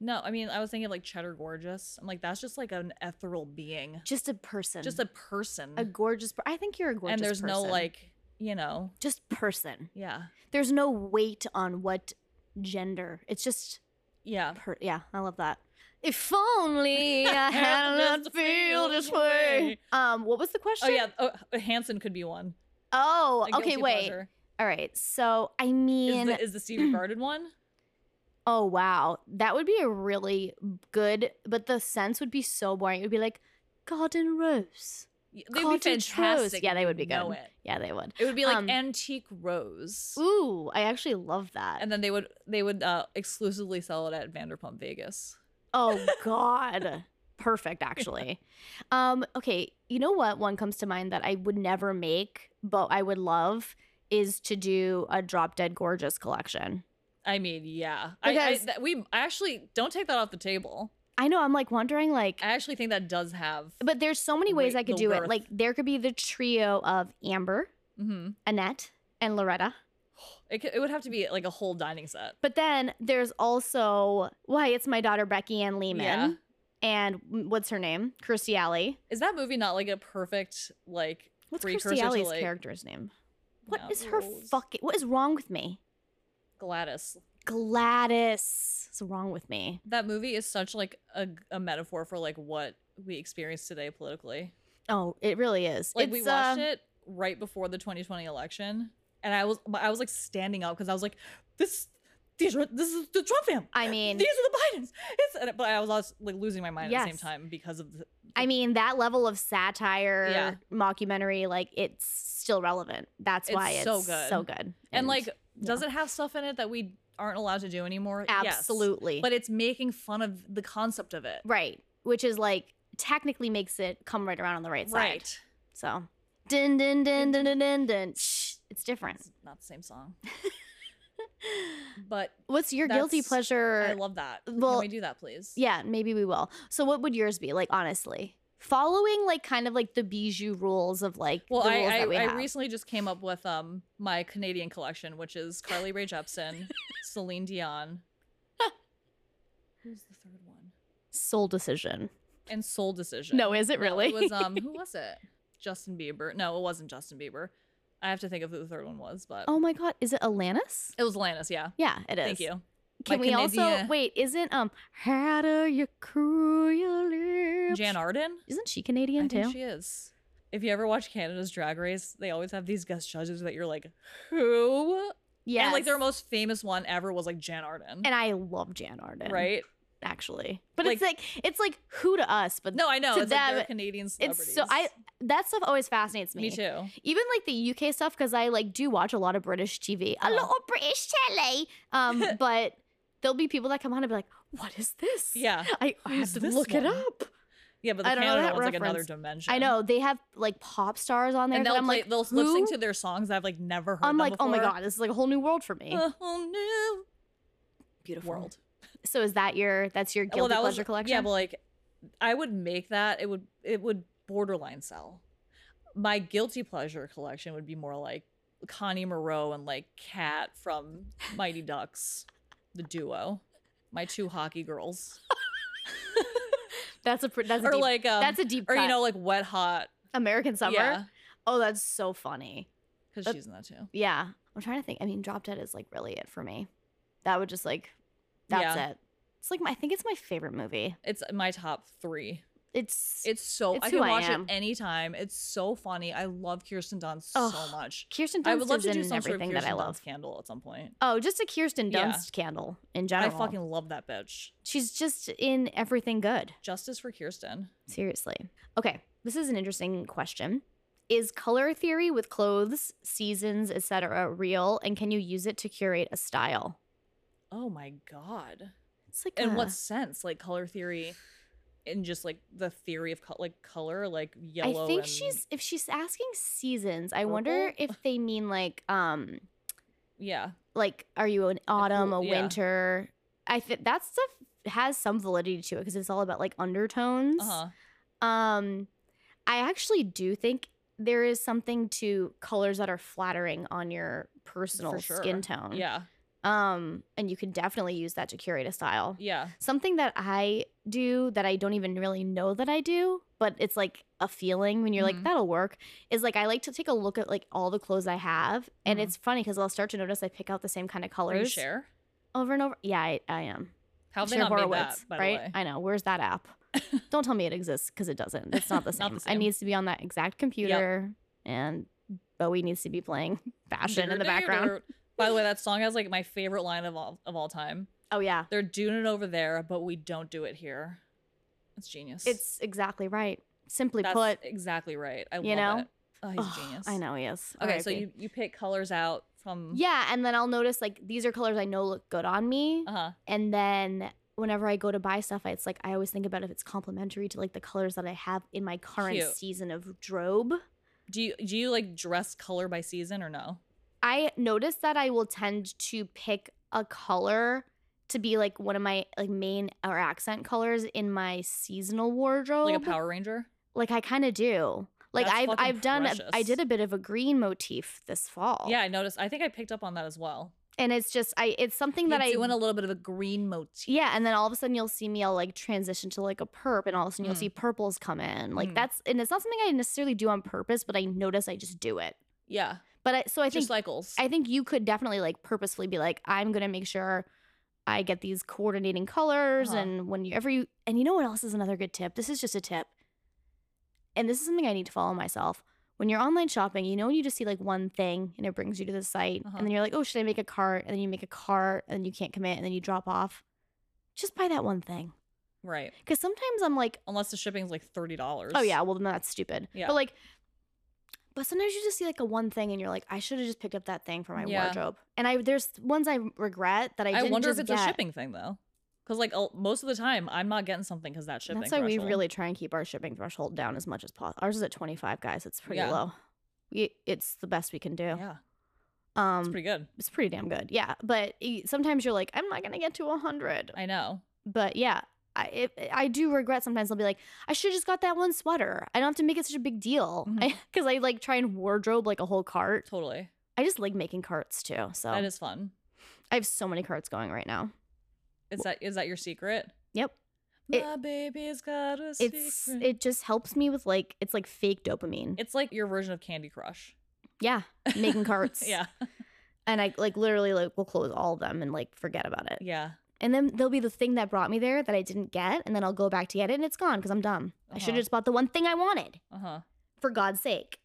S2: No, I mean, I was thinking of like Cheddar Gorgeous. I'm like, that's just like an ethereal being,
S1: Just a person.
S2: just a person.
S1: a gorgeous per- I think you're a gorgeous
S2: and there's no
S1: person.
S2: like, you know,
S1: just person.
S2: yeah,
S1: There's no weight on what gender. It's just
S2: yeah.
S1: per- yeah, I love that. If only I had
S2: Just
S1: not feel this way. Um what was the
S2: Oh
S1: question?
S2: yeah, oh, Hanson could be one.
S1: Oh,
S2: A
S1: okay,
S2: guilty
S1: wait.
S2: pleasure.
S1: All right. So, I
S2: Is
S1: mean,
S2: the, is the Stevie Garden one?
S1: oh wow. That would be a really good, but the sense would be so boring. It would be like garden rose.
S2: Y- They'd be
S1: Cottage rose.
S2: fantastic.
S1: Yeah,
S2: if
S1: they
S2: you
S1: would be
S2: know
S1: good.
S2: It.
S1: Yeah, they would.
S2: It would be like
S1: Um,
S2: antique rose.
S1: Ooh, I actually love that.
S2: And then they would they would uh, exclusively sell it at Vanderpump Vegas.
S1: Oh God. Perfect, actually. Um, okay, you know what one comes to mind that I would never make, but I would love is to do a drop dead gorgeous collection.
S2: I mean, yeah. I, I,
S1: Because-
S2: that, we I actually don't take that off the table.
S1: I know, I'm like wondering like
S2: I actually think that does have.
S1: but there's so many ways
S2: Uh, Wait,
S1: I could
S2: the
S1: do it.
S2: worth.
S1: Like there could be the trio of Amber,
S2: hmm
S1: Annette, and Loretta.
S2: It, c- it would have to be like a whole dining set.
S1: But then there's also why it's my daughter Becky Ann Lehman
S2: Yeah.
S1: and mm, what's her name? Kirstie Alley.
S2: Is that movie not like a perfect like
S1: What's
S2: precursor
S1: Kirstie
S2: to,
S1: Alley's
S2: like,
S1: character's name? What
S2: no,
S1: is her
S2: Rose?
S1: fucking what is wrong with me?
S2: Gladys?
S1: Gladys. What's wrong with me?
S2: That movie is such like a, a metaphor for like what we experience today politically.
S1: Oh, it really is.
S2: Like
S1: it's,
S2: we watched
S1: uh,
S2: it right before the 2020 election, and I was I was like standing up because I was like, this these are, this is the Trump fam.
S1: I mean,
S2: these are the Bidens. It's and- but I was also, like losing my mind at the same
S1: Yes.
S2: time because of the,
S1: I mean that level of satire,
S2: Yeah.
S1: mockumentary, like it's still relevant. That's
S2: It's
S1: why it's
S2: so good.
S1: So good.
S2: and like does
S1: yeah.
S2: it have stuff in it that we aren't allowed to do anymore? Yes.
S1: absolutely,
S2: But it's making fun of the concept of it.
S1: right, which is like technically makes it come right around on the right,
S2: Right.
S1: side. So, din din din din din din. din. Shh, it's different.
S2: It's not the same song. But
S1: What's your guilty
S2: That's- I
S1: pleasure?
S2: I love that.
S1: Er, well,
S2: Can we do that, please?
S1: Yeah, maybe we will. So what would yours be? Like honestly, following like kind of like the bijou rules of like
S2: Well,
S1: the
S2: I
S1: rules
S2: I,
S1: that we
S2: I
S1: have.
S2: recently just came up with um my Canadian collection, which is Carly Rae Jepsen, Celine Dion. Who's the third one?
S1: Soul decision.
S2: And Soul Decision.
S1: No, is it really?
S2: It was um who was it? Justin Bieber. No, it wasn't Justin Bieber. I have to think of who the third one was, but
S1: oh my god, is it Alanis?
S2: it was Alanis, yeah.
S1: Yeah, it is.
S2: Thank you.
S1: Can
S2: My
S1: we also
S2: Canadian-
S1: wait? Isn't um how do you cool your lips?
S2: Jan Arden?
S1: Isn't she Canadian
S2: I
S1: too?
S2: think she is. If you ever watch Canada's Drag Race, they always have these guest judges that you're like, who
S1: Yeah.
S2: And like their most famous one ever was like Jan Arden.
S1: And I love Jan Arden.
S2: right?
S1: Actually. But it's like it's like who to us, but
S2: No, I know.
S1: to
S2: it's like
S1: them,
S2: they're Canadian celebrities.
S1: it's so I that stuff always fascinates me.
S2: Me too.
S1: Even like the UK stuff because I like do watch a lot of British TV, a
S2: Uh-huh.
S1: lot of British telly. Um, but there'll be people that come on and be like, "What is this?"
S2: Yeah.
S1: I, I have
S2: Who's
S1: to
S2: this
S1: look it
S2: one?
S1: up.
S2: Yeah, but the
S1: I don't know
S2: Canada
S1: that
S2: one's like another
S1: reference.
S2: dimension.
S1: I know they have like pop stars on there,
S2: And
S1: that
S2: they'll
S1: I'm
S2: play,
S1: like,
S2: they'll lip sync
S1: "Who?"
S2: to their songs I've like never heard.
S1: I'm
S2: them
S1: like, oh my
S2: before. Uh.
S1: god, this is like a whole new world for me.
S2: A whole new
S1: Beautiful
S2: world.
S1: So is that your that's your guilty
S2: that
S1: pleasure
S2: was,
S1: collection?
S2: Yeah, but like I would make that. It would it would borderline sell. My guilty pleasure collection would be more like Connie Moreau and like Kat from Mighty Ducks, the duo. My two hockey girls.
S1: that's a pr- that's a
S2: or
S1: deep,
S2: like um,
S1: that's a deep
S2: or
S1: cut.
S2: you know, like wet hot
S1: American Summer.
S2: Yeah.
S1: Oh, that's so funny.
S2: Because
S1: That-
S2: she's in that too.
S1: Yeah, I'm trying to think. I mean, Drop Dead is like really it for me. That would just like that's
S2: Yeah.
S1: it. It's like my, I think it's my favorite movie.
S2: It's my top three.
S1: It's,
S2: It's so
S1: It's
S2: I
S1: who
S2: can
S1: I
S2: watch
S1: am.
S2: it anytime. It's so funny. I love Kirsten Dunst
S1: Ugh,
S2: so much.
S1: Kirsten Dunst
S2: I would love
S1: is
S2: to do
S1: in
S2: some sort of
S1: everything
S2: Kirsten
S1: that I
S2: Dunst
S1: love.
S2: candle at some point.
S1: Oh, just a Kirsten
S2: Yeah.
S1: Dunst candle in
S2: I
S1: general.
S2: fucking love that bitch.
S1: She's just in everything good.
S2: Justice for Kirsten.
S1: Seriously. Okay, this is an interesting question. Is color theory with clothes, seasons, etc., real, and can you use it to curate a style?
S2: Oh my god.
S1: It's like
S2: In
S1: a-
S2: what sense? Like color theory, and just like the theory of co- like color, like yellow.
S1: I think
S2: and-
S1: she's if she's asking seasons, I wonder
S2: Purple?
S1: if they mean like um
S2: yeah.
S1: like are you an autumn, a
S2: cool- yeah.
S1: winter? I think that stuff has some validity to it because it's all about like undertones.
S2: Uh huh.
S1: Um, I actually do think there is something to colors that are flattering on your personal
S2: sure.
S1: skin tone.
S2: Yeah.
S1: Um, and you can definitely use that to curate a style.
S2: Yeah.
S1: Something that I do that I don't even really know that I do, but it's like a feeling when you're like,
S2: Mhm.
S1: that'll work, is like I like to take a look at like all the clothes I have. And
S2: Mhm.
S1: it's funny because I'll start to notice I pick out the same kind of
S2: Are you
S1: colors
S2: share?
S1: over and over. Yeah, I, I am.
S2: How have they
S1: Cher
S2: not made that?
S1: Horowitz,
S2: By
S1: right?
S2: the way.
S1: I know. Where's that app? Don't tell me it exists because it doesn't. It's not the same.
S2: Not the
S1: It
S2: same.
S1: needs to be on that exact computer, and Bowie needs to be playing fashion in the background.
S2: By the way, that song has like my favorite line of all of all time.
S1: Oh yeah,
S2: They're doing it over there, but we don't do it here. It's genius.
S1: it's exactly right. Simply
S2: That's
S1: put,
S2: exactly right. I
S1: you
S2: love
S1: know?
S2: it. Oh, he's
S1: Ugh,
S2: a genius.
S1: I know he is.
S2: Okay, so
S1: RIP.
S2: you, you pick colors out from
S1: yeah, and then I'll notice like these are colors I know look good on me,
S2: Uh huh.
S1: and then whenever I go to buy stuff, it's like I always think about if it's complementary to like the colors that I have in my current
S2: Cute.
S1: season of drobe.
S2: Do you do you like dress color by season or no?
S1: I notice that I will tend to pick a color to be like one of my like main or accent colors in my seasonal wardrobe.
S2: Like a Power Ranger?
S1: Like I kind of do. Like
S2: That's
S1: I've
S2: fucking
S1: I've done a, I
S2: precious.
S1: did a bit of a green motif this fall.
S2: Yeah, I noticed. I think I picked up on that as well.
S1: and it's just I it's something that
S2: You're
S1: I
S2: doing a little bit of a green motif.
S1: yeah, and then all of a sudden you'll see me. I'll like transition to like a perp, and all of a sudden you'll
S2: Mm.
S1: see purples come in. Like
S2: Mm.
S1: that's and it's not something I necessarily do on purpose, but I notice I just do it.
S2: Yeah,
S1: But I, so I think
S2: just cycles.
S1: I think you could definitely like purposefully be like, I'm gonna make sure I get these coordinating colors,
S2: Uh-huh.
S1: and whenever you and you know what else is another good tip. This is just a tip, and this is something I need to follow myself. When you're online shopping, you know when you just see like one thing and it brings you to the site,
S2: Uh-huh.
S1: and then you're like, oh, should I make a cart? And then you make a cart, and then you can't commit, and then you drop off. Just buy that one thing,
S2: right.
S1: because sometimes I'm like,
S2: Unless the shipping's like thirty dollars.
S1: Oh yeah, well then that's stupid.
S2: Yeah.
S1: But like but sometimes you just see like a one thing and you're like, I should have just picked up that thing for my
S2: Yeah.
S1: wardrobe. And I there's ones I regret that I
S2: I,
S1: didn't
S2: wonder if
S1: just
S2: it's
S1: get.
S2: a shipping thing though, because like a- most of the time I'm not getting something because that shipping.
S1: That's why we
S2: threshold.
S1: really try and keep our shipping threshold down as much as possible. Ours is at 25, guys. It's pretty
S2: Yeah.
S1: low. We it's the best we can do.
S2: yeah,
S1: Um
S2: it's pretty good.
S1: damn good. Yeah, but y- sometimes you're like, I'm not going to get to 100.
S2: I know.
S1: But yeah, I it, I do regret sometimes I'll be like, I should have just got that one sweater. I don't have to make it such a big deal
S2: Mhm.
S1: cuz I like try and wardrobe like a whole cart.
S2: Totally.
S1: I just like making carts too. So
S2: That is fun.
S1: I have so many carts going right now.
S2: Is that is that your secret?
S1: Yep. It-
S2: My baby's got a
S1: It's
S2: secret.
S1: it just helps me with like it's like fake dopamine.
S2: it's like your version of Candy Crush.
S1: yeah, making carts.
S2: yeah.
S1: and I like literally like will close all of them and like forget about it.
S2: Yeah.
S1: And then there'll be the thing that brought me there that I didn't get, and then I'll go back to get it, and it's gone because I'm dumb. I should have
S2: Uh-huh.
S1: just bought the one thing I wanted.
S2: Uh huh.
S1: For God's sake.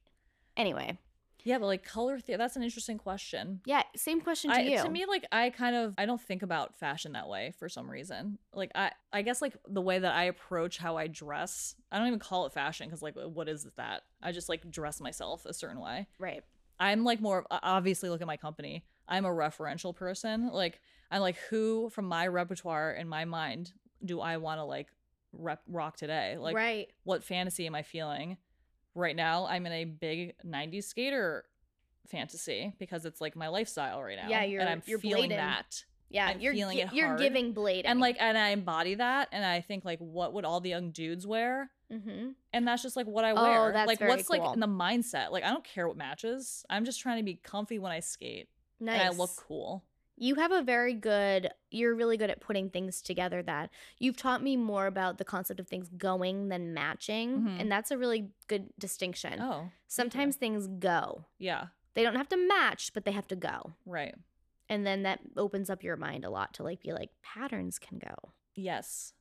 S1: Anyway,
S2: Yeah, but like color theory, that's an interesting question.
S1: Yeah, same question to
S2: I,
S1: you.
S2: to me like i kind of i don't think about fashion that way for some reason like i i guess like the way that i approach how i dress i don't even call it fashion because like what is that i just like dress myself a certain way
S1: right.
S2: i'm like more of- o- obviously look at my company i'm a referential person like i'm like who from my repertoire in my mind do i want to like rep rock today like
S1: right.
S2: what fantasy am I feeling right now? I'm in a big 90s skater fantasy because it's like my lifestyle right now.
S1: Yeah,
S2: and
S1: you're-
S2: I'm
S1: you're
S2: feeling
S1: blading.
S2: that.
S1: Yeah,
S2: I'm
S1: you're
S2: feeling
S1: gi-
S2: it
S1: you're
S2: hard.
S1: giving blade.
S2: And like and I embody that and I think like what would all the young dudes wear?
S1: mm-hmm.
S2: And that's just like what I
S1: Oh,
S2: wear.
S1: that's
S2: like
S1: very
S2: what's
S1: cool.
S2: like in the mindset? Like I don't care what matches. I'm just trying to be comfy when I skate
S1: nice.
S2: and I look cool.
S1: You have a very good, you're really good at putting things together that you've taught me more about the concept of things going than matching.
S2: Mhm.
S1: And that's a really good distinction.
S2: Oh,
S1: Sometimes things go,
S2: yeah,
S1: they don't have to match, but they have to go.
S2: right.
S1: And then that opens up your mind a lot to like be like, patterns can go.
S2: Yes.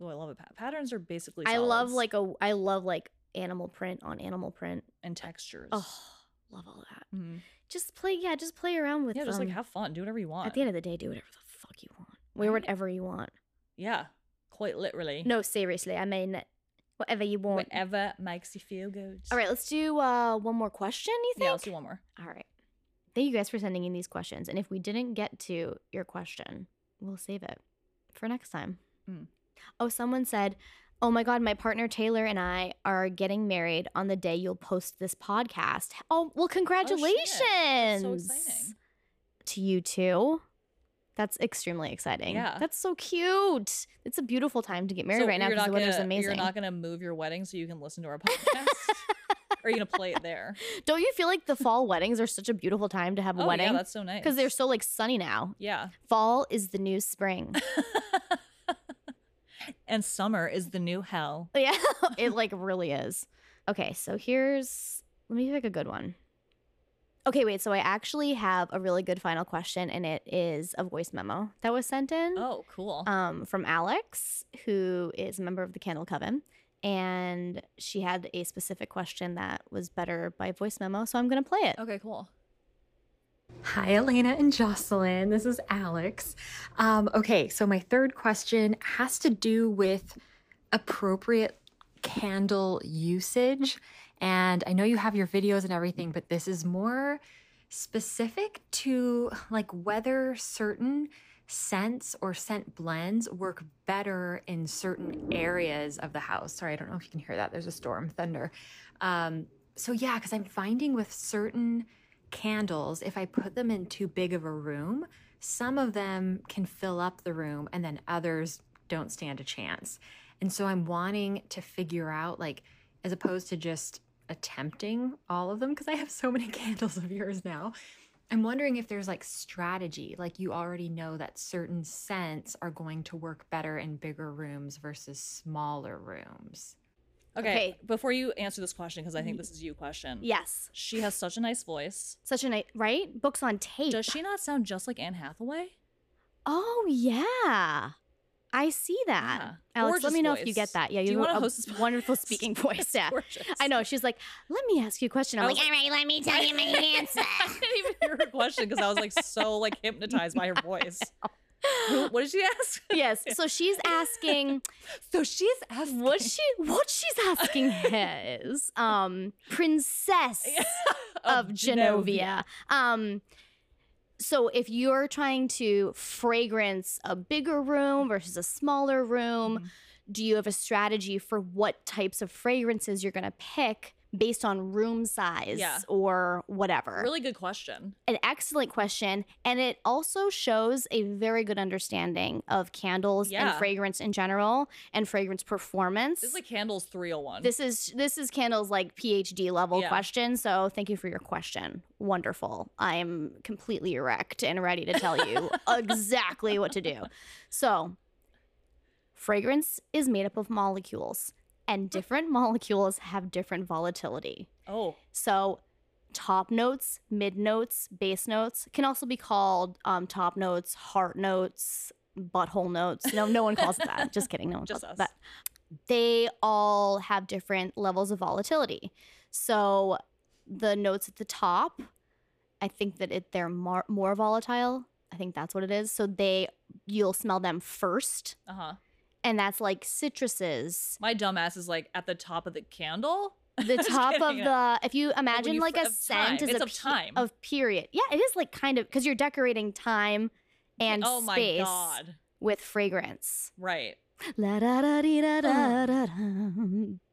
S2: Oh, I love it. Pa- Patterns are basically
S1: I love
S2: solids
S1: like a, I love like animal print on animal print.
S2: and textures.
S1: Oh, love all that.
S2: Mhm.
S1: Just play, yeah, just play around with um,
S2: yeah, just like
S1: them.
S2: have fun, do whatever you want.
S1: At the end of the day, do whatever the fuck you want. Wear
S2: Right.
S1: whatever you want.
S2: Yeah, quite literally.
S1: No, seriously, I mean whatever you want.
S2: Whatever makes you feel good.
S1: All right, let's do uh, one more question, you think?
S2: Yeah, let's do one more.
S1: All right. Thank you guys for sending in these questions. And if we didn't get to your question, we'll save it for next time.
S2: Mm.
S1: Oh, someone said, Oh my God, my partner Taylor and I are getting married on the day you'll post this podcast. Oh, well, congratulations.
S2: That's so exciting.
S1: to you too. That's extremely exciting.
S2: Yeah.
S1: That's so cute. It's a beautiful time to get married
S2: So
S1: right now
S2: you're
S1: because
S2: not
S1: the weather's
S2: gonna-
S1: amazing.
S2: You're not going to move your wedding so you can listen to our podcast? or are you going to play it there?
S1: Don't you feel like the fall weddings are such a beautiful time to have a
S2: Oh, yeah,
S1: wedding?
S2: that's so nice.
S1: Because they're so like sunny now.
S2: Yeah.
S1: Fall is the new spring.
S2: and summer is the new hell.
S1: yeah, it like really is. Okay, so here's let me pick a good one. Okay, wait. So I actually have a really good final question, and it is a voice memo that was sent in.
S2: Oh, cool.
S1: um, from Alex, who is a member of the Candle Coven. And she had a specific question that was better by voice memo. So I'm going to play it.
S2: okay, cool.
S4: Hi, Elena and Jocelyn. This is Alex. Um, okay, so my third question has to do with appropriate candle usage. And I know you have your videos and everything, but this is more specific to like whether certain scents or scent blends work better in certain areas of the house. Sorry, I don't know if you can hear that. There's a storm, thunder. Um, so, yeah, because I'm finding with certain candles, if I put them in too big of a room, some of them can fill up the room and then others don't stand a chance. And so I'm wanting to figure out, like, as opposed to just attempting all of them, because I have so many candles of yours now. I'm wondering if there's like strategy, like you already know that certain scents are going to work better in bigger rooms versus smaller rooms.
S2: Okay,
S1: Okay. Mm-hmm.
S2: before you answer this question, because I think this is you question.
S1: Yes.
S2: She has such a nice voice.
S1: Such a nice, right? Books on tape.
S2: Does she not sound just like Anne Hathaway?
S1: oh, yeah. I see that.
S2: Yeah.
S1: Uh, Alex, let
S2: Gorgeous
S1: me know if you
S2: voice.
S1: get that. Yeah,
S2: Do you
S1: have
S2: wanna
S1: a
S2: host this
S1: wonderful
S2: podcast?
S1: speaking voice.
S2: It's
S1: Yeah.
S2: gorgeous.
S1: I know. She's like, let me ask you a question. I'm
S2: I
S1: like,
S2: was
S1: all right, Oh, let me tell you my answer.
S2: I didn't even hear her question because I was like so like hypnotized by her voice. Who- what did she ask?
S1: yes. So she's asking,
S4: So she's asking.
S1: what she what she's asking is um princess of genovia um so if you're trying to fragrance a bigger room versus a smaller room
S2: Mhm.
S1: do you have a strategy for what types of fragrances you're going to pick based on room size
S2: Yeah.
S1: or whatever
S2: Really good question.
S1: an excellent question and it also shows a very good understanding of candles
S2: Yeah.
S1: and fragrance in general and fragrance performance
S2: This is like Candles 301.
S1: this is this is Candle's like PhD level
S2: Yeah.
S1: question. So thank you for your question. Wonderful. I'm completely erect and ready to tell you exactly what to do. So fragrance is made up of molecules, and different molecules have different volatility.
S2: oh,
S1: So top notes, mid notes, bass notes can also be called um, top notes, heart notes, butthole notes. No, no one calls it that. Just kidding. No one
S2: Just
S1: calls
S2: us.
S1: it that they all have different levels of volatility. So the notes at the top, I think that it they're mar- more volatile. I think that's what it is. So they you'll smell them first,
S2: Uh huh.
S1: and that's like citruses.
S2: My dumbass is like at the top of the candle.
S1: The
S2: Just
S1: top of
S2: kidding.
S1: the if you imagine
S2: you
S1: like
S2: f-
S1: a
S2: of
S1: scent
S2: time.
S1: is
S2: It's
S1: a
S2: of
S1: pe-
S2: time.
S1: of period. Yeah, it is like kind of because you're decorating time and
S2: oh
S1: space
S2: my god.
S1: with fragrance.
S2: Right.
S1: La da da dee da da da da.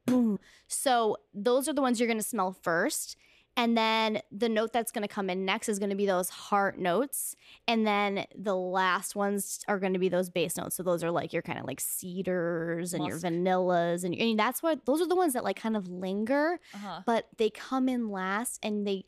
S1: Boom. So those are the ones you're going to smell first. And then the note that's going to come in next is going to be those heart notes. And then the last ones are going to be those bass notes. So those are like your kind of like cedars and your
S2: Musk.
S1: vanillas. And, and that's why those are the ones that like kind of linger,
S2: Uh huh.
S1: but they come in last and they.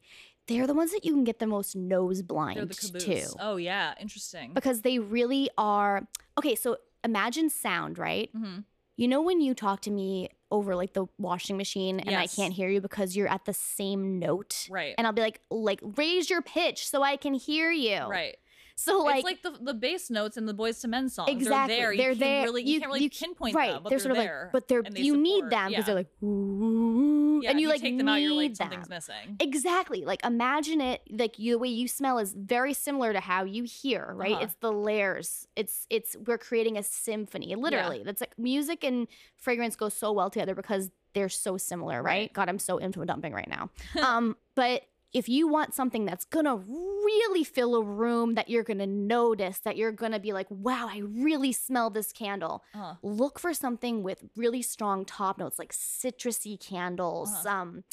S1: They're the ones that you can get the most nose
S2: They're
S1: blind
S2: the
S1: to
S2: caboose. Oh yeah. Interesting.
S1: because they really are. Okay, so imagine sound, right?
S2: hmm
S1: You know when you talk to me over like the washing machine and I
S2: Yes.
S1: can't hear you because you're at the same note.
S2: Right.
S1: And I'll be like, like raise your pitch so I can hear you.
S2: Right.
S1: So like,
S2: it's like the the bass notes in the Boys to Men songs.
S1: Exactly.
S2: They're there. You
S1: They're
S2: can't
S1: there.
S2: Really, you,
S1: You-
S2: can't really
S1: you c-
S2: pinpoint
S1: right?
S2: them, but
S1: they're, sort of
S2: there,
S1: like, but they're
S2: and they
S1: you need
S2: support.
S1: them because
S2: Yeah.
S1: they're like, ooh,
S2: Yeah,
S1: and you, like
S2: take them out. You're like
S1: need
S2: something's
S1: them.
S2: missing.
S1: Exactly. Like imagine it like you, the way you smell is very similar to how you hear, right?
S2: Uh-huh.
S1: It's the layers. It's it's we're creating a symphony. Literally. That's like music and fragrance go so well together because they're so similar, right?
S2: Right.
S1: God, I'm so info dumping right now. um, but if you want something that's gonna really fill a room that you're gonna notice, that you're gonna be like, wow, I really smell this candle
S2: Uh,
S1: look for something with really strong top notes like citrusy candles
S2: Uh-huh.
S1: um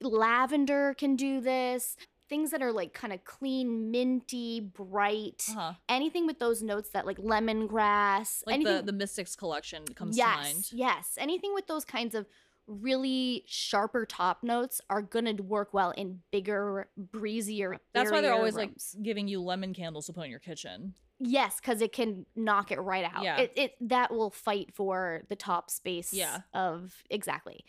S1: lavender can do this things that are like kind of clean minty bright
S2: uh-huh.
S1: anything with those notes that like lemongrass
S2: Like
S1: anything
S2: the, the Mystics collection comes
S1: yes
S2: to mind.
S1: yes anything with those kinds of really sharper top notes are gonna work well in bigger breezier
S2: That's why they're
S1: airier
S2: always
S1: rooms.
S2: like giving you lemon candles to put in your kitchen.
S1: Yes, because it can knock it right out.
S2: Yeah.
S1: It, it that will fight for the top space
S2: Yeah.
S1: of exactly.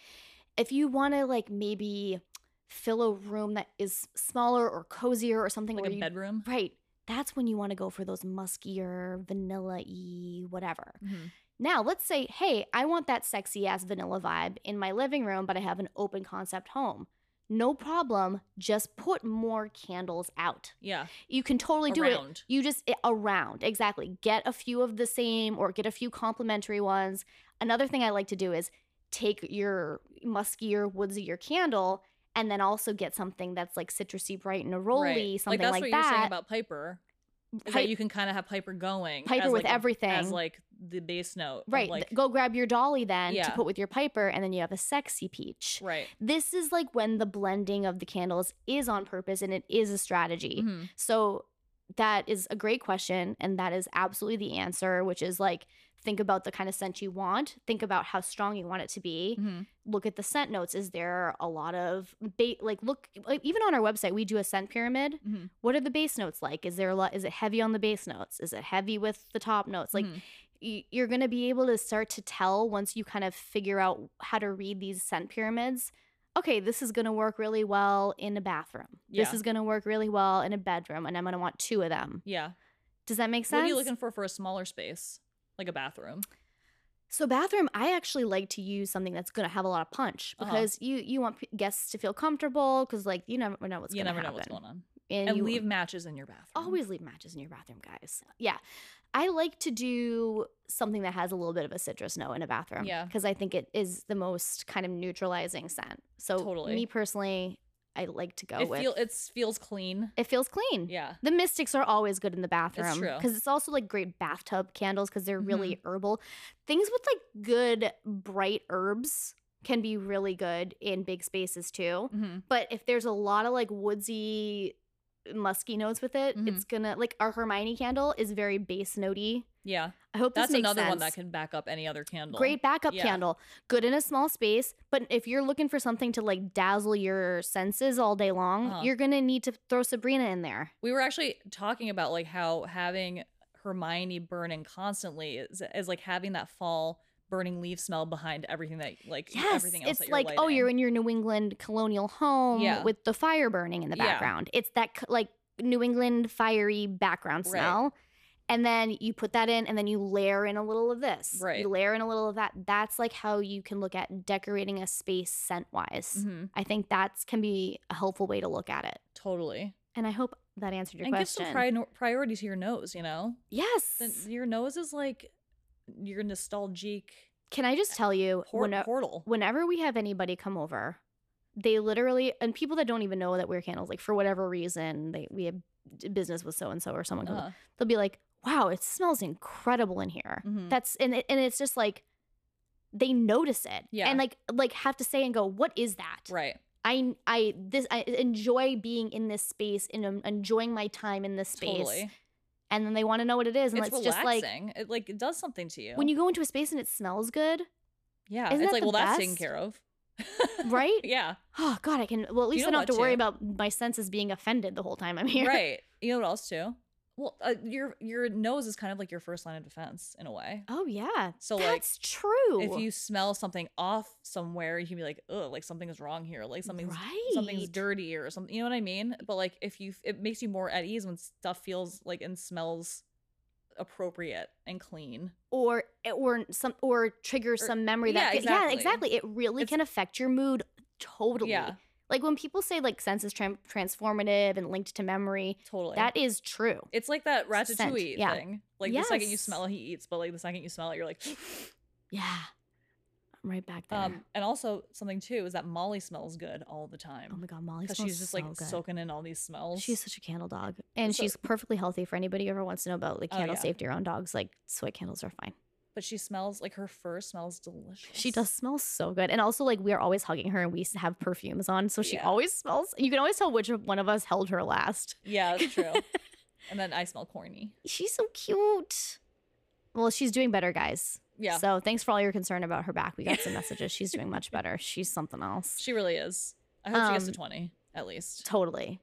S1: If you want to like maybe fill a room that is smaller or cozier or something
S2: Like
S1: where
S2: a
S1: you
S2: bedroom.
S1: right, that's when you want to go for those muskier, vanilla y, whatever.
S2: Mhm.
S1: Now, let's say, hey, I want that sexy ass vanilla vibe in my living room, but I have an open concept home. No problem. Just put more candles out.
S2: Yeah.
S1: You can totally do it.
S2: Around.
S1: You just it, around, exactly. Get a few of the same or get a few complementary ones. Another thing I like to do is take your muskier, woodsier candle and then also get something that's like citrusy, bright, and neroli,
S2: Right.
S1: something
S2: like that's
S1: like,
S2: what
S1: that.
S2: you're saying about Piper. Is
S1: Pipe-
S2: that you can kind of have Piper going.
S1: Piper
S2: as
S1: with
S2: like a-
S1: everything.
S2: As like the bass note. of
S1: right. th-
S2: Like,
S1: Go grab your dolly then to
S2: Yeah.
S1: put with your piper, and then you have a sexy peach.
S2: Right.
S1: This is like when the blending of the candles is on purpose and it is a strategy.
S2: Mhm.
S1: So that is a great question. And that is absolutely the answer, which is like, think about the kind of scent you want. Think about how strong you want it to be.
S2: Mhm.
S1: Look at the scent notes. Is there a lot of bait? Like, look, like, even on our website, we do a scent pyramid.
S2: Mhm.
S1: What are the base notes like? Is there a lot? Is it heavy on the base notes? Is it heavy with the top notes? Like,
S2: Mhm.
S1: y- you're going to be able to start to tell once you kind of figure out how to read these scent pyramids. Okay, this is going to work really well in a bathroom. This
S2: Yeah.
S1: is going to work really well in a bedroom, and I'm going to want two of them.
S2: Yeah.
S1: Does that make sense?
S2: What are you looking for for a smaller space? Like a bathroom.
S1: so bathroom, I actually like to use something that's going to have a lot of punch
S2: Uh-huh.
S1: because you you want p- guests to feel comfortable because like you never know what's
S2: you
S1: going to
S2: never
S1: happen.
S2: know what's going on.
S1: And,
S2: And
S1: you
S2: leave matches in your bathroom.
S1: always leave matches in your bathroom, guys. Yeah, I like to do something that has a little bit of a citrus note in a bathroom.
S2: Yeah.
S1: because I think it is the most kind of neutralizing scent. So
S2: Totally.
S1: me personally, I like to go
S2: It
S1: with. Mm.
S2: feel it feels clean.
S1: it feels clean.
S2: Yeah.
S1: The mystics are always good in the bathroom.
S2: true. Mm-hmm.
S1: Because it's also like great bathtub candles because they're really herbal. Things with like good bright herbs can be really good in big spaces too.
S2: hmm
S1: But if there's a lot of like woodsy musky notes with it,
S2: Mhm.
S1: it's gonna like our Hermione candle is very base notey.
S2: Yeah.
S1: I hope
S2: That's
S1: this makes
S2: another one
S1: sense.
S2: that can back up any other candle.
S1: Great backup
S2: Yeah.
S1: candle. Good in a small space, but if you're looking for something to like dazzle your senses all day long,
S2: Uh-huh.
S1: you're gonna need to throw Sabrina in there.
S2: We were actually talking about like how having Hermione burning constantly is, is like having that fall burning leaf smell behind everything that like
S1: Yes,
S2: everything else
S1: it's
S2: that you're
S1: like oh, you're
S2: lighting.
S1: in your New England colonial home
S2: Yeah.
S1: with the fire burning in the
S2: Yeah.
S1: background. It's that c- like New England fiery background
S2: Right.
S1: smell, and then you put that in and then you layer in a little of this
S2: Right.
S1: you layer in a little of that that's like how you can look at decorating a space scent wise
S2: Mhm.
S1: i think that's can be a helpful way to look at it
S2: Totally.
S1: and i hope that answered your
S2: and
S1: question
S2: give some prior- priority to your nose, you know?
S1: yes
S2: Then your nose is like your nostalgic
S1: can i just tell you uh,
S2: por-
S1: whene-
S2: portal.
S1: whenever we have anybody come over they literally and people that don't even know that we're candles like for whatever reason they we have d- business with so and so or someone comes
S2: Uh,
S1: they'll be like, "Wow, it smells incredible in here."
S2: Mhm.
S1: That's and it, and it's just like they notice it
S2: Yeah.
S1: and like like have to say and go, "What is that?"
S2: right.
S1: I I this I enjoy being in this space and um, enjoying my time in this space,
S2: Totally.
S1: and then they want to know what it is, and
S2: It's,
S1: it's, just like
S2: relaxing. it like it does something to you.
S1: when you go into a space and it smells good,
S2: yeah,
S1: isn't
S2: it's
S1: that
S2: like
S1: the
S2: well that's taken
S1: best?
S2: care of.
S1: right?
S2: yeah.
S1: Oh God, I can. Well, at least I
S2: don't
S1: don't have
S2: want
S1: to worry
S2: to.
S1: about my senses being offended the whole time I'm here.
S2: Right. You know what else too? Well, uh, your your nose is kind of like your first line of defense in a way.
S1: Oh yeah,
S2: So, like,
S1: that's true.
S2: If you smell something off somewhere, you can be like, "Ugh, like something is wrong here. Like something's
S1: right.
S2: something's dirty or something." You know what I mean? But like if you it makes you more at ease when stuff feels like and smells appropriate and clean.
S1: or eh, or some or trigger some memory that
S2: yeah,
S1: fe- yeah
S2: exactly.
S1: exactly it really
S2: It's-
S1: can affect your mood totally
S2: Yeah.
S1: like when people say like sense is tran transformative and linked to memory
S2: Totally.
S1: that is true
S2: it's like that
S1: Scent,
S2: ratatouille
S1: yeah.
S2: thing. Like the second you
S1: Yes.
S2: smell it, he eats, but like the second you smell it, you're like
S1: yeah i'm right back there
S2: um and also something too is that Molly smells good all the time.
S1: oh my god molly
S2: because
S1: smells
S2: she's just
S1: so
S2: like
S1: good.
S2: soaking in all these smells.
S1: she's such a candle dog and
S2: So-
S1: she's perfectly healthy for anybody who ever wants to know about like
S2: Oh,
S1: candle
S2: yeah.
S1: safety around dogs like soy candles are fine
S2: but she smells like her fur smells delicious.
S1: she does smell so good and also like we are always hugging her and we s- have perfumes on so she
S2: Yeah.
S1: always smells you can always tell which one of us held her last
S2: Yeah, that's true. and then I smell corny.
S1: She's so cute. Well, she's doing better, guys.
S2: Yeah,
S1: So thanks for all your concern about her back. We got some messages. She's doing much better. She's something else.
S2: she really is. I hope she gets to
S1: Um,
S2: twenty at least.
S1: Totally.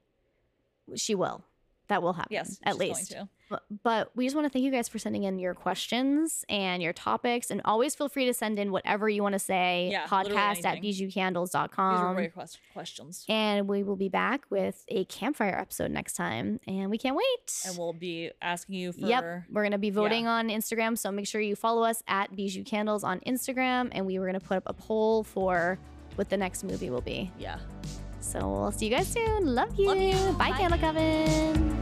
S1: She will. That will happen.
S2: Yes,
S1: At
S2: she's going
S1: least.
S2: to.
S1: B- But we just want to thank you guys for sending in your questions and your topics. And always feel free to send in whatever you want to say.
S2: Yeah, literally
S1: podcast at
S2: These are
S1: bijoucandles.com.
S2: great quest- questions,
S1: And we will be back with a campfire episode next time. And we can't wait.
S2: and we'll be asking you for.
S1: Yep, we're gonna be voting on Instagram, so make sure you follow us at Bijou Candles on Instagram, and we were gonna put up a poll for what the next movie will be.
S2: Yeah.
S1: So we'll see you guys soon. Love you.
S2: Love you.
S1: Bye,
S2: Bye.
S1: Candle Coven.